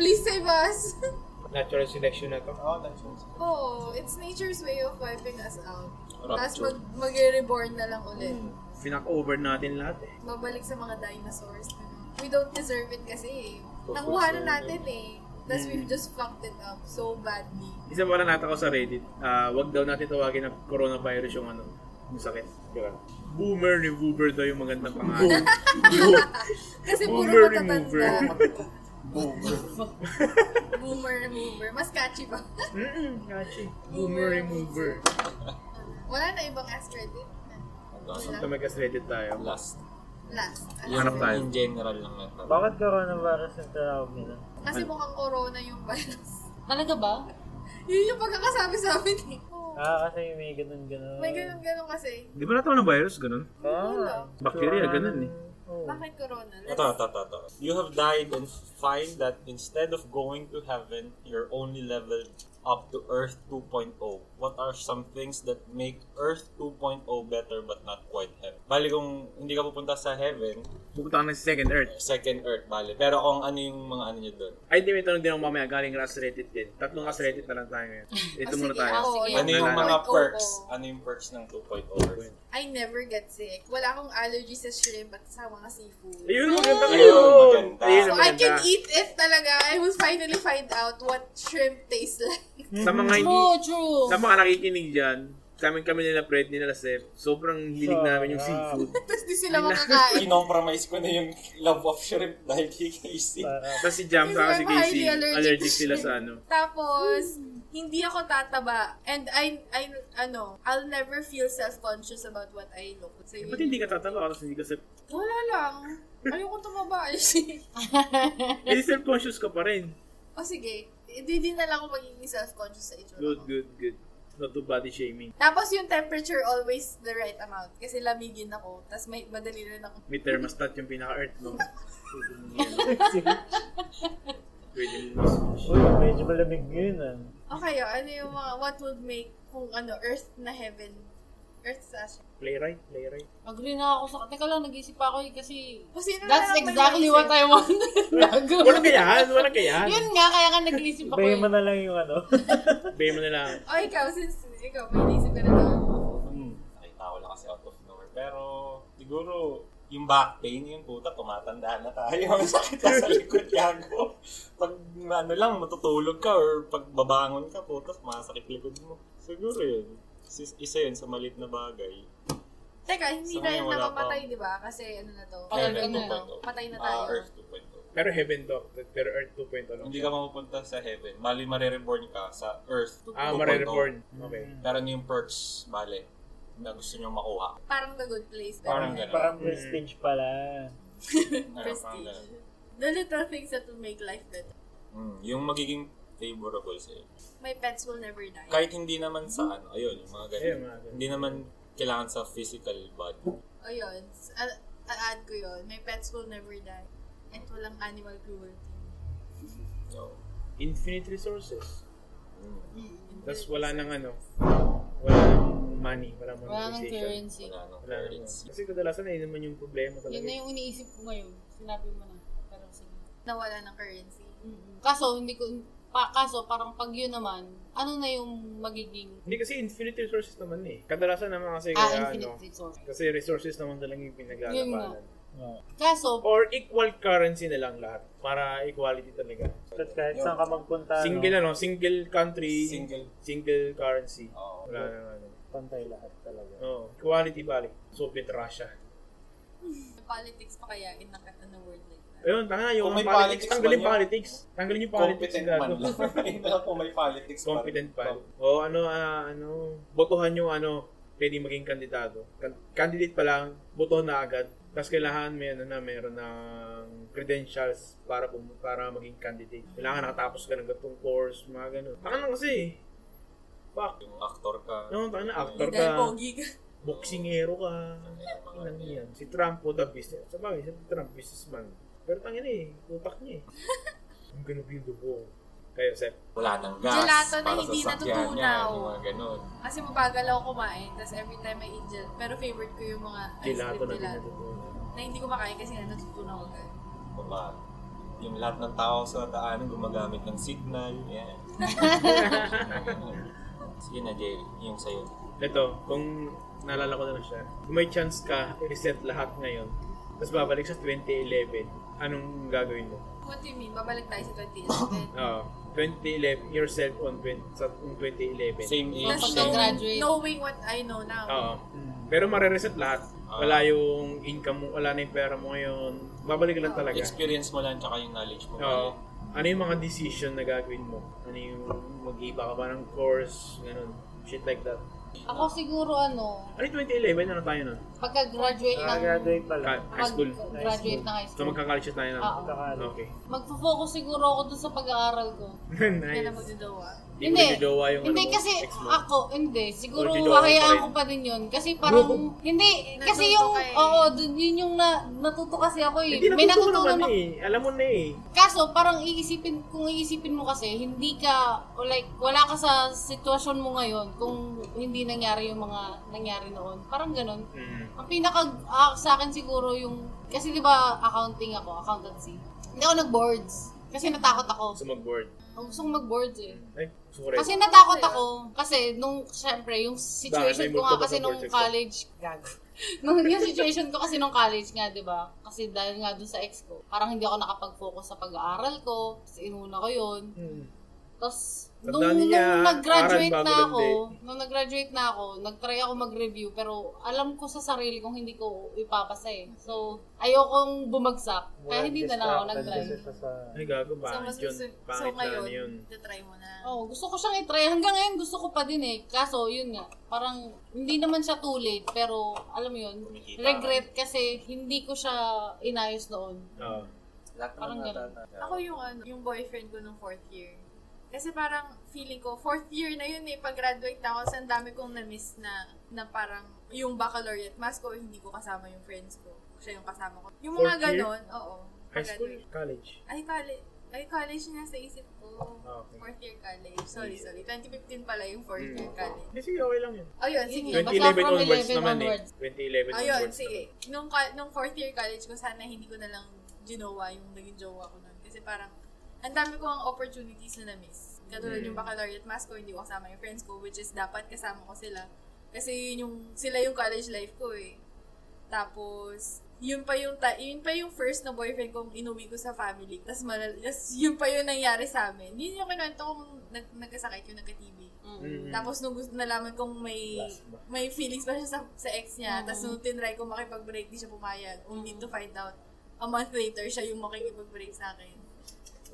A: Please save us!
D: Natural selection na to.
M: Oo, Ah, that's awesome.
A: Oh, it's nature's way of wiping us out. Tapos
E: Rapture.
A: mag, mag-reborn na lang ulit.
D: Hmm. Finak over natin lahat eh.
A: Babalik sa mga dinosaurs. ganun. We don't deserve it kasi eh. Nakuha na natin eh. Tapos we've
D: Hmm.
A: just fucked it up so badly.
D: Isa pa lang nata ko sa Reddit, ah, wag daw natin tawagin na coronavirus yung ano, yung sakit. Diba? Boomer remover daw yung magandang pangalan.
A: Kasi
D: Boomer
A: puro matatanda.
D: remover.
A: Boomer remover. Mas catchy ba?
D: Mm-mm, gachi. Boomer remover.
A: wala na ibang ass credit.
D: So mag-Reddit tayo.
E: Last.
A: Last. Alas
E: Yung
D: Hanap tayo.
E: in general lang natin.
G: Bakit coronavirus yung tinawag nila?
A: Kasi mukhang corona yung virus.
F: Talaga ba?
A: Yun yung pagkakasabi sa amin eh.
G: Ah, kasi may ganun-ganun.
A: May ganun-ganun kasi.
D: Di ba natawa na virus? Ganun?
G: Ah, Oh.
D: Bacteria,
G: sure.
D: ganun eh.
G: Oo.
A: Bakit corona?
E: Ito, ito, ito, ito. You have died and find that instead of going to heaven, you're only leveled up to Earth 2.0. What are some things that make Earth 2.0 better but not quite heaven? Bali kung hindi ka pupunta sa heaven,
D: Pupunta ka na sa second earth.
E: second Earth, bali. Pero kung ano yung mga ano nyo doon.
D: Ay, di may tanong din ako mamaya. Galing Ras Reddit din. Tatlong Ras Reddit na lang tayo ngayon. Dito
A: Ah,
D: muna
A: sige,
D: tayo.
A: ako,
F: Sige.
E: Ano yung mga
A: 2.0?
E: perks? Ano yung perks ng oh? 2.0 Earth?
A: I never get sick. Wala akong allergy sa shrimp at sa mga seafood.
D: Ayun, maganda
E: Ayun,
D: kayo!
E: maganda.
D: Ayun,
A: So I
D: maganda.
A: can eat it talaga. I will finally find out what shrimp tastes like.
D: Sa mga hindi,
F: True, true.
D: sa mga nakikinig dyan, kami kami nila Fred, nila Seth, sobrang hilig
G: So,
D: namin yung
G: ah,
D: seafood.
A: Tapos di sila makakain.
E: Kinompromise ko na yung love of shrimp dahil kay Casey.
G: Para
D: Tapos si Jam sa
A: Kasi I'm
D: si Casey,
A: highly allergic
D: allergic,
A: to
D: sila
A: shrimp.
D: sa ano.
A: Tapos, hindi ako tataba. And I, I, ano, I'll never feel self-conscious about what I look. So,
D: Eh,
A: yun.
D: Ba't hindi ka tatalo? Tapos hindi ka self...
A: Wala lang. Ayoko tumaba.
D: Eh, self-conscious ka pa rin.
A: o sige, hindi din na lang ako magiging self-conscious sa itsura
D: Good,
A: ko.
D: good, good. Not to body shaming.
A: Tapos yung temperature always the right amount. Kasi lamigin ako. Tapos may, madali rin ako.
D: May thermostat yung pinaka-earth, no? Pwede mo mas-
G: Uy, medyo malamig yun ah.
A: Okay, oh, ano yung mga, what would make kung ano, earth na heaven Earth Sasha.
D: Playwright, playwright.
F: Agree na ako sa... Teka lang, nag-isip pa ako eh, kasi...
A: O, sino na lang
F: That's
A: may
F: exactly
A: maisip?
F: what I want. Lago.
D: Walang kayaan, walang kayaan.
F: Yun nga, kaya ka nag-isip ako
G: Ibahin mo
F: eh.
G: na lang yung ano.
D: Bay mo na lang.
A: O, ikaw, since ikaw, may naisip ka na doon.
E: Hmm, nakita ko lang kasi out of nowhere. Pero, siguro, yung back pain, yung puta, tumatanda na tayo. Ang sakit na sa likod, Yago. Pag ano lang, matutulog ka or pag babangon ka, puta, masakit likod mo. Siguro yun. Sis- Isa yun sa malit na bagay.
A: Teka, hindi
E: Sa
A: na
E: ngayon,
A: yun
E: wala pa.
A: nakapatay, di ba? Kasi ano na to.
F: Patay
E: Heaven
F: na yun.
E: 2.0.
A: Patay na
E: Ah,
A: tayo.
E: Earth 2.0.
D: Pero heaven to. Pero earth oh, 2.0 lang.
E: Hindi
D: siya.
E: ka mapupunta sa heaven. Mali marereborn ka sa earth 2.0.
D: Ah, mare-reborn.
E: oh.
D: Okay.
E: Meron yung perks, bale, na gusto nyo makuha.
A: Parang the good place.
E: Parang
A: ganun.
E: ganun.
G: Parang
D: Mm.
G: prestige pala.
E: Ano, parang
A: Prestige.
E: ganun.
A: The little things that will make life better.
E: Mm, yung magiging favorable sa'yo.
A: My pets will never die.
E: Kahit hindi naman sa ano, ayun, yung mga ganun.
D: Ayun, mga ganun.
E: Hindi naman kailangan sa physical body.
A: O yun, s- a- a-add ko yun. My pets will never die. At walang animal cruelty.
E: So,
D: Infinite resources.
E: mm,
D: Tapos wala nang ano. Wala nang money. Wala nang
F: Wala nang
D: monetization.
F: currency.
E: wala nang
D: Wala nang
E: currency.
D: Kasi kadalasan ay naman yung problema
F: Yun na
D: talaga.
F: yung iniisip ko ngayon. Sinabi mo na. Pero sige.
A: Nawala ng currency.
F: Kaso, hindi ko... Pa, kaso, parang pag yun naman, ano na yung magiging...
D: Hindi kasi infinite resources naman eh. Kadalasan naman kasi
F: Ah,
D: kaya
F: infinite
D: ano.
F: resource.
D: Kasi resources naman talaga yung
F: Yun nga.
D: pinaglalabanan.
G: Oh.
F: Kaso,
D: Or equal currency na lang lahat. Para equality talaga.
G: At kahit saan ka magpunta,
D: Single
G: no,
D: ano, single country,
E: Single.
D: single currency.
E: Oo.
D: Wala nang ano.
G: pantay lahat talaga.
D: Oh, equality balik. Soviet Russia.
A: May Politics pa kaya in a, in a world like that.
D: Ayun, tanga yung
E: Kung may
D: politics,
E: politics
D: tanggalin
E: man yun.
D: politics. Tanggalin yung politics.
E: Competent
D: gago.
E: man lang. Hindi lang kung may politics pa rin.
D: Competent pa. O ano, ah, ano, botohan yung ano, pwede maging kandidato. Kan- candidate pa lang, botohan na agad. Tapos kailangan may ano na, meron ng credentials para pum- para maging candidate. Kailangan nakatapos ka ng gatong course, mga ganun. Taka na kasi. eh. Fuck.
E: Yung actor ka.
D: No, taka na, actor ka,
A: Dahil pogi ka.
D: boksingero ka.
E: Ayun, mga
D: Ilang
E: ganyan.
D: yan. Si Trump po the business. Sa bagay, si Trump businessman. Pero tangin eh, utak niya eh. I'm gonna build the wall. Kayo, Seth.
E: Wala nang gas.
A: Gelato na
E: para sa
A: hindi
E: sakyan niya,
A: natutunaw.
E: Yung mga ganun.
A: Kasi mabagal ako kumain. Tapos every time I eat gel. Pero favorite ko yung mga ice
D: Gelato
A: cream
D: na din
A: gelato.
D: natutunan.
A: Na hindi ko makain kasi na natutunaw agad.
E: Baba. Yung lahat ng tao sa daanan gumagamit ng signal. Yan. Mga ganun. Sige na, Jay. Yung sa'yo.
D: Ito, kung naalala ko na lang siya, kung may chance ka, i-reset lahat ngayon, tapos babalik sa 2011, anong gagawin mo?
A: What do you mean? Babalik tayo sa 2011.
D: Oo. 2011, yourself on 20, sa on 2011.
E: Same age.
A: Tapos
F: Pagka
E: same-
F: graduate.
A: knowing, knowing what I know now.
D: Oo. Pero marereset lahat.
E: Ah.
D: Wala yung income mo, wala na yung pera mo ngayon. Babalik lang talaga.
E: Experience mo lang tsaka yung knowledge mo.
D: Oo. Ano yung mga decision na gagawin mo? Ano yung mag-iba ka ba ng course, ganun. Shit like that.
F: ako siguro ano,
D: Ano yung 2011? Ano tayo nun?
F: pagka-graduate ng...
G: Nakagaduate pa lang.
D: Ka- high school.
F: Pag-graduate ng high
D: So
F: school.
D: magka-college na tayo na.
F: Oo.
D: Okay.
F: Magfo-focus siguro ako dun sa pag-aaral ko.
A: Yan ang
D: nice.
A: magdadawa.
F: Hindi.
D: nililowa yung
F: Hindi
D: ano mo,
F: kasi
D: ex mo.
F: ako, hindi. Siguro
D: Or dilowa
F: hahayaan
D: pa rin.
F: ko pa rin yun. Kasi parang, hindi. Kasi
A: Natuto
F: yung,
A: ka eh.
F: oo, dun yun yung na, natuto kasi ako eh.
D: Hindi
F: May
D: natuto ko
F: natutunan
D: naman
F: ako.
D: eh. Alam mo na eh.
F: Kaso, parang iisipin, kung iisipin mo kasi, hindi ka, o like, wala ka sa sitwasyon mo ngayon kung hindi nangyari yung mga nangyari noon. Parang ganun.
D: Mm.
F: Ang pinaka ah, sa akin siguro yung kasi 'di ba accounting ako, accountancy. Hindi ako nag-boards kasi natakot ako.
D: So mag-board. Mm.
F: Ang gusto kong mag-boards eh.
D: Ay, gusto ko rin.
F: Kasi natakot ako kasi nung syempre yung situation
D: Bakit? May
F: ko
D: multo
F: nga
D: ba
F: kasi
D: sa
F: nung
D: boards exam?
F: college gago. nung yung situation ko kasi nung college nga 'di ba? Kasi dahil nga dun sa ex ko, parang hindi ako nakapag-focus sa pag-aaral ko. Kasi inuna ko 'yon.
D: Mm.
F: Tapos, nung,
D: Tandaan niya,
F: nung nag-graduate
D: aral bago
F: na ako,
D: landi.
F: nung nag-graduate na ako, nag-try ako mag-review, pero alam ko sa sarili kong hindi ko ipapasa eh. So, ayokong bumagsak. Kaya hindi na lang ako nag-try.
G: Kasi siya sa...
D: Ay, gago,
A: So,
D: pangit
A: mas
D: yun.
A: gusto, so
D: Pangit na
A: ngayon,
D: ano yun.
A: tatry mo na.
F: Oh, gusto ko siyang i-try. Hanggang ngayon gusto ko pa din eh. Kaso, yun nga, parang hindi naman siya too late, pero alam mo yun,
E: Kumikita ka.
F: regret kasi hindi ko siya inayos noon.
D: Oo.
N: Lahat
F: Parang
N: naman
F: ganun.
N: nata-
A: Ako yung ano, yung boyfriend ko nung fourth year. Kasi parang feeling ko, fourth year na yun eh, pag-graduate na ako, sa dami kong na-miss na, na parang yung baccalaureate mas ko, hindi ko kasama yung friends ko. Siya yung kasama ko. Yung mga
D: Fourth year?
A: ganon, oo.
D: High school?
A: Pag-graduate.
D: College?
A: Ay, college. Ay, college na sa isip ko.
D: Okay.
A: Fourth year college. Sorry, sorry. 2015 pala yung fourth year college.
D: Kasi okay lang yun.
A: Oh, yun, sige.
F: Yun,
D: 2011
F: from
D: onwards
F: 11
D: naman
F: onwards.
D: eh. 2011
A: Ayun,
D: onwards.
A: sige. Nung, ka- nung fourth year college ko, sana hindi ko na lang ginawa yung naging jowa ko nun. Kasi parang, ang dami ko ang opportunities na na-miss. Katulad
D: Mm.
A: yung baccalaureate mass ko, hindi ko kasama yung friends ko, which is dapat kasama ko sila. Kasi yun yung, sila yung college life ko eh. Tapos, yun pa yung, ta- yun pa yung first na boyfriend kong inuwi ko sa family. Tapos, malal- tas yun pa yung nangyari sa amin. Yun yung kinwento kong nag- nagkasakit yung nagka-TB.
D: Mm.
A: Tapos nung gusto nalaman kong may may feelings pa siya sa, sa ex niya,
F: Mm.
A: tapos nung tinry ko makipag-break, di siya pumayag. Only
D: Mm.
A: to find out, a month later, siya yung makikipag-break sa akin.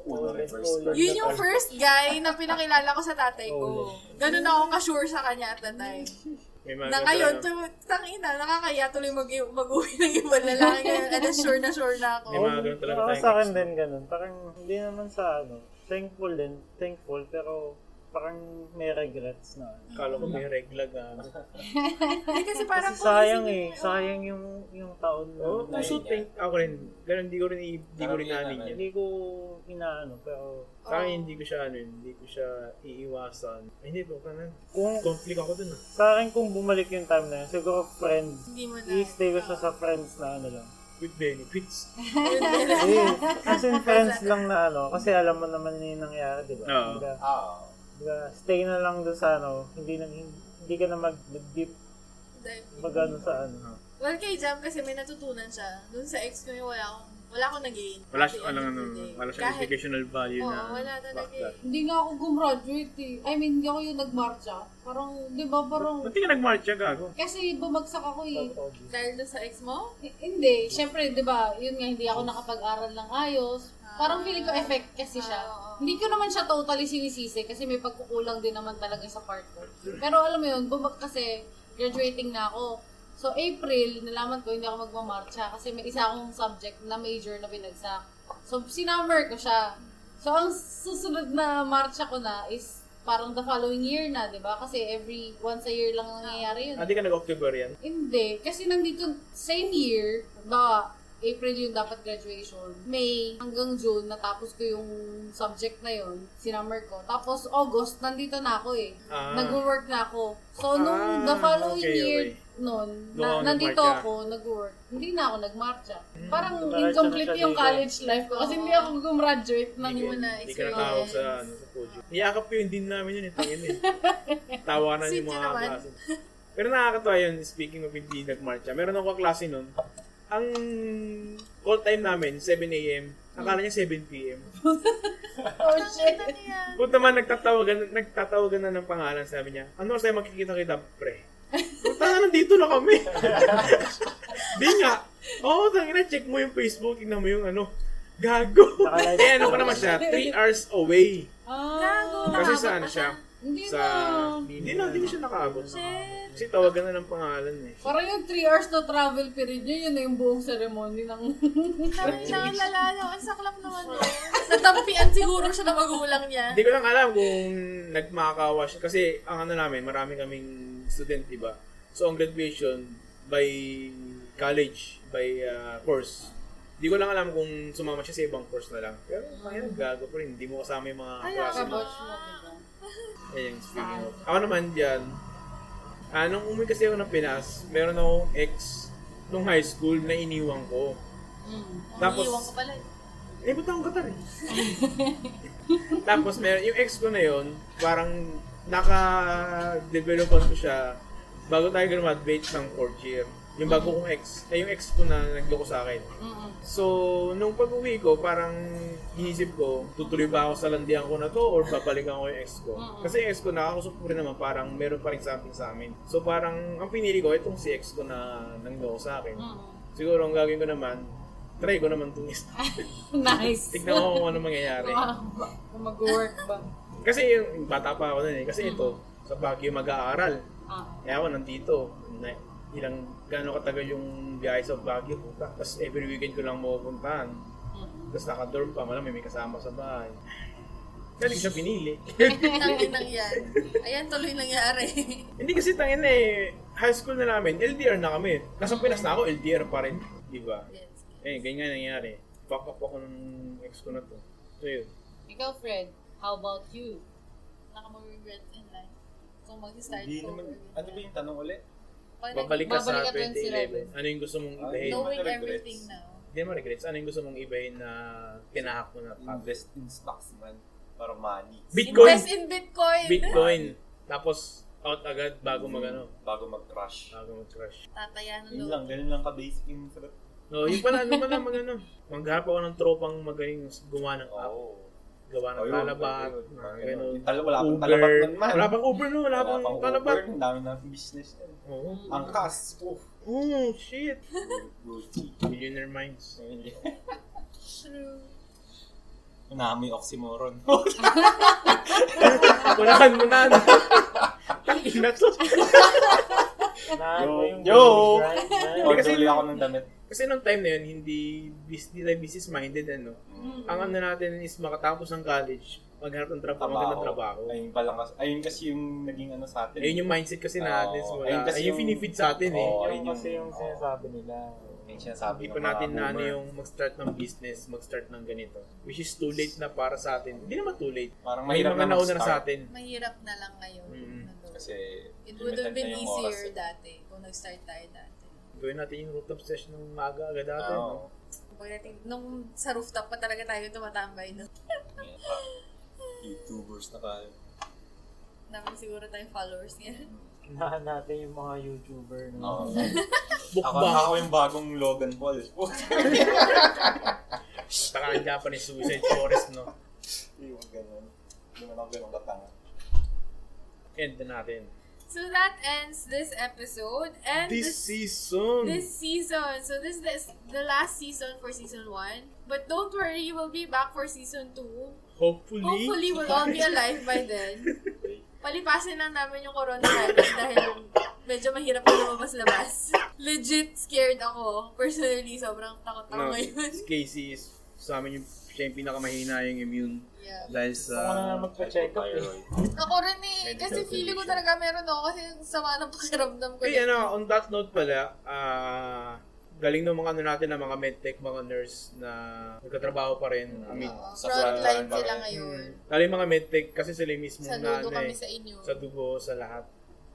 G: Ulo,
O: reverse
G: ulo.
A: Yun yung first guy na pinakilala ko sa tatay ko. Ganun ako ka-sure sa kanya at that time.
D: May mga
A: Na
D: ganun
A: ngayon,
D: na-
A: tu- tangina, nakakaya tuloy mag- mag-uwi ng ibang lalaki. Ngayon, ano, sure na sure na ako.
D: May mga ganun talaga
G: Oo,
D: tayong
G: sa akin
D: ex.
G: din ganun. Parang hindi naman sa ano, thankful din, thankful, pero parang may regrets na. ano.
D: Kala ko may regla na.
A: Ay, kasi parang
G: Kasi
A: kung
G: sayang eh,
A: isipin mo, oh,
G: sayang yung yung taon na.
D: Oo, puso
E: Ayun
D: think ako rin. Ganun, hindi ko rin, i- hindi ko rin
E: Parang yun
D: naanin yun.
G: Hindi ko inaano, pero
A: oh,
D: Sa akin, hindi ko siya ano, yun, hindi ko siya iiwasan. Ay, hindi, baka na.
G: kung
D: Conflict ako dun ah.
G: sa akin kung bumalik yung time na yun, siguro friends.
A: hindi mo na.
G: I-stay ko siya sa friends na ano lang.
D: With benefits.
G: Eh, as in friends lang na ano, kasi alam mo naman yun yung nangyari, di ba?
D: Oo.
G: Kumbaga,
E: Ah,
G: kumbaga, stay na lang doon sa ano, hindi na, hindi ka na mag, deep mag ano sa ano.
A: Well, kay Jam kasi may natutunan siya. Doon sa ex ko yung wala akong, wala akong nag-gain.
D: Wala
A: At
D: siya,
A: the end
D: wala,
A: of
D: ano,
A: the day.
D: wala siya
A: Kahit-
D: educational value
A: Oo,
D: na.
A: wala talaga
D: bakla.
A: eh.
F: Hindi nga ako gumraduate eh. I mean, hindi ako yung nagmarcha. Parang, di ba, parang...
D: Ba't di ka nag-march siya, gago?
F: Kasi bumagsak ako eh.
A: Dahil doon sa ex mo?
F: H- Hindi, syempre, di ba, yun nga, hindi ako nakapag-aral ng ayos. Parang feeling ko effect kasi siya. Hindi ko naman siya totally sinisisi kasi may pagkukulang din naman talaga sa part ko. Pero alam mo yun, bumag kasi graduating na ako. So, April, nalaman ko hindi ako magmamarcha kasi may isa akong subject na major na binagsak. So, sinummer ko siya. So, ang susunod na marcha ko na is parang the following year na, di ba? Kasi every once a year lang nangyayari yun.
D: Ah, di ka nag-October yan?
F: Hindi. Kasi nandito, same year, ba, April yung dapat graduation. May hanggang June, natapos ko yung subject na yun, sinummer ko. Tapos August, nandito na ako eh.
D: Ah.
F: Nag-work na ako. So,
D: Ah,
F: nung the following
D: okay,
F: year
D: okay.
F: noon,
D: Doon ako
F: na, nandito
D: nag-marcha.
F: ako, nag-work. Hindi na ako nagmarcha.
D: Hmm,
F: Parang
G: nagmarcha na
F: incomplete
G: siya
F: yung
G: dito.
F: college life ko kasi hindi ako gumraduate ng
D: Hindi ka-
F: muna.
D: Hindi ka natawag sa, ano, sa podium. Niyakap ko yung din namin yun, itangin eh. Tawanan yung
A: Sweet
D: mga
A: yun naman.
D: klase. Pero nakakatawa yun, speaking of hindi nag-marcha, meron ako klase nun, ang call time namin, 7 a.m. Akala niya 7 p.m.
F: Oh, shit.
A: Ano
D: Kung naman nagtatawagan, nagtatawagan na ng pangalan, sabi niya, ano sa'yo makikita kita, pre? Punta na, nandito na kami. Di nga. Oo, oh, tangina, check mo yung Facebook, tingnan mo yung ano, gago.
G: Nakalive.
D: eh, ano pa naman siya, 3 hours away.
F: Ah,
D: Kasi sa ano siya,
F: hindi
D: sa...
F: na.
D: Hindi na, hindi na siya nakaabot. Kasi tawagan na ng pangalan eh.
F: Parang yung 3 hours na travel period niya, yun na yung buong ceremony ng...
A: Tangin na ang lalala. Ang saklap naman doon. Natampian siguro siya ng magulang niya.
D: Hindi ko lang alam kung nagmakakawa siya. Kasi ang ano namin, marami kaming student, di ba? So, ang graduation by college, by ah, course. Hindi ko lang alam kung sumama siya sa ibang course na lang. Pero ayun, gago pa rin. Hindi mo kasama yung mga klase mo.
F: Kabosh mo, diba?
D: Ayun, speaking of. Ako naman dyan, ah, nung umuwi kasi ako ng Pinas, meron akong ex nung high school na iniwan ko.
F: Mm.
D: Tapos,
A: Iiwan ko pala. eh.
D: eh, ba't akong katar eh? Tapos, meron, yung ex ko na yon parang naka-developan ko siya bago tayo graduate ng fourth year. Yung bago kong ex, eh, yung ex ko na nagloko sa akin.
F: Mm-mm.
D: So, nung pag-uwi ko, parang inisip ko, tutuloy ba ako sa landian ko na to or babalikan ko yung ex ko? Kasi yung ex ko, nakakusap ko rin naman, parang meron pa rin something sa amin. So, parang ang pinili ko, itong si ex ko na nangloko sa akin.
F: Mm.
D: Siguro, ang gagawin ko naman, try ko naman itong
F: Nice.
D: Tignan ko kung ano mangyayari.
F: Ah, ba- kung Mag-work ba?
D: Kasi yung bata pa ako nun eh. Kasi ito, sa Baguio mag-aaral.
F: Ah.
D: Kaya ako nandito. Na- Ilang, gano'ng katagal yung biyahe sa Baguio. Puta. Tapos every weekend ko lang mapupuntahan. Tapos nakadorm pa. Malam, may kasama sa bahay. Galing siya pinili.
A: Tangin lang yan. Ayan, tuloy nangyari.
D: Hindi kasi tangin na eh. High school na namin, LDR na kami. Nasa Pinas na ako, LDR pa rin. Di ba?
A: Yes.
D: Eh, ganyan nga nangyari. Fuck up ako ng ex ko na to. So yun.
F: Ikaw, Fred, how about you?
A: Baka mag-regret in life. Kung mag-start
E: Hindi
A: ko.
E: naman. Ano ba yung tanong ulit?
A: Pag nag-
D: Babalik ka sa
F: Babalik ka dun si
D: 2011. Ano yung gusto mong
E: Ah,
D: ibahin?
E: no.
A: knowing
E: Hindi naman
A: everything
E: regrets.
A: now.
D: Hindi mo regrets. Ano yung gusto mong ibahin na kinahak mo na path?
E: Invest in stocks man. Para money.
D: Bitcoin!
A: Invest in Bitcoin.
D: Bitcoin! Tapos, out agad bago ano? magano
E: Bago mag-crash.
D: Bago mag-crash.
A: Tatayan
E: Yun
A: ng
E: lang, ganun lang ka-basic yung
D: No, yung pala, ano pala mag ano. Manggahap ako ng tropang magaling gumawa ng app.
E: Oo.
D: Gawa
E: Oh,
D: ng Ah. talabat. mga ganun.
E: Yung tala- wala pang
D: Uber.
E: talabat nun man.
D: Wala pang Uber, no? Wala pang
E: pang
D: talabat.
E: Uber, Ang dami na business yan.
D: Oo.
E: Ang cast. Oh,
D: Oh, shit.
E: Gucci.
D: Millionaire minds.
A: True.
P: Nami oxymoron.
D: Punahan mo na. Tangina to.
G: Naan mo yung
E: Yo!
G: Right, right.
E: Order
D: kasi
E: ulit ako
D: yung-
E: ng damit.
D: Kasi nung time na yun, hindi, bis- hindi tayo business-minded, ano. Ang ano natin is makatapos ng college, maghanap ng trabaho, magandang trabaho.
E: Ayun pa lang kasi. Ayun kasi yung naging ano sa atin.
D: Ayun yung mindset kasi natin.
E: Oo.
D: simula.
E: Ayun kasi
D: Ayun yung
E: yung-
D: finifeed sa atin, eh.
E: Oo,
G: Oh, Yung kasi yung
E: oo.
G: sinasabi nila.
E: Yung sinasabi
D: Hindi
E: ng
D: pa
E: mga
D: natin na ano
E: boomer.
D: yung mag-start ng business, mag-start ng ganito. Which is too late na para sa atin. Hindi naman too late.
E: Parang
D: May
E: mahirap
D: mga
E: na
D: nauna na sa
E: mag-start.
D: atin.
A: Mahirap na lang ngayon.
D: Mm.
A: Ano.
E: Mm-hmm. Kasi
A: It would
E: limited
A: have been
E: na yung oras
A: easier
E: eh.
A: dati kung nag-start tayo dati.
D: Gawin natin yung rooftop session ng maaga agad dati.
E: Oo.
D: no?
A: Pag natin, nung sa rooftop pa talaga tayo tumatambay, no?
E: Ayan, parang YouTubers na tayo.
A: Namin siguro tayong followers niya.
G: Naan natin yung mga YouTuber. No?
E: Oo. Ako,
D: Bookbang!
E: ako yung bagong Logan Paul. eh.
D: Taka ang Japanese suicide forest, no?
E: Yung ganun. Hindi man ako ganun katanga.
D: End na natin.
A: So that ends this episode and
D: This season!
A: this season. So this is the last season for season one. But don't worry, we'll be back for season two.
D: Hopefully.
A: Hopefully, we'll all be alive by then. Palipasin lang namin yung coronavirus dahil medyo mahirap na lumabas-labas. Legit scared ako. Personally, sobrang takot ako
D: No,
A: ngayon.
D: si Casey is sa amin yung siya yung pinakamahina yung immune
A: Yeah.
D: dahil
G: Ako na
D: sa
G: nga magpa-check up eh.
P: Thyroid.
A: Ako rin eh. Kasi feeling ko talaga meron ako kasi ang sama ng pakiramdam ko.
D: Hey, ano, on that note pala, ah galing ng mga ano natin na mga medtech, mga nurse na nagkatrabaho pa rin. I mean,
A: Oo,
E: sa
A: Frontline
E: frontline pa
A: sila
E: rin.
A: ngayon.
D: lalo yung mga medtech kasi sila yung mismo
A: Sa
D: na
A: dudo
D: ano
A: kami
D: eh,
A: sa inyo.
D: sa dugo, sa lahat.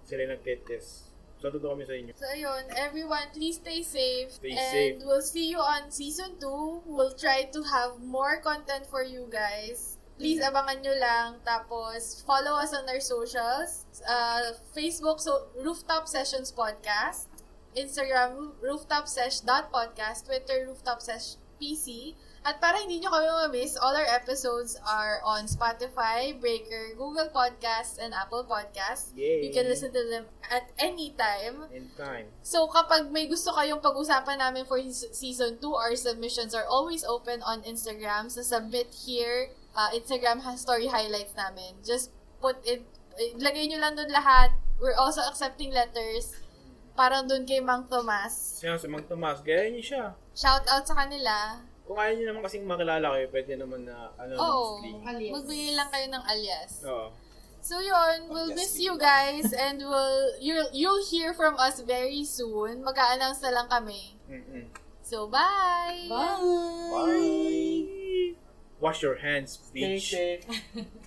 D: Sila yung nagtetest. Saludo kami sa inyo.
A: So, ayun, everyone, please stay safe.
D: Stay
A: and
D: safe.
A: we'll see you on season 2. We'll try to have more content for you guys. Please
D: Mm-hmm.
A: abangan nyo lang. Tapos, follow us on our socials. Uh, Facebook, so Rooftop Sessions Podcast. Instagram, rooftopsesh.podcast. Twitter, rooftopseshpc. At para hindi nyo kami ma-miss, all our episodes are on Spotify, Breaker, Google Podcasts, and Apple Podcasts.
D: Yay!
A: You can listen to them at any time.
D: In time.
A: So kapag may gusto kayong pag-usapan namin for s- season 2, our submissions are always open on Instagram. So submit here, uh, Instagram has story highlights namin. Just put it, eh, lagay nyo lang doon lahat. We're also accepting letters. Parang doon kay Mang Tomas.
D: Siya, si Mang Tomas, gaya niyo siya.
A: Shout out sa kanila.
D: Kung ayaw niyo naman kasing makilala kayo, pwede naman na
A: Oo.
D: anonymously.
F: Alias.
A: Magbigay lang kayo ng alias.
D: Oo.
A: So yun, we'll miss you guys and we'll you'll, you'll hear from us very soon. Mag-a-announce na lang kami.
D: Mm-mm.
A: So bye.
F: Bye!
E: Bye!
D: Wash your hands,
G: Stay
D: bitch.
G: safe.